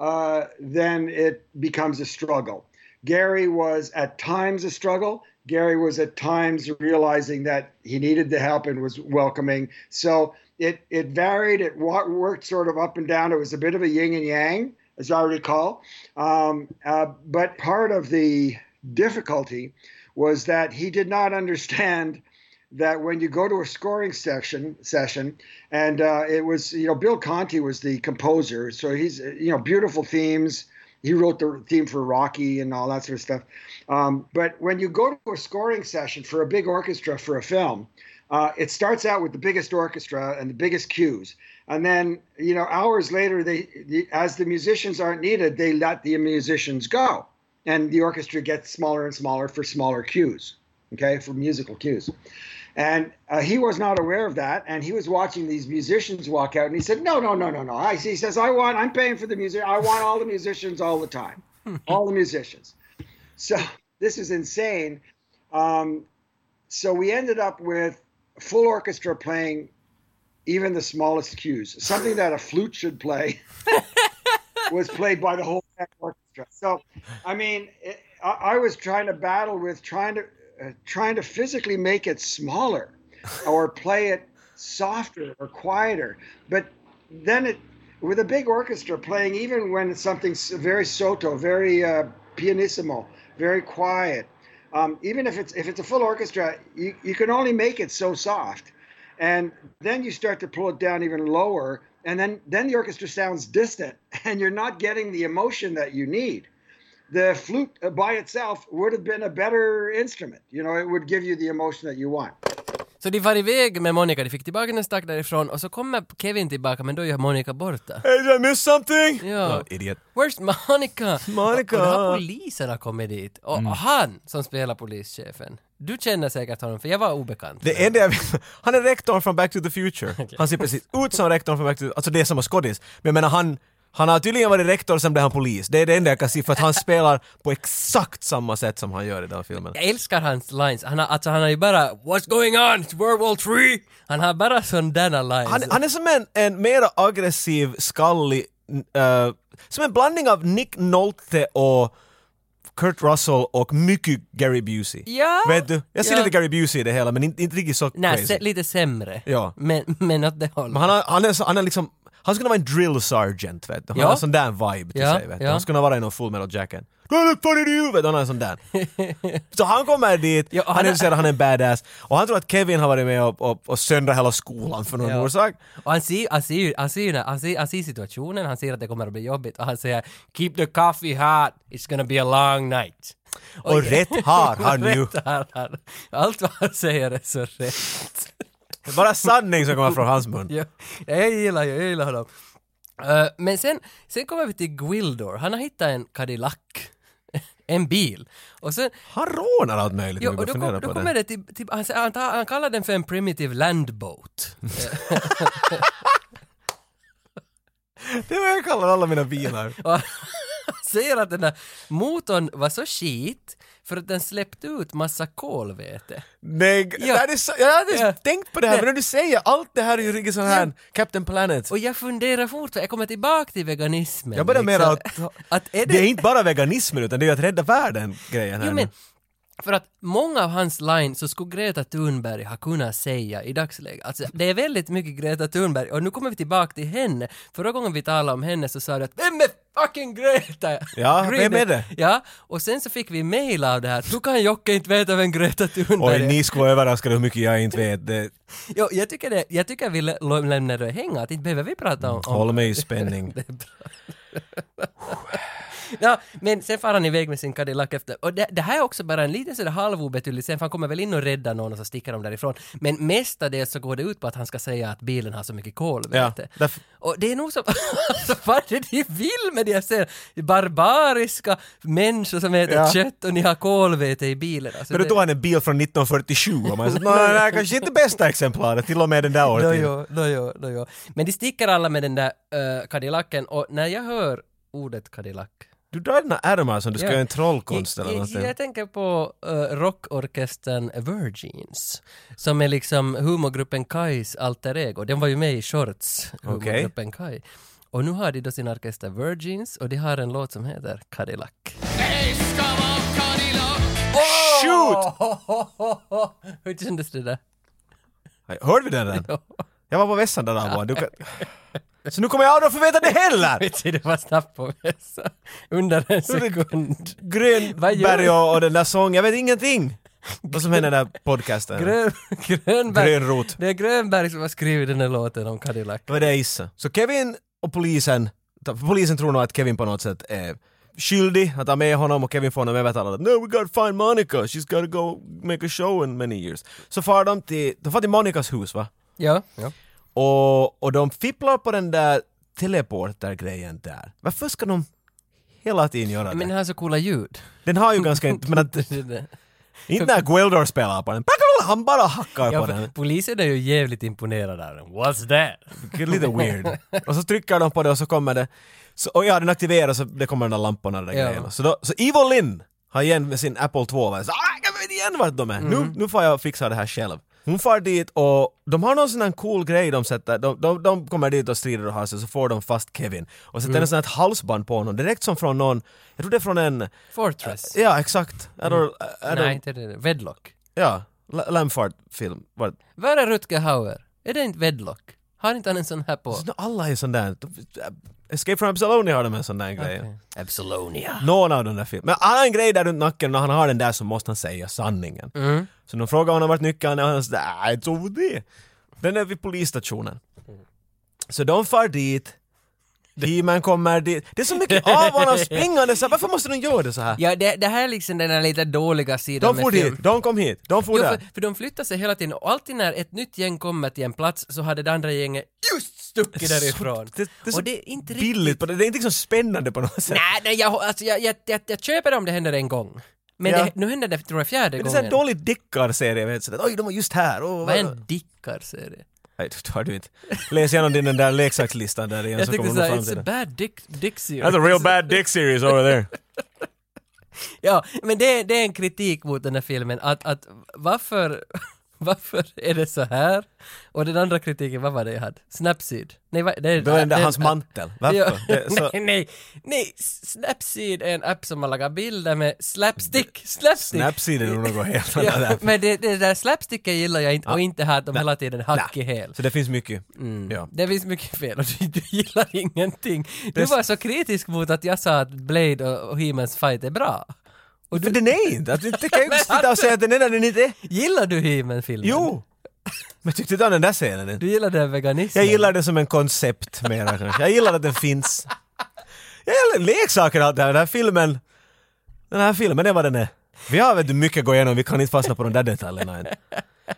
Speaker 4: uh, then it becomes a struggle. Gary was at times a struggle. Gary was at times realizing that he needed the help and was welcoming. So it it varied. It wa- worked sort of up and down. It was a bit of a yin and yang, as I recall. Um, uh, but part of the difficulty was that he did not understand that when you go to a scoring session session and uh, it was you know bill conti was the composer so he's uh, you know beautiful themes he wrote the theme for rocky and all that sort of stuff um, but when you go to a scoring session for a big orchestra for a film uh, it starts out with the biggest orchestra and the biggest cues and then you know hours later they the, as the musicians aren't needed they let the musicians go and the orchestra gets smaller and smaller for smaller cues okay for musical cues and uh, he was not aware of that. And he was watching these musicians walk out, and he said, "No, no, no, no, no." I, he says, "I want. I'm paying for the music. I want all the musicians all the time, all the musicians." So this is insane. Um, so we ended up with full orchestra playing even the smallest cues. Something that a flute should play was played by the whole damn orchestra. So, I mean, it, I, I was trying to battle with trying to uh, trying to physically make it smaller, or play it softer or quieter. But then it with a big orchestra playing, even when it's something s- very soto, very uh, pianissimo, very quiet. Um, even if it's if it's a full orchestra, you, you can only make it so soft and then you start to pull it down even lower and then then the orchestra sounds distant and you're not getting the emotion that you need the flute uh, by itself would have been a better instrument you know it would give you the emotion that you want
Speaker 1: Så de var iväg med Monica, de fick tillbaka den stack därifrån och så kommer Kevin tillbaka men då är Monica borta.
Speaker 2: Hey, did I miss something?
Speaker 1: Ja.
Speaker 2: Oh, idiot.
Speaker 1: Where's Monica?
Speaker 2: Monica.
Speaker 1: Och då har poliserna kommit dit. Och
Speaker 2: Mm.
Speaker 1: han som spelar polischefen. Du känner säkert honom, för jag var obekant.
Speaker 2: Det enda jag vet, han är rektorn från Back to the Future. Han ser precis ut som rektorn från Back to the Alltså det är samma skådis. Men jag menar han, Han har tydligen varit rektor, sen blev han polis. Det är det enda jag kan se för att han spelar på exakt samma sätt som han gör i den här filmen.
Speaker 1: Jag älskar hans lines. Han har, alltså, han har ju bara “What's going on? It's World War 3!” Han har bara sådana lines.
Speaker 2: Han, han är som en, en mera aggressiv, skallig, eh, som en blandning av Nick Nolte och Kurt Russell och mycket Gary Busey.
Speaker 1: Ja.
Speaker 2: Vet du? Jag ser
Speaker 1: Ja.
Speaker 2: lite Gary Busey i det hela, men inte, inte riktigt så
Speaker 1: Nej,
Speaker 2: crazy.
Speaker 1: se, lite sämre.
Speaker 2: Ja.
Speaker 1: Men, men åt det hållet.
Speaker 2: Men han, har, han, är, så- han är liksom, han skulle kunna vara en drill sergeant vet du. Han
Speaker 1: Ja.
Speaker 2: har en sån där vibe till
Speaker 1: Ja,
Speaker 2: sig vet du.
Speaker 1: ja.
Speaker 2: Han skulle kunna vara i någon full metal jacket. Du är fan i huvudet! Han är en sån där. så han kommer dit,
Speaker 1: Ja,
Speaker 2: han,
Speaker 1: han är-
Speaker 2: inser att han är en badass och han tror att Kevin har varit med och, och, och söndrat hela skolan för någon
Speaker 1: Ja.
Speaker 2: orsak.
Speaker 1: Och han ser, han, ser, ju- han, ser, ju när- han, ser, han ser situationen, han ser att det kommer att bli jobbigt och han säger “Keep the coffee hot, it's gonna be a long night”.
Speaker 2: Och rätt har han ju.
Speaker 1: Rätt har han. Allt vad han säger är så rätt.
Speaker 2: Bara sanning som kommer från hans mun.
Speaker 1: Ja, jag gillar ju, jag gillar honom. Eh, men sen, sen kommer vi till Gwildor, han har hittat en Cadillac. En bil. Och sen,
Speaker 2: Han rånar allt möjligt.
Speaker 1: Jo,
Speaker 2: om vi
Speaker 1: och
Speaker 2: går
Speaker 1: då,
Speaker 2: och
Speaker 1: kom,
Speaker 2: funderar
Speaker 1: då
Speaker 2: på det.
Speaker 1: kommer det till, till han, säger- han, tar- han kallar den för en primitive landboat.
Speaker 2: Det är vad jag kallar alla mina bilar.
Speaker 1: Och han säger att den där motorn var så skit för att den släppte ut massa kolväte.
Speaker 2: Nej,
Speaker 1: Ja.
Speaker 2: det här är så- jag hade
Speaker 1: Ja.
Speaker 2: tänkt på det här,
Speaker 1: Nej.
Speaker 2: men när du säger allt det här är ju riktigt sån här Captain Planet.
Speaker 1: Och jag funderar fortfarande, jag kommer tillbaka till veganismen. liksom.
Speaker 2: Jag börjar mera att-
Speaker 1: att är det,
Speaker 2: Det är inte bara veganismen utan det är ju att rädda världen grejen här
Speaker 1: Jo,
Speaker 2: nu.
Speaker 1: men, för att många av hans lines så skulle Greta Thunberg ha kunnat säga i dagsläget. Alltså, det är väldigt mycket Greta Thunberg och nu kommer vi tillbaka till henne. Förra gången vi talade om henne så sa du att “Vem är fucking Greta?”
Speaker 2: Ja,
Speaker 1: Greta.
Speaker 2: vem är det?
Speaker 1: Ja, och sen så fick vi mail av det här “Du kan Jocke inte veta vem Greta Thunberg
Speaker 2: Oj,
Speaker 1: är”.
Speaker 2: ni skulle vara överraskade hur mycket jag inte vet. Det,
Speaker 1: Jo, jag tycker, det, jag tycker vi lä- lä- lämnar det hänga, att inte behöver vi prata om, om
Speaker 2: håll mig i spänning.
Speaker 1: Ja, men sen far han iväg med sin Cadillac efter. Och det, det här är också bara en liten sådär halvobetydlig scen, för han kommer väl in och räddar någon och så sticker de därifrån. Men mestadels så går det ut på att han ska säga att bilen har så mycket kolväte.
Speaker 2: Ja, därför-
Speaker 1: Och det är nog som, alltså, vad är det ni vill med de här scenerna? Det är Barbariska människor som äter
Speaker 2: Ja.
Speaker 1: kött och ni har kolväte i bilen. Alltså,
Speaker 2: Men då
Speaker 1: det-
Speaker 2: tog han en bil från 1947 och man sa nej, det här kanske inte är bästa exemplaret, till och med den där
Speaker 1: Nå,
Speaker 2: årtiden.
Speaker 1: jo, nå, jo, nå, jo. Men de sticker alla med den där uh, Cadillacen och när jag hör ordet Cadillac
Speaker 2: Du drar dina ärmar som du ska
Speaker 1: Ja.
Speaker 2: göra en trollkonst eller
Speaker 1: jag, jag,
Speaker 2: någonting.
Speaker 1: jag tänker på eh, rockorkestern Virgins, som är liksom humorgruppen Kais alter ego. Den var ju med i Shorts, humorgruppen Kai. Och nu har de då sin orkester Virgins och de har en låt som heter Cadillac.
Speaker 2: Shoot!
Speaker 1: Hur kändes det där?
Speaker 2: Hörde vi den redan? Jag var på vässan där han var. Du kan... Så nu kommer jag aldrig att få veta det heller!
Speaker 1: Vet du, det var snabbt på vässa. Under en sekund. Vad gör
Speaker 2: Grönberg
Speaker 1: du?
Speaker 2: och, och den där sången, jag vet ingenting! Vad som händer i den där podcasten.
Speaker 1: Grön, Grönberg.
Speaker 2: Grönrot.
Speaker 1: Det är Grönberg som har skrivit den här låten om Cadillac.
Speaker 2: Det var det jag gissade. Så Kevin och polisen, för polisen tror nog att Kevin på något sätt är skyldig, att ta med honom och Kevin får honom övertalad att “No, we gotta find Monica, she's gotta go make a show in many years”. Så far de till, de far till Monicas hus va?
Speaker 1: Ja. ja.
Speaker 2: Och, och de fipplar på den där teleportergrejen där. Varför ska de hela tiden göra
Speaker 1: Men den
Speaker 2: det?
Speaker 1: har så coola ljud.
Speaker 2: Den har ju ganska inte, men att, inte när Gweldor spelar på den. Han bara hackar på
Speaker 1: Ja,
Speaker 2: den.
Speaker 1: för polisen är ju jävligt imponerad av den. What's that?
Speaker 2: Lite weird. Och så trycker de på det och så kommer det. Så, och ja, den aktiveras och det kommer de där lamporna och de där
Speaker 1: Ja.
Speaker 2: grejerna. Så, då, så Ivo Linn har igen med sin Apple 2 va? så, ah, jag vet igen vart de är.
Speaker 1: Mm.
Speaker 2: Nu, nu får jag fixa det här själv. Hon far dit och de har någon sån här cool grej de sätter. De, de, de kommer dit och strider och har sig så får de fast Kevin. Och
Speaker 1: Mm.
Speaker 2: sätter en sån här halsband på honom direkt som från någon, jag tror det är från en,
Speaker 1: Fortress?
Speaker 2: ja exakt. Adol, Adol,
Speaker 1: Nej, inte det. det. Wedlock.
Speaker 2: Ja, La- Lampfart-film. Var-
Speaker 1: Var är Rutger Hauer? Är det inte Wedlock? Har inte han en sån här på?
Speaker 2: Så nu Alla är sån där, Escape from Absaloni har de en sån där grej.
Speaker 1: Absolonia.
Speaker 2: Någon av de där filmerna. Men han har en grej där runt nacken och när han har den där så måste han säga sanningen.
Speaker 1: Mm.
Speaker 2: Så de frågar honom vart nyckeln är och han säger "Ah, jag tror det. Den är vid polisstationen. Så de far dit. He-Man kommer dit. Det är så mycket avarna och springande så här, varför måste de göra det så här?
Speaker 1: Ja, det, det här är liksom den här lite dåliga sidan
Speaker 2: De
Speaker 1: med
Speaker 2: for
Speaker 1: film.
Speaker 2: dit, de kom hit, de for
Speaker 1: Jo,
Speaker 2: där.
Speaker 1: för, för de flyttar sig hela tiden och alltid när ett nytt gäng kommer till en plats så hade det andra gänget just stuckit därifrån.
Speaker 2: Det, det är så
Speaker 1: och det är inte riktigt...
Speaker 2: billigt, på det. det är inte liksom spännande på något sätt.
Speaker 1: Nej, nej jag, alltså, jag, jag, jag, jag köper om det händer en gång. Men
Speaker 2: Ja.
Speaker 1: det, nu händer det tror jag fjärde
Speaker 2: Det är en sån
Speaker 1: gången.
Speaker 2: här dålig deckarserie, vet du. så att, Oj, de var just här. åh,
Speaker 1: Vad är en dickarserie?
Speaker 2: Ja, Nej, det har du inte. Läs igenom din den där leksakslistan där igen
Speaker 1: Jag
Speaker 2: så
Speaker 1: tänkte
Speaker 2: kommer du nog
Speaker 1: såhär,
Speaker 2: fram
Speaker 1: it's
Speaker 2: till
Speaker 1: a
Speaker 2: det.
Speaker 1: bad dick, dick series.
Speaker 2: That's a real bad dick series over there.
Speaker 1: Ja, men det, det är en kritik mot den här filmen att, att varför, varför är det så här? Och den andra kritiken, vad var det jag hade? Snapseed? Nej, vad- det är...
Speaker 2: Det var den där hans mantel.
Speaker 1: Ja,
Speaker 2: Varför? Det, är så,
Speaker 1: nej, nej, nej, Snapseed är en app som man lagar bilder med slapstick, slapstick!
Speaker 2: Snapseed är nog något helt annat.
Speaker 1: ja,
Speaker 2: där.
Speaker 1: men det, det där slapsticken gillar jag inte, och inte här att de hela tiden hack i Mm.
Speaker 2: Nej.
Speaker 1: häl.
Speaker 2: Så det finns mycket. Ja.
Speaker 1: Det finns mycket fel och du, du gillar ingenting. Du var så kritisk mot att jag sa att Blade och, och He-Mans fight är bra. Och du,
Speaker 2: För den är inte. Alltså, Det kan jag ju inte sitta och säga att den är där den inte är.
Speaker 1: gillar du He-Man-filmen?
Speaker 2: Jo! Men jag tyckte inte om den där scenen.
Speaker 1: Du gillar den veganismen?
Speaker 2: Jag gillar det som en koncept mera kanske. Jag gillar att den finns. Jag gillar leksaker och allt det här. Den här filmen. Den här filmen, det är vad den är. Vi har väldigt mycket att gå igenom, vi kan inte fastna på de där detaljerna än.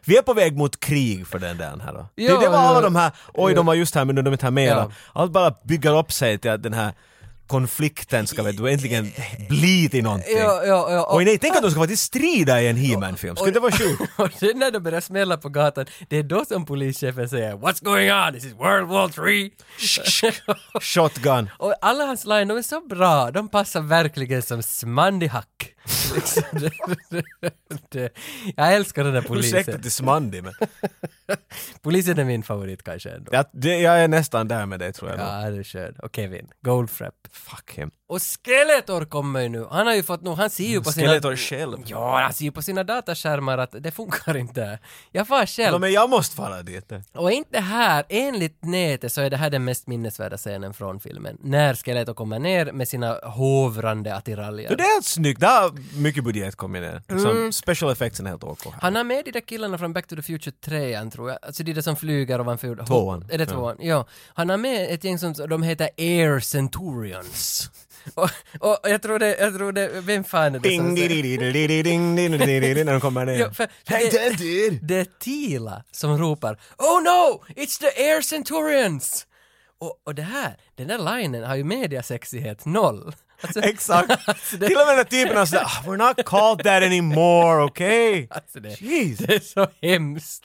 Speaker 2: Vi är på väg mot krig för den där här då.
Speaker 1: Ja,
Speaker 2: det, det var
Speaker 1: ja.
Speaker 2: alla de här, oj de var just här men nu är de inte här mera.
Speaker 1: Ja.
Speaker 2: Allt bara bygger upp sig till att den här konflikten ska väl du äntligen bli till någonting.
Speaker 1: Ja, ja, ja.
Speaker 2: Oj nej, tänk att de ska vara till strida i en He-Man-film. Skulle det vara sjukt?
Speaker 1: Och sen när de börjar smälla på gatan, det är då som polischefen säger “What's going on? This is World War 3!”
Speaker 2: Shotgun.
Speaker 1: Och alla hans lines, de är så bra, de passar verkligen som smandihack. Liksom, det, det, det. Jag älskar den där
Speaker 2: Ursäkta
Speaker 1: polisen.
Speaker 2: till Smandi men.
Speaker 1: Polisen är min favorit kanske ändå.
Speaker 2: Jag, det, jag är nästan där med det tror jag. nog.
Speaker 1: Ja, det är skön. Och Kevin, Goldfrapp.
Speaker 2: Fuck him.
Speaker 1: Och Skeletor kommer ju nu, han har ju fått nog, han ser ju på sina...
Speaker 2: Skeletor själv.
Speaker 1: Ja, han ser ju på sina dataskärmar att det funkar inte. Jag far själv.
Speaker 2: Ja, men jag måste vara dit.
Speaker 1: Och inte här, enligt nätet så är det här den mest minnesvärda scenen från filmen. När Skeletor kommer ner med sina hovrande attiraljer.
Speaker 2: Det är helt snyggt. Där har mycket budget kommit ner. Liksom,
Speaker 1: Mm.
Speaker 2: Special effects är helt OK. här.
Speaker 1: Han har med de där killarna från Back to the Future 3 tror jag, alltså de där som flyger ovanför...
Speaker 2: Tvåan.
Speaker 1: Är det tvåan? Ja. Han har med ett gäng som, de heter Air Centurions. och, och jag tror det, jag tror det, vem fan är det
Speaker 2: Ding,
Speaker 1: som...
Speaker 2: di, di, di, di, di, di, ding, di, di, di, di, di, När de kommer ner.
Speaker 1: Ja, för-
Speaker 2: Hey,
Speaker 1: det-
Speaker 2: dude!
Speaker 1: Det är Tila som ropar “Oh no! It's the Air Centurions!” Och, och det här, den där linen har ju mediasexighet noll. Alltså,
Speaker 2: Exakt.
Speaker 1: Alltså, det-
Speaker 2: Till och med den typen av sådär, "Ah, we're not called that anymore, okay?
Speaker 1: Alltså det,
Speaker 2: Jeez.
Speaker 1: det är så hemskt.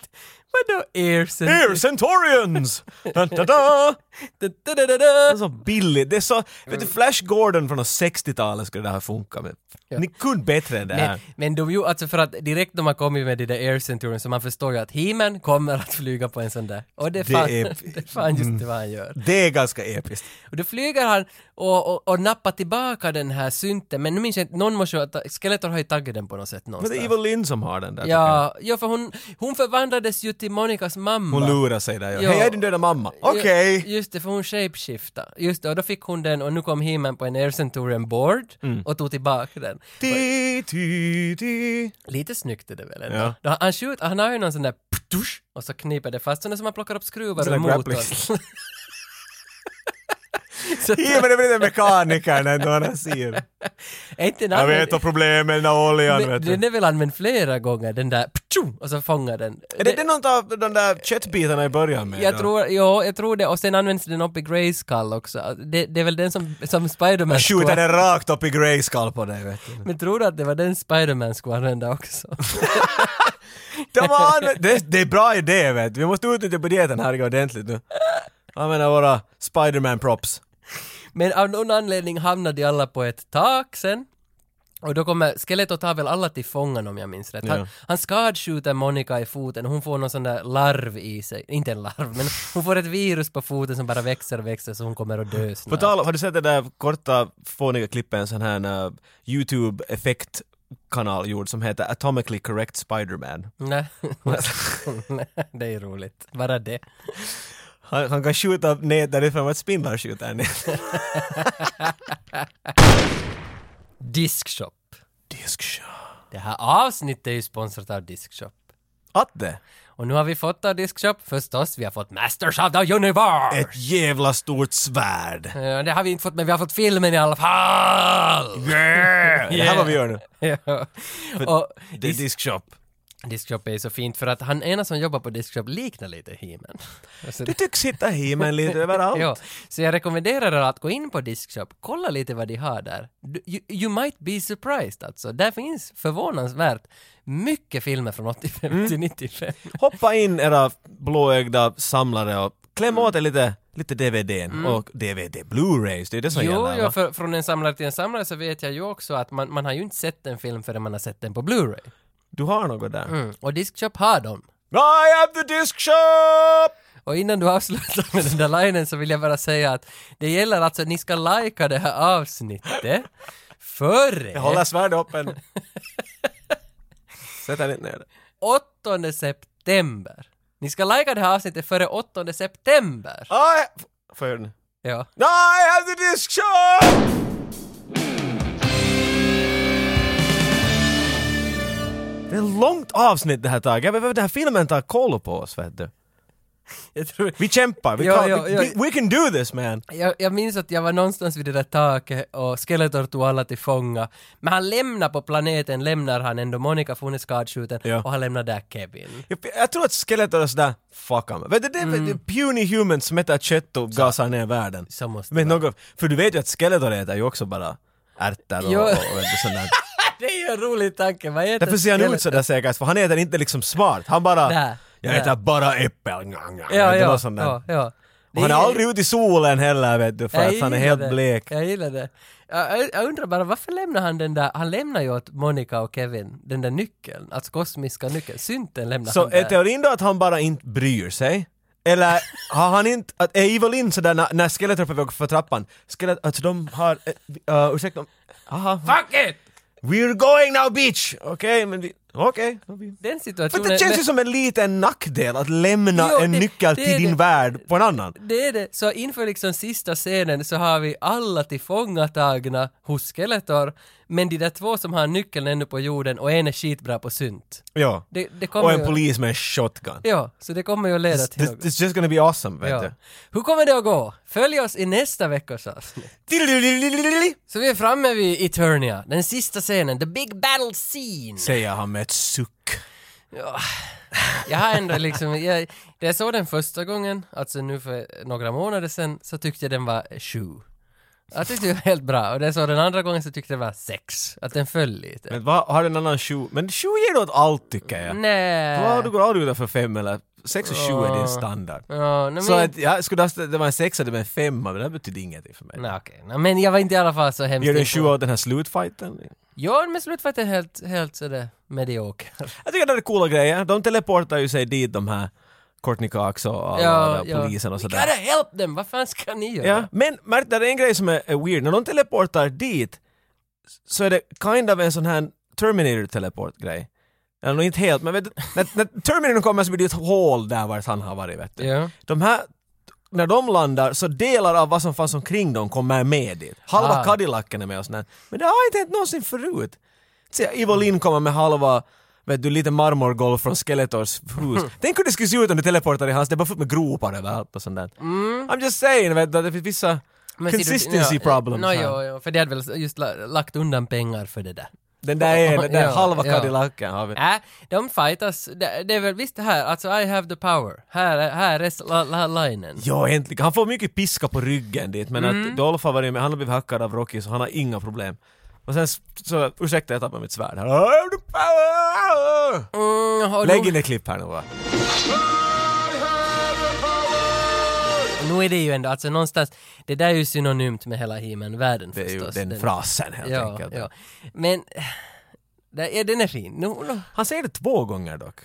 Speaker 1: Vadå Air
Speaker 2: Here,
Speaker 1: Centurions?
Speaker 2: Centurions! Da, da, da. Det är
Speaker 1: Da-da-da-da!
Speaker 2: så billigt. Det är
Speaker 1: Mm.
Speaker 2: så, vet du, Flash Gordon från 60-talet skulle det här funka med. Ni kunde bättre än det här.
Speaker 1: Men, men de ju, alltså för att direkt de har kommit med de där Air Centurions så man förstår ju att he kommer att flyga på en sån där. Och det är
Speaker 2: Det
Speaker 1: fan, det
Speaker 2: är-
Speaker 1: är Mm. fan just det vad han gör.
Speaker 2: Det är ganska episkt.
Speaker 1: Och då flyger han och, och, och nappar tillbaka den här synten, men nu minns jag inte, någon måste ju ha ta- Skeletor har ju tagit den på något sätt
Speaker 2: Men det är
Speaker 1: någonstans.
Speaker 2: Evil Lynn som har den där. tycker jag.
Speaker 1: Ja, ja, för hon, hon förvandlades ju till Monikas mamma.
Speaker 2: Hon lurar sig där. Ja.
Speaker 1: Ja.
Speaker 2: Hej, jag är din döda mamma. Okej.
Speaker 1: Ju- Just det, för hon shapeshifta. Just det, och då fick hon den och nu kom he på en Air Centurion board och tog tillbaka den.
Speaker 2: Mm. Ti, ti, ti.
Speaker 1: Lite snyggt är det väl ändå?
Speaker 2: Ja.
Speaker 1: Då han- Han, skjuter, han har ju någon sån där ptusch, och så kniper det fast, sådana som man plockar upp skruvar
Speaker 2: Sån där
Speaker 1: ur motorn.
Speaker 2: grappling.
Speaker 1: Så-
Speaker 2: Ja, men det blir den mekanikern ändå när han ser.
Speaker 1: är inte en
Speaker 2: Jag
Speaker 1: annan-
Speaker 2: vet och problemen med oljan,
Speaker 1: Men
Speaker 2: vet du.
Speaker 1: Den är väl använd flera gånger, den där ptschum, och så fångar den.
Speaker 2: Är det, det någon av de där köttbitarna i början med?
Speaker 1: jag
Speaker 2: då?
Speaker 1: tror, ja, jag tror det. Och sen används den upp i Grayskull också. Det, det är väl den som, som Spiderman
Speaker 2: Jag skjuter
Speaker 1: skulle...
Speaker 2: den rakt upp i Grayskull på dig, vet du.
Speaker 1: Men tror du att det var den Spiderman skulle använda också?
Speaker 2: De har använt, det, det är bra idé, vet du. Vi måste utnyttja budgeten här ordentligt nu. Använda våra Spiderman-props.
Speaker 1: Men av någon anledning hamnade alla på ett tak sen. Och då kommer Skeletor tar väl alla till fångan om jag minns rätt. Han,
Speaker 2: Ja.
Speaker 1: han skadskjuter Monica i foten och hon får någon sån där larv i sig. Inte en larv, men hon får ett virus på foten som bara växer och växer så hon kommer att dö
Speaker 2: På
Speaker 1: snart.
Speaker 2: tal om- har du sett det där korta fåniga klippen, en sån här eh, YouTube-effekt kanal gjord som heter Atomically Correct Spider-Man.
Speaker 1: Nej, det är roligt. Bara det.
Speaker 2: Han, han kan skjuta ner därifrån vad spindlar skjuter ner.
Speaker 1: Diskshop.
Speaker 2: Diskshop.
Speaker 1: Det här avsnittet är ju sponsrat av Diskshop.
Speaker 2: Att det?
Speaker 1: Och nu har vi fått av Diskshop, förstås, vi har fått Masters of the Universe!
Speaker 2: Ett jävla stort svärd!
Speaker 1: Eh, Det har vi inte fått, men vi har fått filmen i alla fall!
Speaker 2: Yeah! Det här är vad vi gör nu.
Speaker 1: Ja. Och
Speaker 2: Det är diskshop.
Speaker 1: Diskshop är så fint för att han ena som jobbar på Diskshop liknar lite He-Man. Alltså,
Speaker 2: Du tycks hitta himmel lite överallt.
Speaker 1: Ja, så jag rekommenderar er att gå in på Diskshop, kolla lite vad de har där. Du, you, you might be surprised alltså. Där finns förvånansvärt mycket filmer från 85 till 95.
Speaker 2: Hoppa in era blåögda samlare och kläm åt er lite, lite DVDn och DVD Blu-rays, det är det som
Speaker 1: Mm. Jo,
Speaker 2: gäller
Speaker 1: ja,
Speaker 2: va?
Speaker 1: för, från en samlare till en samlare så vet jag ju också att man, man har ju inte sett en film förrän man har sett den på Blu-ray.
Speaker 2: Du har något där?
Speaker 1: Mm. Och Diskshop har dem.
Speaker 2: I am the disc shop!
Speaker 1: Och innan du avslutar med den där linen så vill jag bara säga att det gäller alltså att ni ska lajka det här avsnittet före
Speaker 2: Jag håller svärdet uppen. Sätt den inte ner det.
Speaker 1: 8 september. Ni ska lajka det här avsnittet före 8 september.
Speaker 2: I... Får jag göra den?
Speaker 1: Ja.
Speaker 2: I am the disc shop! Det är ett långt avsnitt det här taget. Jag behöver den här filmen ta koll på oss, vet du.
Speaker 1: Jag, tror,
Speaker 2: Vi kämpar, vi,
Speaker 1: Ja,
Speaker 2: kan,
Speaker 1: ja,
Speaker 2: vi,
Speaker 1: ja.
Speaker 2: vi, we can do this man!
Speaker 1: jag, jag minns att jag var någonstans vid det där taket och Skeletor tog alla till fånga. Men han lämnar på planeten, lämnar han ändå Monica, för hon är skadskjuten,
Speaker 2: Ja.
Speaker 1: och han lämnar där Kevin.
Speaker 2: Jag, jag tror att Skeletor är sådär, fuck him. Vet du, det är mm. puny humans som äter kött och gasar ner världen.
Speaker 1: Så måste
Speaker 2: Men något, för du vet ju att Skeletor äter ju också bara ärtor och,
Speaker 1: Jo.
Speaker 2: och, och vet du, sånt där.
Speaker 1: Det är ju en rolig tanke, vad heter
Speaker 2: Därför ser han ut sådär säkert, för han äter inte liksom smart. Han bara,
Speaker 1: Nej,
Speaker 2: jag
Speaker 1: nej.
Speaker 2: äter bara äppel. Ja,
Speaker 1: Ja, ja,
Speaker 2: sånt där.
Speaker 1: ja, ja.
Speaker 2: Och han är aldrig ute i solen heller vet du, för
Speaker 1: Jag
Speaker 2: att han är
Speaker 1: gillar
Speaker 2: helt
Speaker 1: det.
Speaker 2: blek.
Speaker 1: Jag gillar det. Jag, jag- jag undrar bara varför lämnar han den där, han lämnar ju åt Monica och Kevin den där nyckeln, alltså kosmiska nyckeln, synten lämnar
Speaker 2: Så
Speaker 1: han
Speaker 2: är
Speaker 1: där.
Speaker 2: teorin då att han bara inte bryr sig? Eller har han inte, att är Evelyn sådär när, när Skeletor är på väg upp för trappan, Skeletor, alltså de har, eh, eh, ursäkta, aha,
Speaker 1: Fuck it!
Speaker 2: We're going now bitch! Okej, men vi... Okej.
Speaker 1: Den
Speaker 2: För
Speaker 1: situationen...
Speaker 2: det känns ju som en liten nackdel att lämna
Speaker 1: Jo,
Speaker 2: en
Speaker 1: det-
Speaker 2: nyckel
Speaker 1: det
Speaker 2: till
Speaker 1: är
Speaker 2: din
Speaker 1: det.
Speaker 2: värld på en annan.
Speaker 1: Det är det. Så inför liksom sista scenen så har vi alla tillfångatagna hos Skeletor, men de där två som har nyckeln ännu på jorden och en är skitbra på synt.
Speaker 2: Ja.
Speaker 1: Det, det kommer
Speaker 2: Och en
Speaker 1: ju,
Speaker 2: polis med en shotgun.
Speaker 1: Ja, så det kommer ju att leda till
Speaker 2: This,
Speaker 1: något.
Speaker 2: this just gonna be awesome, vet
Speaker 1: Ja.
Speaker 2: du.
Speaker 1: Hur kommer det att gå? Följ oss i nästa veckas avsnitt.
Speaker 2: Tiddeliddeliddeliddeliddeliddeliddeliddeliddeliddeliddeliddeliddeliddeliddeliddeliddeliddeliddeliddeliddeliddeliddeliddeliddeliddeliddeliddeliddeliddeliddeliddeliddeliddeliddeliddeliddeliddeliddeliddeliddeliddeliddelidel
Speaker 1: Så vi är framme vid Eternia, den sista scenen, the big battle scene.
Speaker 2: Säger han med ett suck.
Speaker 1: Jag har ändå liksom, jag, när jag såg den första gången, alltså nu för några månader sedan, så tyckte jag den var sju. Jag tyckte det var helt bra. Och när jag såg den andra gången så tyckte jag den var sex. Att den föll lite.
Speaker 2: Men vad, har du en annan sju? Men sju ger du åt allt tycker jag. Ja,
Speaker 1: Nej.
Speaker 2: du går aldrig utanför fem eller sex och sju är din standard.
Speaker 1: Ja, nej,
Speaker 2: Så
Speaker 1: men,
Speaker 2: att jag skulle ha det var en sexa, det var en femma, men det här betyder ingenting för mig.
Speaker 1: nej, okej. Nej, men jag var inte i alla fall så hemskt
Speaker 2: Ger du en
Speaker 1: impo-
Speaker 2: sju åt den här slutfighten?
Speaker 1: Ja, men slutfattet är helt, helt sådär medioker.
Speaker 2: Jag tycker det är coola grejer. De teleportar ju sig dit de här Courtney Cox och alla alla polisen och
Speaker 1: We
Speaker 2: sådär.
Speaker 1: gotta help them! Vad fan ska ni göra?
Speaker 2: Ja, men märk, det är en grej som är, är weird. När de teleportar dit så är det kind of en sån här Terminator-teleport-grej. Eller nog inte helt, men vet du, när, när Terminator kommer så blir det ett hål där vart han har varit vet du.
Speaker 1: Ja.
Speaker 2: De här, när de landar så delar av vad som fanns omkring dem kommer med dit. Halva
Speaker 1: Ah.
Speaker 2: Cadillacen är med och sådär. Men det har inte hänt någonsin förut. Se,
Speaker 1: Mm.
Speaker 2: Ivolin kommer med halva Vet du, lite marmorgolv från Skeletors hus. Tänk hur det skulle se ut om det teleportade i hans, det är bara fullt med gropar överallt och sånt där. I'm just saying, vet du, att det finns vissa
Speaker 1: Mm. Men ser du-
Speaker 2: consistency
Speaker 1: ja,
Speaker 2: problems
Speaker 1: No,
Speaker 2: här.
Speaker 1: jo, jo, för de hade väl just la- lagt undan pengar för det där.
Speaker 2: Den där är, den där
Speaker 1: Ja,
Speaker 2: halva
Speaker 1: ja.
Speaker 2: Cadillacen har vi.
Speaker 1: Nej, Äh, de fightas. Det, det är väl visst det här, alltså I have the power. Här, är- här är la, la, linen.
Speaker 2: Ja, äntligen. Han får mycket piska på ryggen dit, men
Speaker 1: Mm.
Speaker 2: att Dolph har varit med, han har blivit hackad av Rocky, så han har inga problem. Och sen s- så, ursäkta jag tappade mitt svärd här. Ah, du power!
Speaker 1: Mm, och
Speaker 2: Lägg
Speaker 1: nu,
Speaker 2: in ett klipp här nu va.
Speaker 1: nu är det ju ändå, alltså någonstans, det där är ju synonymt med hela He-Man-världen
Speaker 2: Det är ju
Speaker 1: förstås.
Speaker 2: den frasen helt
Speaker 1: ja,
Speaker 2: enkelt.
Speaker 1: ja. Men, det, ja, den är fin. Nu, nu.
Speaker 2: Han säger det två gånger dock.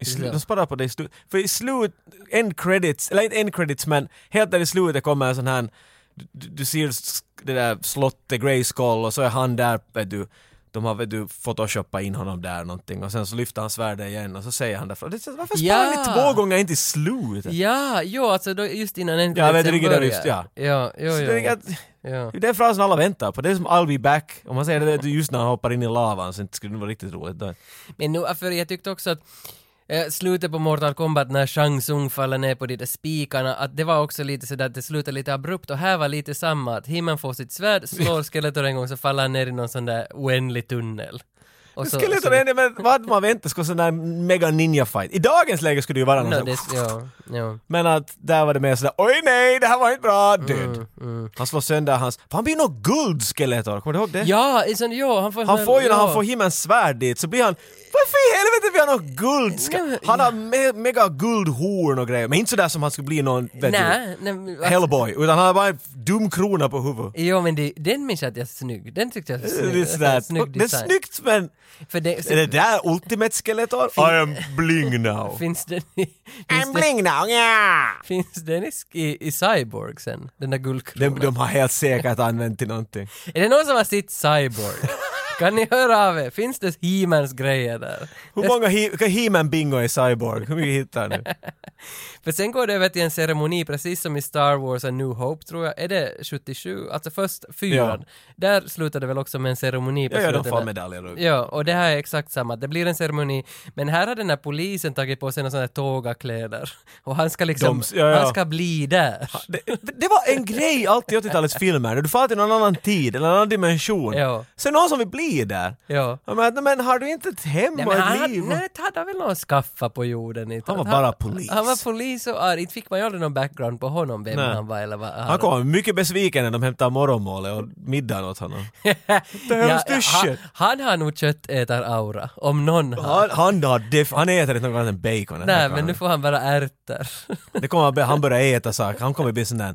Speaker 2: I slu-
Speaker 1: Ja.
Speaker 2: De sparar på det i slutet. För i slut, end credits, eller inte end credits men helt där i slutet kommer en sån här, du, du ser s- det där slottet Grayskull och så är han där, vet du, de har vet du, photoshoppat in honom där någonting och sen så lyfter han svärdet igen och så säger han därifrån. Det känns- Varför
Speaker 1: Ja.
Speaker 2: sparar ni två gånger inte i slutet?
Speaker 1: Ja, jo, alltså då, just innan en
Speaker 2: Ja, jag vet riktigt vad det är just, ja.
Speaker 1: Ja, jo,
Speaker 2: Så
Speaker 1: jo.
Speaker 2: det är att-
Speaker 1: ja.
Speaker 2: det är den frasen alla väntar på, det är som I'll be back. Om man säger det vet du, just när han hoppar in i lavan så skulle det vara riktigt roligt då.
Speaker 1: Men nu, för jag tyckte också att eh, slutet på Mortal Kombat när Shang Tsung faller ner på de där spikarna, att det var också lite sådär att det slutade lite abrupt och här var lite samma, att He-Man får sitt svärd, slår Skeletor en gång så faller han ner i någon sån där oändlig tunnel. Och
Speaker 2: Det skulle inte vara men vad man väntar skulle sån där mega ninja fight. I dagens läge skulle det ju vara någon
Speaker 1: No,
Speaker 2: sån-
Speaker 1: det, ja, ja.
Speaker 2: Men att där var det mer sådär oj nej det här var inte bra,
Speaker 1: Mm,
Speaker 2: död. Han slår sönder hans, han blir ju något guldskelettor, kommer du ihåg det?
Speaker 1: Ja, sen, ja, han får,
Speaker 2: Han får ju när han
Speaker 1: ja.
Speaker 2: får himmelens svärd dit så blir han varför i helvete vill han ha guld?
Speaker 1: Nej,
Speaker 2: Ska, han har me- mega guldhorn och grejer, men inte sådär som han skulle bli någon, vet
Speaker 1: Nej, nej, men- alltså,
Speaker 2: du, hellboy, utan han har bara en dum krona på huvudet.
Speaker 1: Jo men det, den minns jag att jag är snygg, den tyckte jag var snygg.
Speaker 2: Det är, sådär,
Speaker 1: snygg
Speaker 2: det är
Speaker 1: design.
Speaker 2: snyggt men...
Speaker 1: För det,
Speaker 2: Är det där Ultimate Skeletor? I am bling now.
Speaker 1: finns den i... Finns,
Speaker 2: I'm
Speaker 1: den,
Speaker 2: bling now, yeah!
Speaker 1: finns den i, sk- i, i Cyborg sen? Den där guldkronan.
Speaker 2: De, de har helt säkert använt till någonting.
Speaker 1: Är det någon som har sett Cyborg? kan ni höra av er? Finns det He-Mans grejer där?
Speaker 2: Hur många He- vilka He-Man bingo i Cyborg? Hur mycket hittar ni?
Speaker 1: För sen går det över till en ceremoni, precis som i Star Wars A New Hope tror jag. Är det 77? Alltså först fyran. Där slutar det väl också med en ceremoni på
Speaker 2: Ja, ja, de
Speaker 1: slutet
Speaker 2: får
Speaker 1: där.
Speaker 2: medaljer och-
Speaker 1: Ja, och det här är exakt samma. Det blir en ceremoni, men här har den här polisen tagit på sig några sådana här tågakläder. Och han ska liksom,
Speaker 2: De- ja, ja.
Speaker 1: han ska bli där.
Speaker 2: Det, det var en grej alltid i 80-talets filmer, du far till någon annan tid eller en annan dimension.
Speaker 1: Ja.
Speaker 2: Så är någon som vill bli där.
Speaker 1: Ja.
Speaker 2: Jag menar, men har du inte ett hem
Speaker 1: Nej,
Speaker 2: och
Speaker 1: men
Speaker 2: ett
Speaker 1: han, hade-
Speaker 2: liv?
Speaker 1: nej, han hade väl någon skaffa på jorden. Inte?
Speaker 2: Han var
Speaker 1: Att
Speaker 2: bara polis.
Speaker 1: Han var polis och arg. Inte fick man ju aldrig någon background på honom, vem
Speaker 2: Nej.
Speaker 1: han var eller vad
Speaker 2: Han kommer mycket besviken när de hämtar morgonmålet och middagen åt honom. Det här är
Speaker 1: han,
Speaker 2: styschen.
Speaker 1: han har nog köttätar-aura, om någon har.
Speaker 2: Han, han, har def- han äter inte något annat än bacon. den här
Speaker 1: Nej,
Speaker 2: karln.
Speaker 1: men nu får han bara ärtor.
Speaker 2: Det kommer, att bli- han börjar äta saker, han kommer bli sån där...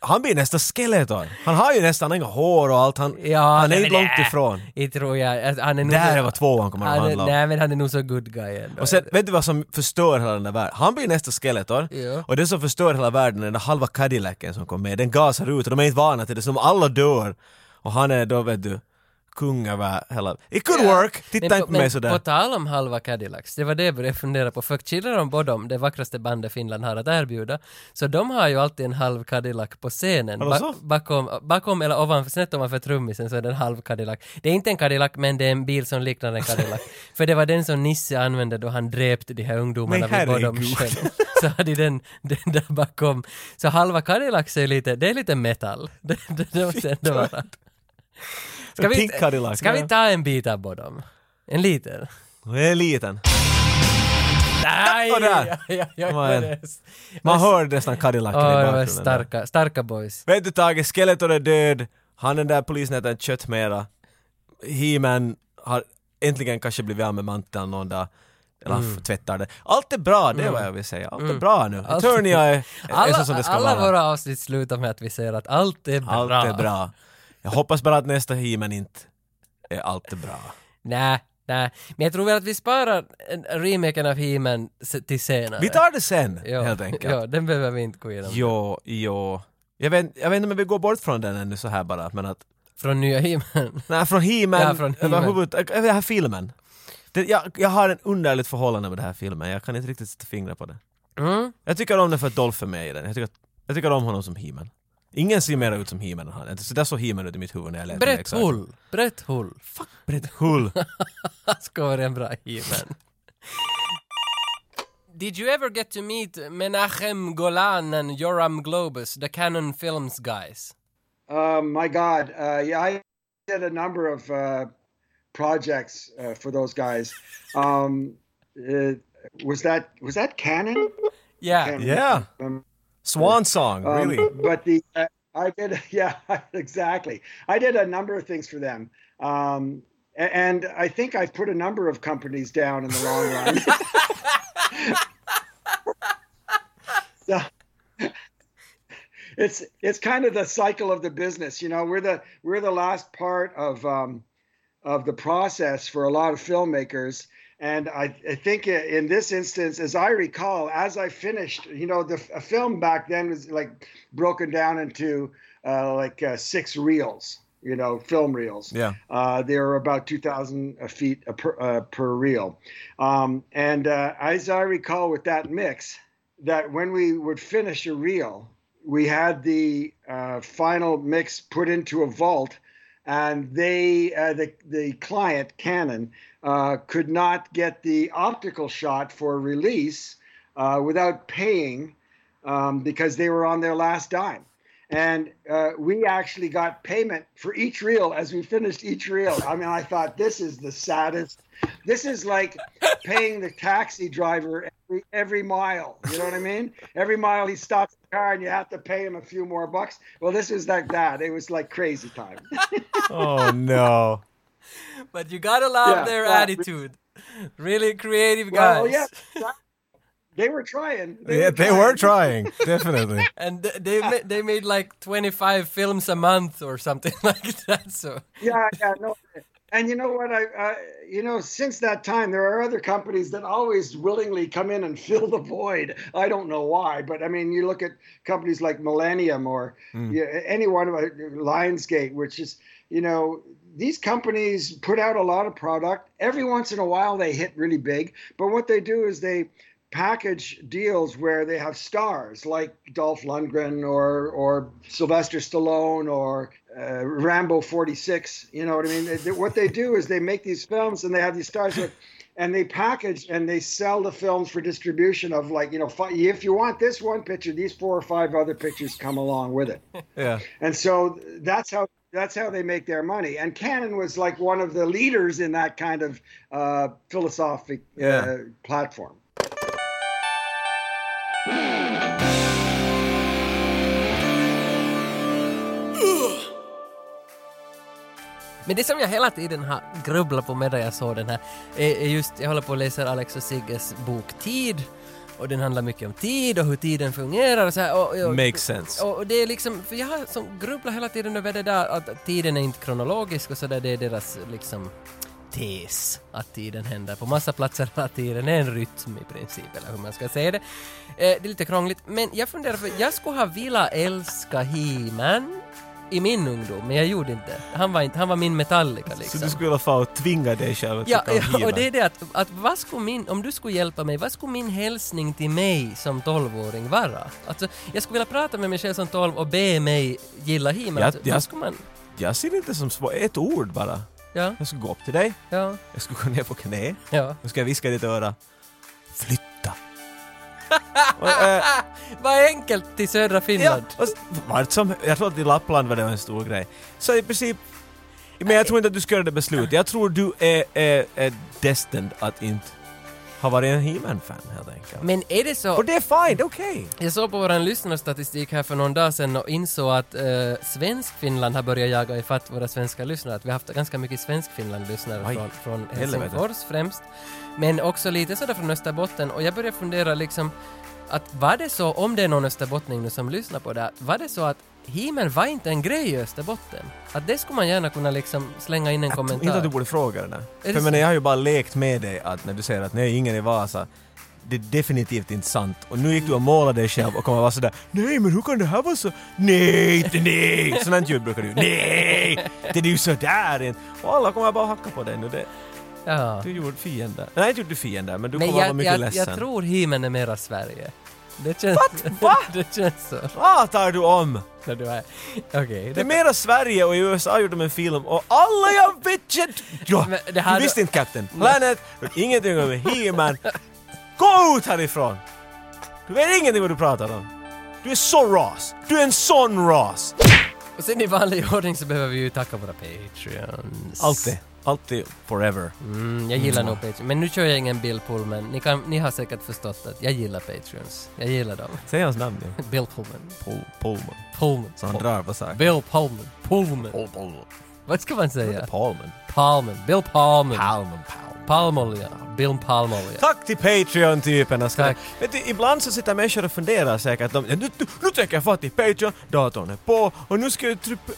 Speaker 2: Han blir nästa Skeletor. Han har ju nästan inga hår och allt, han, han är
Speaker 1: nej,
Speaker 2: inte
Speaker 1: men
Speaker 2: långt
Speaker 1: nej.
Speaker 2: ifrån.
Speaker 1: Det tror jag. Alltså, han är nog
Speaker 2: Det här
Speaker 1: så-
Speaker 2: är vad tvåan kommer att
Speaker 1: han är,
Speaker 2: handla om.
Speaker 1: Nej, men han är nog så good guy ändå.
Speaker 2: Och sen, vet du vad som förstör hela den där världen? Han blir nästa Skeletor.
Speaker 1: Ja.
Speaker 2: Och det som förstör hela världen är den där halva Cadillacen som kom med. Den gasar ut och de är inte vana till det, så de alla dör. Och han är då, vet du, kung över hela... It could work! Titta inte på mig
Speaker 1: på
Speaker 2: sådär.
Speaker 1: tal om halva Cadillacs, det var det jag började fundera på. För killar de Bodom, det vackraste bandet Finland har att erbjuda, så de har ju alltid en halv Cadillac på scenen.
Speaker 2: Vadå så?
Speaker 1: bakom, bakom eller ovanför, snett ovanför trummisen så är det en halv Cadillac. Det är inte en Cadillac, men det är en bil som liknar en Cadillac. för det var den som Nisse använde då han dräpte de här ungdomarna
Speaker 2: Men
Speaker 1: vid Bodom
Speaker 2: herregud.
Speaker 1: sjön. Så hade den, den där bakom. Så halva Cadillac är lite, det är lite metal. Det, det, det måste ändå vara. Ska vi,
Speaker 2: Pink Cadillac.
Speaker 1: ska vi ta en bit av Bodom? En liten?
Speaker 2: Det är liten.
Speaker 1: Nej!
Speaker 2: Och där.
Speaker 1: Ja, ja, ja,
Speaker 2: Vad är
Speaker 1: det är-
Speaker 2: Man hör nästan Cadillacen
Speaker 1: Åh,
Speaker 2: i
Speaker 1: de är
Speaker 2: bakgrunden. där.
Speaker 1: starka, starka boys.
Speaker 2: Vet du Tage, Skeletor är död, han den där polisen äter en köttmera. He-Man har äntligen kanske blivit av med manteln någon dag. Eller han
Speaker 1: Mm.
Speaker 2: f- tvättar det. Allt är bra, det är vad jag vill säga. Allt är bra nu.
Speaker 1: Allt-
Speaker 2: Eternia är, är så som
Speaker 1: Alla,
Speaker 2: det ska
Speaker 1: alla
Speaker 2: vara.
Speaker 1: våra avsnitt slutar med att vi säger att allt är bra.
Speaker 2: Allt är bra. Jag hoppas bara att nästa He-Man inte är allt är bra.
Speaker 1: Nej, nej. Men jag tror väl att vi sparar eh, remaken av He-Man se- till senare.
Speaker 2: Vi tar det sen,
Speaker 1: ja,
Speaker 2: helt enkelt.
Speaker 1: Ja, den behöver vi inte gå igenom.
Speaker 2: Jo, jo. Jag vet, jag vet inte om vi går bort från den ännu så här bara, men att...
Speaker 1: Från nya He-Man.
Speaker 2: Nej, från He-Man
Speaker 1: Ja, från He-Man.
Speaker 2: överhuvudtaget. Den här filmen. Det, jag, jag har en underligt förhållande med den här filmen, jag kan inte riktigt sätta fingrar på det.
Speaker 1: Mm.
Speaker 2: Jag tycker om den för att Dolph är med i den. Jag tycker, jag tycker om honom som He-Man. Ingen ser mer ut som He-Man än han. Så där såg He-Man ut i mitt huvud när jag lät
Speaker 1: Brett Hull. Brett Hull. Fuck,
Speaker 2: Brett Hull!
Speaker 1: han ska vara en bra He-Man. Did you ever get to meet Menachem Golan and Joram Globus, the Canon Films guys?
Speaker 4: Um, my God, uh, yeah, I did a number of uh, projects uh, for those guys. Um, uh, was that was that canon?
Speaker 1: Yeah.
Speaker 4: Canon.
Speaker 2: Yeah!
Speaker 4: Um,
Speaker 2: Swan song,
Speaker 4: Um,
Speaker 2: really!
Speaker 4: But the uh, I did, yeah, exactly. I did a number of things for them, um, a- and I think I've put a number of companies down in the long run. so, it's it's kind of the cycle of the business, you know. We're the we're the last part of um, of the process for a lot of filmmakers. And I, I think i- in this instance, as I recall, as I finished, you know, the f- a film back then was like broken down into uh, like uh, six reels, you know, film reels.
Speaker 2: Yeah.
Speaker 4: Uh, they were about 2,000 feet uh, per, uh, per reel. Um, and uh, as I recall with that mix, that when we would finish a reel, we had the uh, final mix put into a vault and they uh, the the client Canon uh, could not get the optical shot for release uh, without paying um, because they were on their last dime. and uh, we actually got payment for each reel as we finished each reel. I mean, I thought this is the saddest. This is like paying the taxi driver every every mile. You know what I mean? Every mile he stops the car, and you have to pay him a few more bucks. Well, this was like that. It was like crazy time.
Speaker 2: Oh no.
Speaker 1: But you gotta love
Speaker 4: Yeah,
Speaker 1: their
Speaker 4: uh,
Speaker 1: attitude. Really creative guys.
Speaker 4: well, yeah, that- they were trying.
Speaker 2: Yeah, they were trying, definitely.
Speaker 1: And th- they ma- they made like 25 films a month or something like that. So
Speaker 4: yeah, yeah, no. And you know what? I, uh, you know, since that time, there are other companies that always willingly come in and fill the void. I don't know why, but I mean, you look at companies like Millennium or yeah, any one of uh, Lionsgate, which is, you know, these companies put out a lot of product. Every once in a while, they hit really big. But what they do is they package deals where they have stars like Dolph Lundgren or or Sylvester Stallone or uh, Rambo 46. You know what I mean? They- they- what they do is they make these films and they have these stars. Like, and they package and they sell the films for distribution of like you know fi- if you want this one picture these four or five other pictures come along with it
Speaker 2: Yeah.
Speaker 4: and so that's how that's how they make their money. And Cannon was like one of the leaders in that kind of uh, philosophic
Speaker 2: Yeah.
Speaker 4: uh, platform.
Speaker 1: Men det som jag hela tiden har grubblat på medan jag såg den här är är just, jag håller på och läser Alex och Sigges bok Tid och den handlar mycket om tid och hur tiden fungerar och så här. Och, och,
Speaker 2: Makes sense.
Speaker 1: Och det är liksom, för jag har som grubblat hela tiden över det där att tiden är inte kronologisk och så där, det är deras liksom tes att tiden händer på massa platser hela tiden. Det är en rytm i princip, eller hur man ska säga det. Eh, det är lite krångligt, men jag funderar för jag skulle ha velat älska He-Man i min ungdom, men jag gjorde inte. Han var, inte, han var min Metallica liksom.
Speaker 2: Så du skulle i alla fall tvinga dig själv att
Speaker 1: Ja,
Speaker 2: tycka om
Speaker 1: ja och
Speaker 2: He-Man.
Speaker 1: det är det att, att vad skulle min, om du skulle hjälpa mig, vad skulle min hälsning till mig som 12-åring vara? Alltså, jag skulle vilja prata med mig själv som 12 och be mig gilla He-Man.
Speaker 2: Ja,
Speaker 1: Alltså,
Speaker 2: ja.
Speaker 1: vad skulle man...
Speaker 2: Jag ser det inte som svårt. Ett ord bara.
Speaker 1: Ja,
Speaker 2: Jag skulle gå upp till dig,
Speaker 1: ja,
Speaker 2: jag skulle gå ner på knä,
Speaker 1: ja.
Speaker 2: jag skulle viska i ditt öra. Flytta!
Speaker 1: Ah, vad enkelt till södra
Speaker 2: Ja,
Speaker 1: Finland.
Speaker 2: och s- vart som, jag tror att i Lappland var det en stor grej. Så i princip, men jag tror inte att du ska göra det beslutet. Jag tror du är, är, är destined att inte ha varit en He-Man-fan helt enkelt.
Speaker 1: Men är det så...
Speaker 2: och det är fine, det är okej.
Speaker 1: Jag såg på vår lyssnarstatistik här för någon dag sedan och insåg att eh, Svenskfinland har börjat jaga ifatt våra svenska lyssnare. Att vi har haft ganska mycket Svenskfinland-lyssnare
Speaker 2: Oj,
Speaker 1: från, från
Speaker 2: helvete.
Speaker 1: Helsingfors främst. Men också lite sådär från Österbotten och jag började fundera liksom att var det så, om det är någon österbottning nu som lyssnar på det här, var det så att He-Man var inte en grej i Österbotten? Att det skulle man gärna kunna liksom slänga in en
Speaker 2: Jag tror inte att du
Speaker 1: kommentar.
Speaker 2: borde fråga det där. För
Speaker 1: det
Speaker 2: jag
Speaker 1: så?
Speaker 2: menar, jag har ju bara lekt med dig att när du säger att nej, ingen i Vasa, det är definitivt inte sant. Och nu gick du och målade dig själv och kommer vara sådär nej men hur kan det här vara så? Nej, det- nej! Sådant ljud brukar du Nej! Det är ju sådär inte. Och alla kommer bara hacka på dig nu. Det,
Speaker 1: Ja.
Speaker 2: du gjorde fiende. Nej, inte gjorde du fiende, men du
Speaker 1: Men
Speaker 2: kommer vara
Speaker 1: jag,
Speaker 2: mycket
Speaker 1: jag,
Speaker 2: ledsen.
Speaker 1: jag tror He-Man är mera Sverige. Det känns,
Speaker 2: Va?
Speaker 1: det känns så.
Speaker 2: Pratar du om?
Speaker 1: när du är... Okej.
Speaker 2: Det är
Speaker 1: det-
Speaker 2: mera Sverige och i USA gjorde de en film och alla jag vet inte- ja,
Speaker 1: Men det här
Speaker 2: Du
Speaker 1: då-
Speaker 2: visste inte Captain Planet, du vet ingenting om He-Man. Gå ut härifrån! Du vet ingenting vad du pratar om. Du är så ras. Du är en sån ras.
Speaker 1: Och sen i vanlig ordning så behöver vi ju tacka våra patreons.
Speaker 2: Alltid. Alltid forever.
Speaker 1: Mm, jag gillar nog Patreon. Men nu kör jag ingen Bill Pullman. Ni, kan, ni har säkert förstått att jag gillar Patreons. Jag gillar dem.
Speaker 2: Säg hans namn nu.
Speaker 1: Bill Pullman.
Speaker 2: Pol- Polman.
Speaker 1: Pullman.
Speaker 2: Så han
Speaker 1: Pull-
Speaker 2: drar på saker.
Speaker 1: Bill Pullman. Pullman.
Speaker 2: Pol- Polman.
Speaker 1: Vad ska man säga?
Speaker 2: Palman.
Speaker 1: Palman. Bill Palman.
Speaker 2: Palman. Palman.
Speaker 1: Palmolja. Bill Palmolja.
Speaker 2: Tack till Patreon-typerna! Ska
Speaker 1: Tack.
Speaker 2: det- Vet du, ibland så sitter människor och funderar säkert om... Nu, nu, nu tänker jag fatta i Patreon, datorn är på och nu ska jag trycka...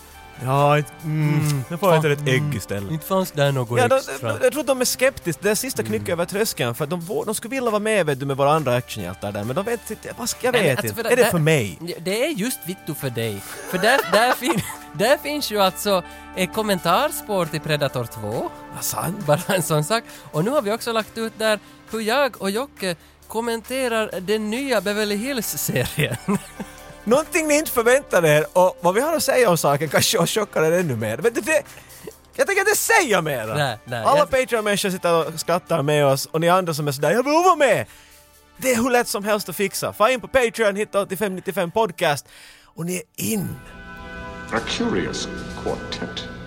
Speaker 2: Ja, ett- mm, nu får jag äta ett ägg istället.
Speaker 1: Inte Mm. fanns där något
Speaker 2: Ja, de,
Speaker 1: extra.
Speaker 2: jag tror att de är skeptiska. Det är sista knycket över tröskeln för att de, vå- de skulle vilja vara med vet du, med våra andra actionhjältar där men de vet inte... Vad ska jag
Speaker 1: Nej, men
Speaker 2: vet
Speaker 1: alltså
Speaker 2: inte.
Speaker 1: för
Speaker 2: Är det
Speaker 1: där-
Speaker 2: för mig?
Speaker 1: Ja, Det är just vittu för dig. För där, där, fin, där finns ju alltså ett kommentarspår till Predator 2.
Speaker 2: Vad sant?
Speaker 1: Bara en sån sak. Och nu har vi också lagt ut där hur jag och Jocke kommenterar den nya Beverly Hills-serien.
Speaker 2: Någonting ni inte förväntade er och vad vi har att säga om saken kanske chockar er ännu mer. Men det, det, jag tänker inte säga mer!
Speaker 1: Nej, nej,
Speaker 2: Alla
Speaker 1: jag-
Speaker 2: Patreon-människor sitter och skrattar med oss och ni andra som är sådär “Jag vill vara med!” Det är hur lätt som helst att fixa. Få in på Patreon, hitta 8595 podcast Och ni är in!
Speaker 6: A curious quartet.